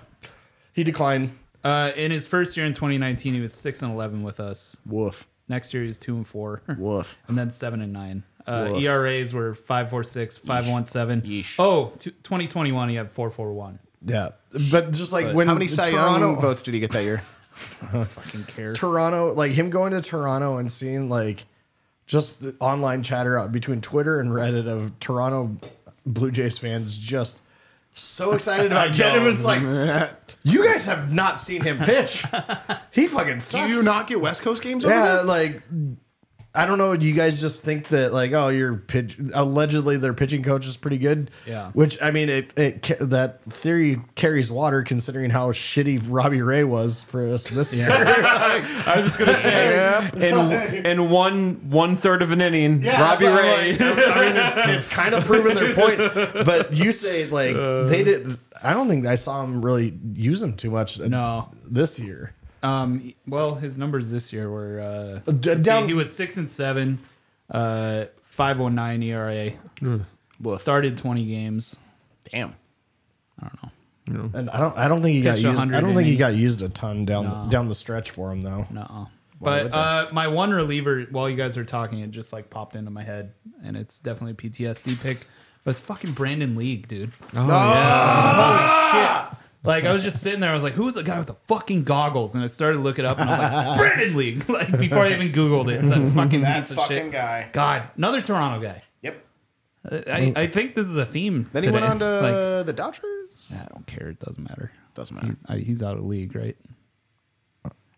S1: he declined.
S4: Uh, in his first year in 2019, he was six and 11 with us.
S2: Woof,
S4: Next year, he was two and four,
S2: woof.
S4: and then seven and nine. Uh,
S2: Woof.
S4: ERAs were five four six, five one seven.
S2: Yeesh.
S4: Oh, t- 2021, he had four four one.
S1: Yeah, but just like when
S2: How many Cy
S1: Toronto
S2: Young votes did he get that year?
S4: Fucking care.
S1: Toronto, like him going to Toronto and seeing like just the online chatter out between Twitter and Reddit of Toronto Blue Jays fans just so excited about getting him. It's like you guys have not seen him pitch. He fucking
S2: Do
S1: sucks.
S2: you not get West Coast games? over
S1: Yeah,
S2: there?
S1: like I don't know. You guys just think that like oh, your pitch allegedly their pitching coach is pretty good.
S4: Yeah.
S1: Which I mean, it, it ca- that theory carries water considering how shitty Robbie Ray was for us this year.
S3: I was just gonna say in in one one third of an inning, Robbie
S1: that's why
S3: Ray.
S1: I'm like, I mean, it's, it's kind of proven their point. But you say like
S3: Uh.
S1: they did. I don't think I saw him really use him too much.
S4: No.
S1: this year.
S4: Um, well, his numbers this year were uh,
S1: d-
S4: let's see,
S1: down-
S4: he was six and seven, uh, five oh nine ERA.
S2: Mm.
S4: Started twenty games.
S2: Damn.
S1: And I don't. I don't think he
S4: Pitched
S1: got used.
S4: 100
S1: I don't think he
S4: innings.
S1: got used a ton down down the stretch for him though.
S4: No. But uh, my one reliever, while you guys were talking, it just like popped into my head, and it's definitely a PTSD pick. But it's fucking Brandon League, dude. Oh, yeah. Holy shit. Like I was just sitting there, I was like, "Who's the guy with the fucking goggles?" And I started to look it up, and I was like, "Brandon League!" Like before I even googled it, that fucking piece of shit.
S2: guy.
S4: God, another Toronto guy.
S2: Yep.
S4: I, I think this is a theme.
S2: Then
S4: today.
S2: he went on
S4: It's like,
S2: to the Dodgers.
S4: I don't care. It doesn't matter.
S2: Doesn't matter.
S4: I, he's out of league, right?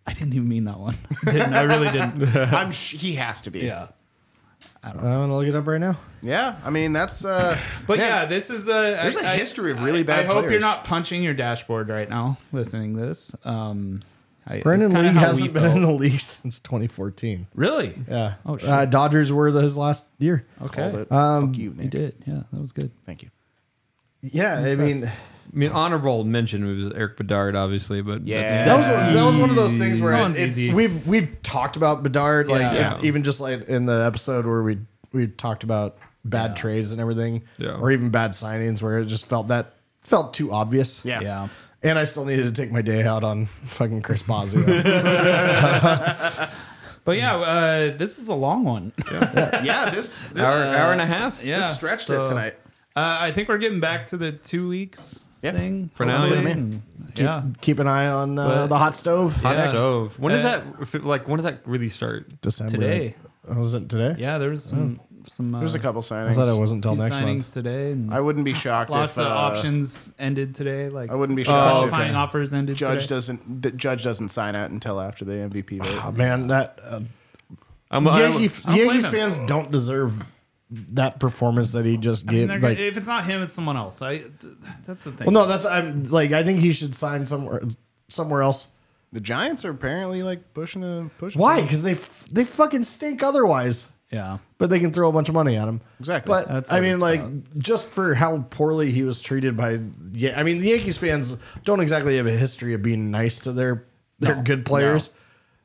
S4: I didn't even mean that one. didn't I? Really didn't.
S2: I'm sh- he has to be.
S4: Yeah.
S1: I'm gonna look it up right now.
S2: Yeah. I mean, that's. uh
S4: But
S2: man,
S4: yeah, this is a. There's
S2: a history of really bad
S4: I, I hope you're
S2: players.
S4: not punching your dashboard right now listening to this. Um, I, it's
S1: Brandon
S4: kinda
S1: Lee
S4: how
S1: hasn't
S4: we
S1: been
S4: felt.
S1: in the league since 2014.
S4: really.
S1: Yeah.
S4: Oh, shit.
S1: Uh, Dodgers were the, his last year.
S4: Okay.
S2: Called it.
S1: Um,
S2: Fuck you,
S4: You
S2: Nick.
S4: did. Yeah, that was good.
S2: Thank you.
S1: Yeah, I mean,
S3: I mean, honorable mention was Eric Bedard, obviously, but
S2: Yeah.
S1: that was one- that was one of those things where
S4: That
S1: it,
S4: one's easy.
S1: we've we've talked about Bedard, like
S4: Yeah.
S1: if- even just like in the episode where we we talked about bad trades and everything,
S3: Yeah.
S1: or even bad signings, where it just felt that felt too obvious.
S2: Yeah.
S4: Yeah.
S1: and I still needed to take my day out on fucking Chris Bosio.
S4: But yeah, uh, this is a long one.
S2: Yeah. This. this
S3: hour, hour and a half.
S4: Yeah.
S2: stretched
S4: so,
S2: it tonight.
S4: Uh, I think we're getting back to the two weeks
S2: Yeah.
S4: thing
S3: For now,
S4: hopefully,
S3: yeah.
S4: and- yeah.
S1: Keep an eye on uh,
S4: But-
S1: the hot stove.
S3: Hot
S4: Yeah.
S3: stove. When does
S4: Uh,
S3: that if it- like? When does that really start?
S1: December
S4: Today.
S1: Oh, was it today?
S4: Yeah, there was some some. Uh,
S2: Mm. There's a couple
S1: I thought it
S2: signings.
S1: wasn't
S4: few
S1: till next
S4: signings
S1: month.
S4: today, and
S2: I wouldn't be shocked
S4: lots
S2: if
S4: of
S2: uh,
S4: options ended today. Like uh,
S2: I wouldn't be shocked if
S4: qualifying offers ended.
S2: Judge
S4: today.
S2: doesn't. The judge doesn't sign out until after the MVP vote.
S1: Oh, man, that uh,
S3: I'm, I'm-
S1: Yankee,
S4: don't blame
S1: Yankees
S4: him.
S1: fans don't deserve that performance that he just
S4: I mean,
S1: gave.
S4: they're
S1: like,
S4: gonna, if it's not him, it's someone else. I. th- That's the thing.
S1: well, no, that's I'm like I think he should sign somewhere somewhere else.
S2: The Giants are apparently like pushing a push.
S1: Why? Because they f- they fucking stink otherwise.
S4: yeah.
S1: But they can throw a bunch of money at him.
S2: Exactly.
S1: But
S4: That's
S1: I
S4: what
S1: mean,
S4: it's
S1: like, just for how poorly he was treated by, yeah, I mean, the Yankees fans don't exactly have a history of being nice to their their
S4: No,
S1: good players.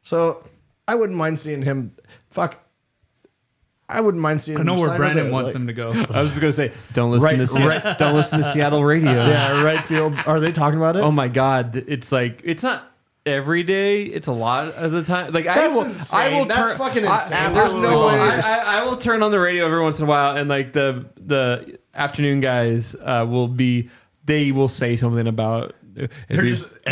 S1: So I wouldn't mind seeing him. Fuck, I wouldn't mind seeing.
S4: I know
S1: him
S4: where
S1: sign with
S4: Brandon
S1: a,
S4: wants
S1: like-
S4: him to go.
S3: I was just gonna say, don't listen
S1: Right-
S3: to Se- don't listen to Seattle radio.
S1: Yeah, right field. Are they talking about it?
S3: Oh my god, it's like it's not every day. It's a lot of the time. Like I
S1: That's
S3: will, I
S1: insane.
S3: will
S1: That's
S3: turn.
S1: fucking
S3: I-
S1: insane.
S3: there's no
S1: Absolutely.
S3: way. I, I- I will turn on the radio every once in a while, and like the the afternoon guys uh, will be. They will say something about. It'd be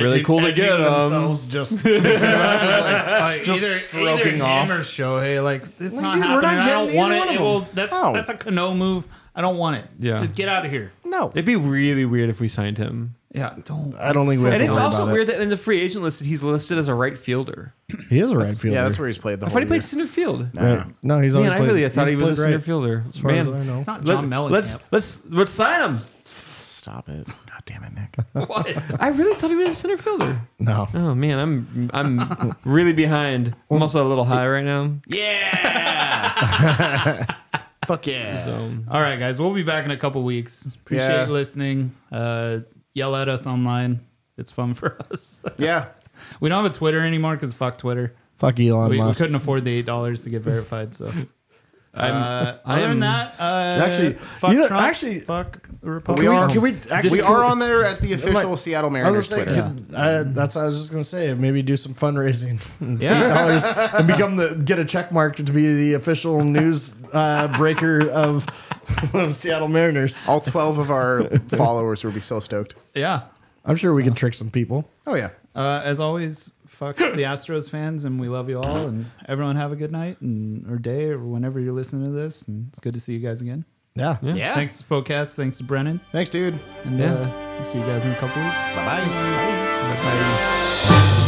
S3: really
S1: edging-
S3: cool to
S1: edging
S3: get 'em.
S1: themselves. Just thinking about it, just like,
S4: Like,
S1: just stroking
S4: him
S1: off.
S4: or Shohei, like it's
S1: Like,
S4: not
S1: dude, we're not
S4: happening. I don't
S1: getting
S4: want
S1: either
S4: it.
S1: one
S4: it
S1: of
S4: will,
S1: them.
S4: that's
S2: No.
S4: that's a Cano move. I don't want it.
S3: Yeah.
S4: just get out of here.
S2: No.
S3: It'd be really weird if we signed him.
S4: Yeah, don't.
S1: I don't think we have
S3: And
S1: to
S3: it's
S1: worry
S3: also
S1: about
S3: weird that in the free agent list, he's listed as a right fielder.
S1: It. He is a right fielder.
S2: yeah, that's where he's played the
S3: I
S2: whole
S3: thought he played
S2: year.
S3: center field.
S1: Right. No, Oh, he's always
S3: Man, I
S1: played,
S3: really I thought
S1: he's
S3: he was a
S1: played
S3: center
S1: right,
S3: fielder.
S1: As far
S3: Man,
S1: as I know.
S4: It's not
S3: Let,
S4: John Mellencamp.
S3: let's let's let's sign him.
S2: Stop it. God damn it, Nick.
S4: what?
S3: I really thought he was a center fielder.
S1: No.
S3: Oh man, I'm I'm really behind. I'm also a little high right now.
S2: Yeah. Fuck yeah.
S3: So
S4: All right, guys, we'll be back in a couple weeks. Appreciate
S2: Yeah.
S4: you listening. Uh, yell at us online. It's fun for us.
S2: Yeah.
S4: we don't have a Twitter anymore because fuck Twitter.
S1: Fuck Elon
S4: We, we
S1: Musk.
S4: couldn't afford the eight dollars to get verified, so Uh, other than that, uh,
S1: Actually,
S4: fuck
S1: you know,
S4: Trump,
S1: actually-
S4: fuck the
S1: we
S4: Republicans.
S1: are. Can we actually?
S2: we are on there as the official
S1: Like,
S2: Seattle
S1: I
S2: Mariners
S1: was gonna say,
S2: Twitter.
S1: could- I- that's what I was just gonna say. Maybe do some fundraising.
S4: Yeah.
S1: dollars and become the get a check mark to be the official news uh, breaker of, of Seattle Mariners.
S2: All 12 of our followers would be so stoked.
S4: yeah.
S1: I'm sure we can trick some people.
S2: Oh, yeah.
S4: Uh, as always, fuck the Astros fans, and we love you all. And everyone have a good night and or day or whenever you're listening to this. And it's good to see you guys again.
S1: Yeah.
S3: Yeah.
S4: Thanks, Podcast. Thanks to Brennan.
S2: Thanks, dude.
S4: And
S3: Yeah.
S4: uh, we'll see you guys in a couple weeks.
S2: Bye-bye.
S4: Thanks.
S3: Bye.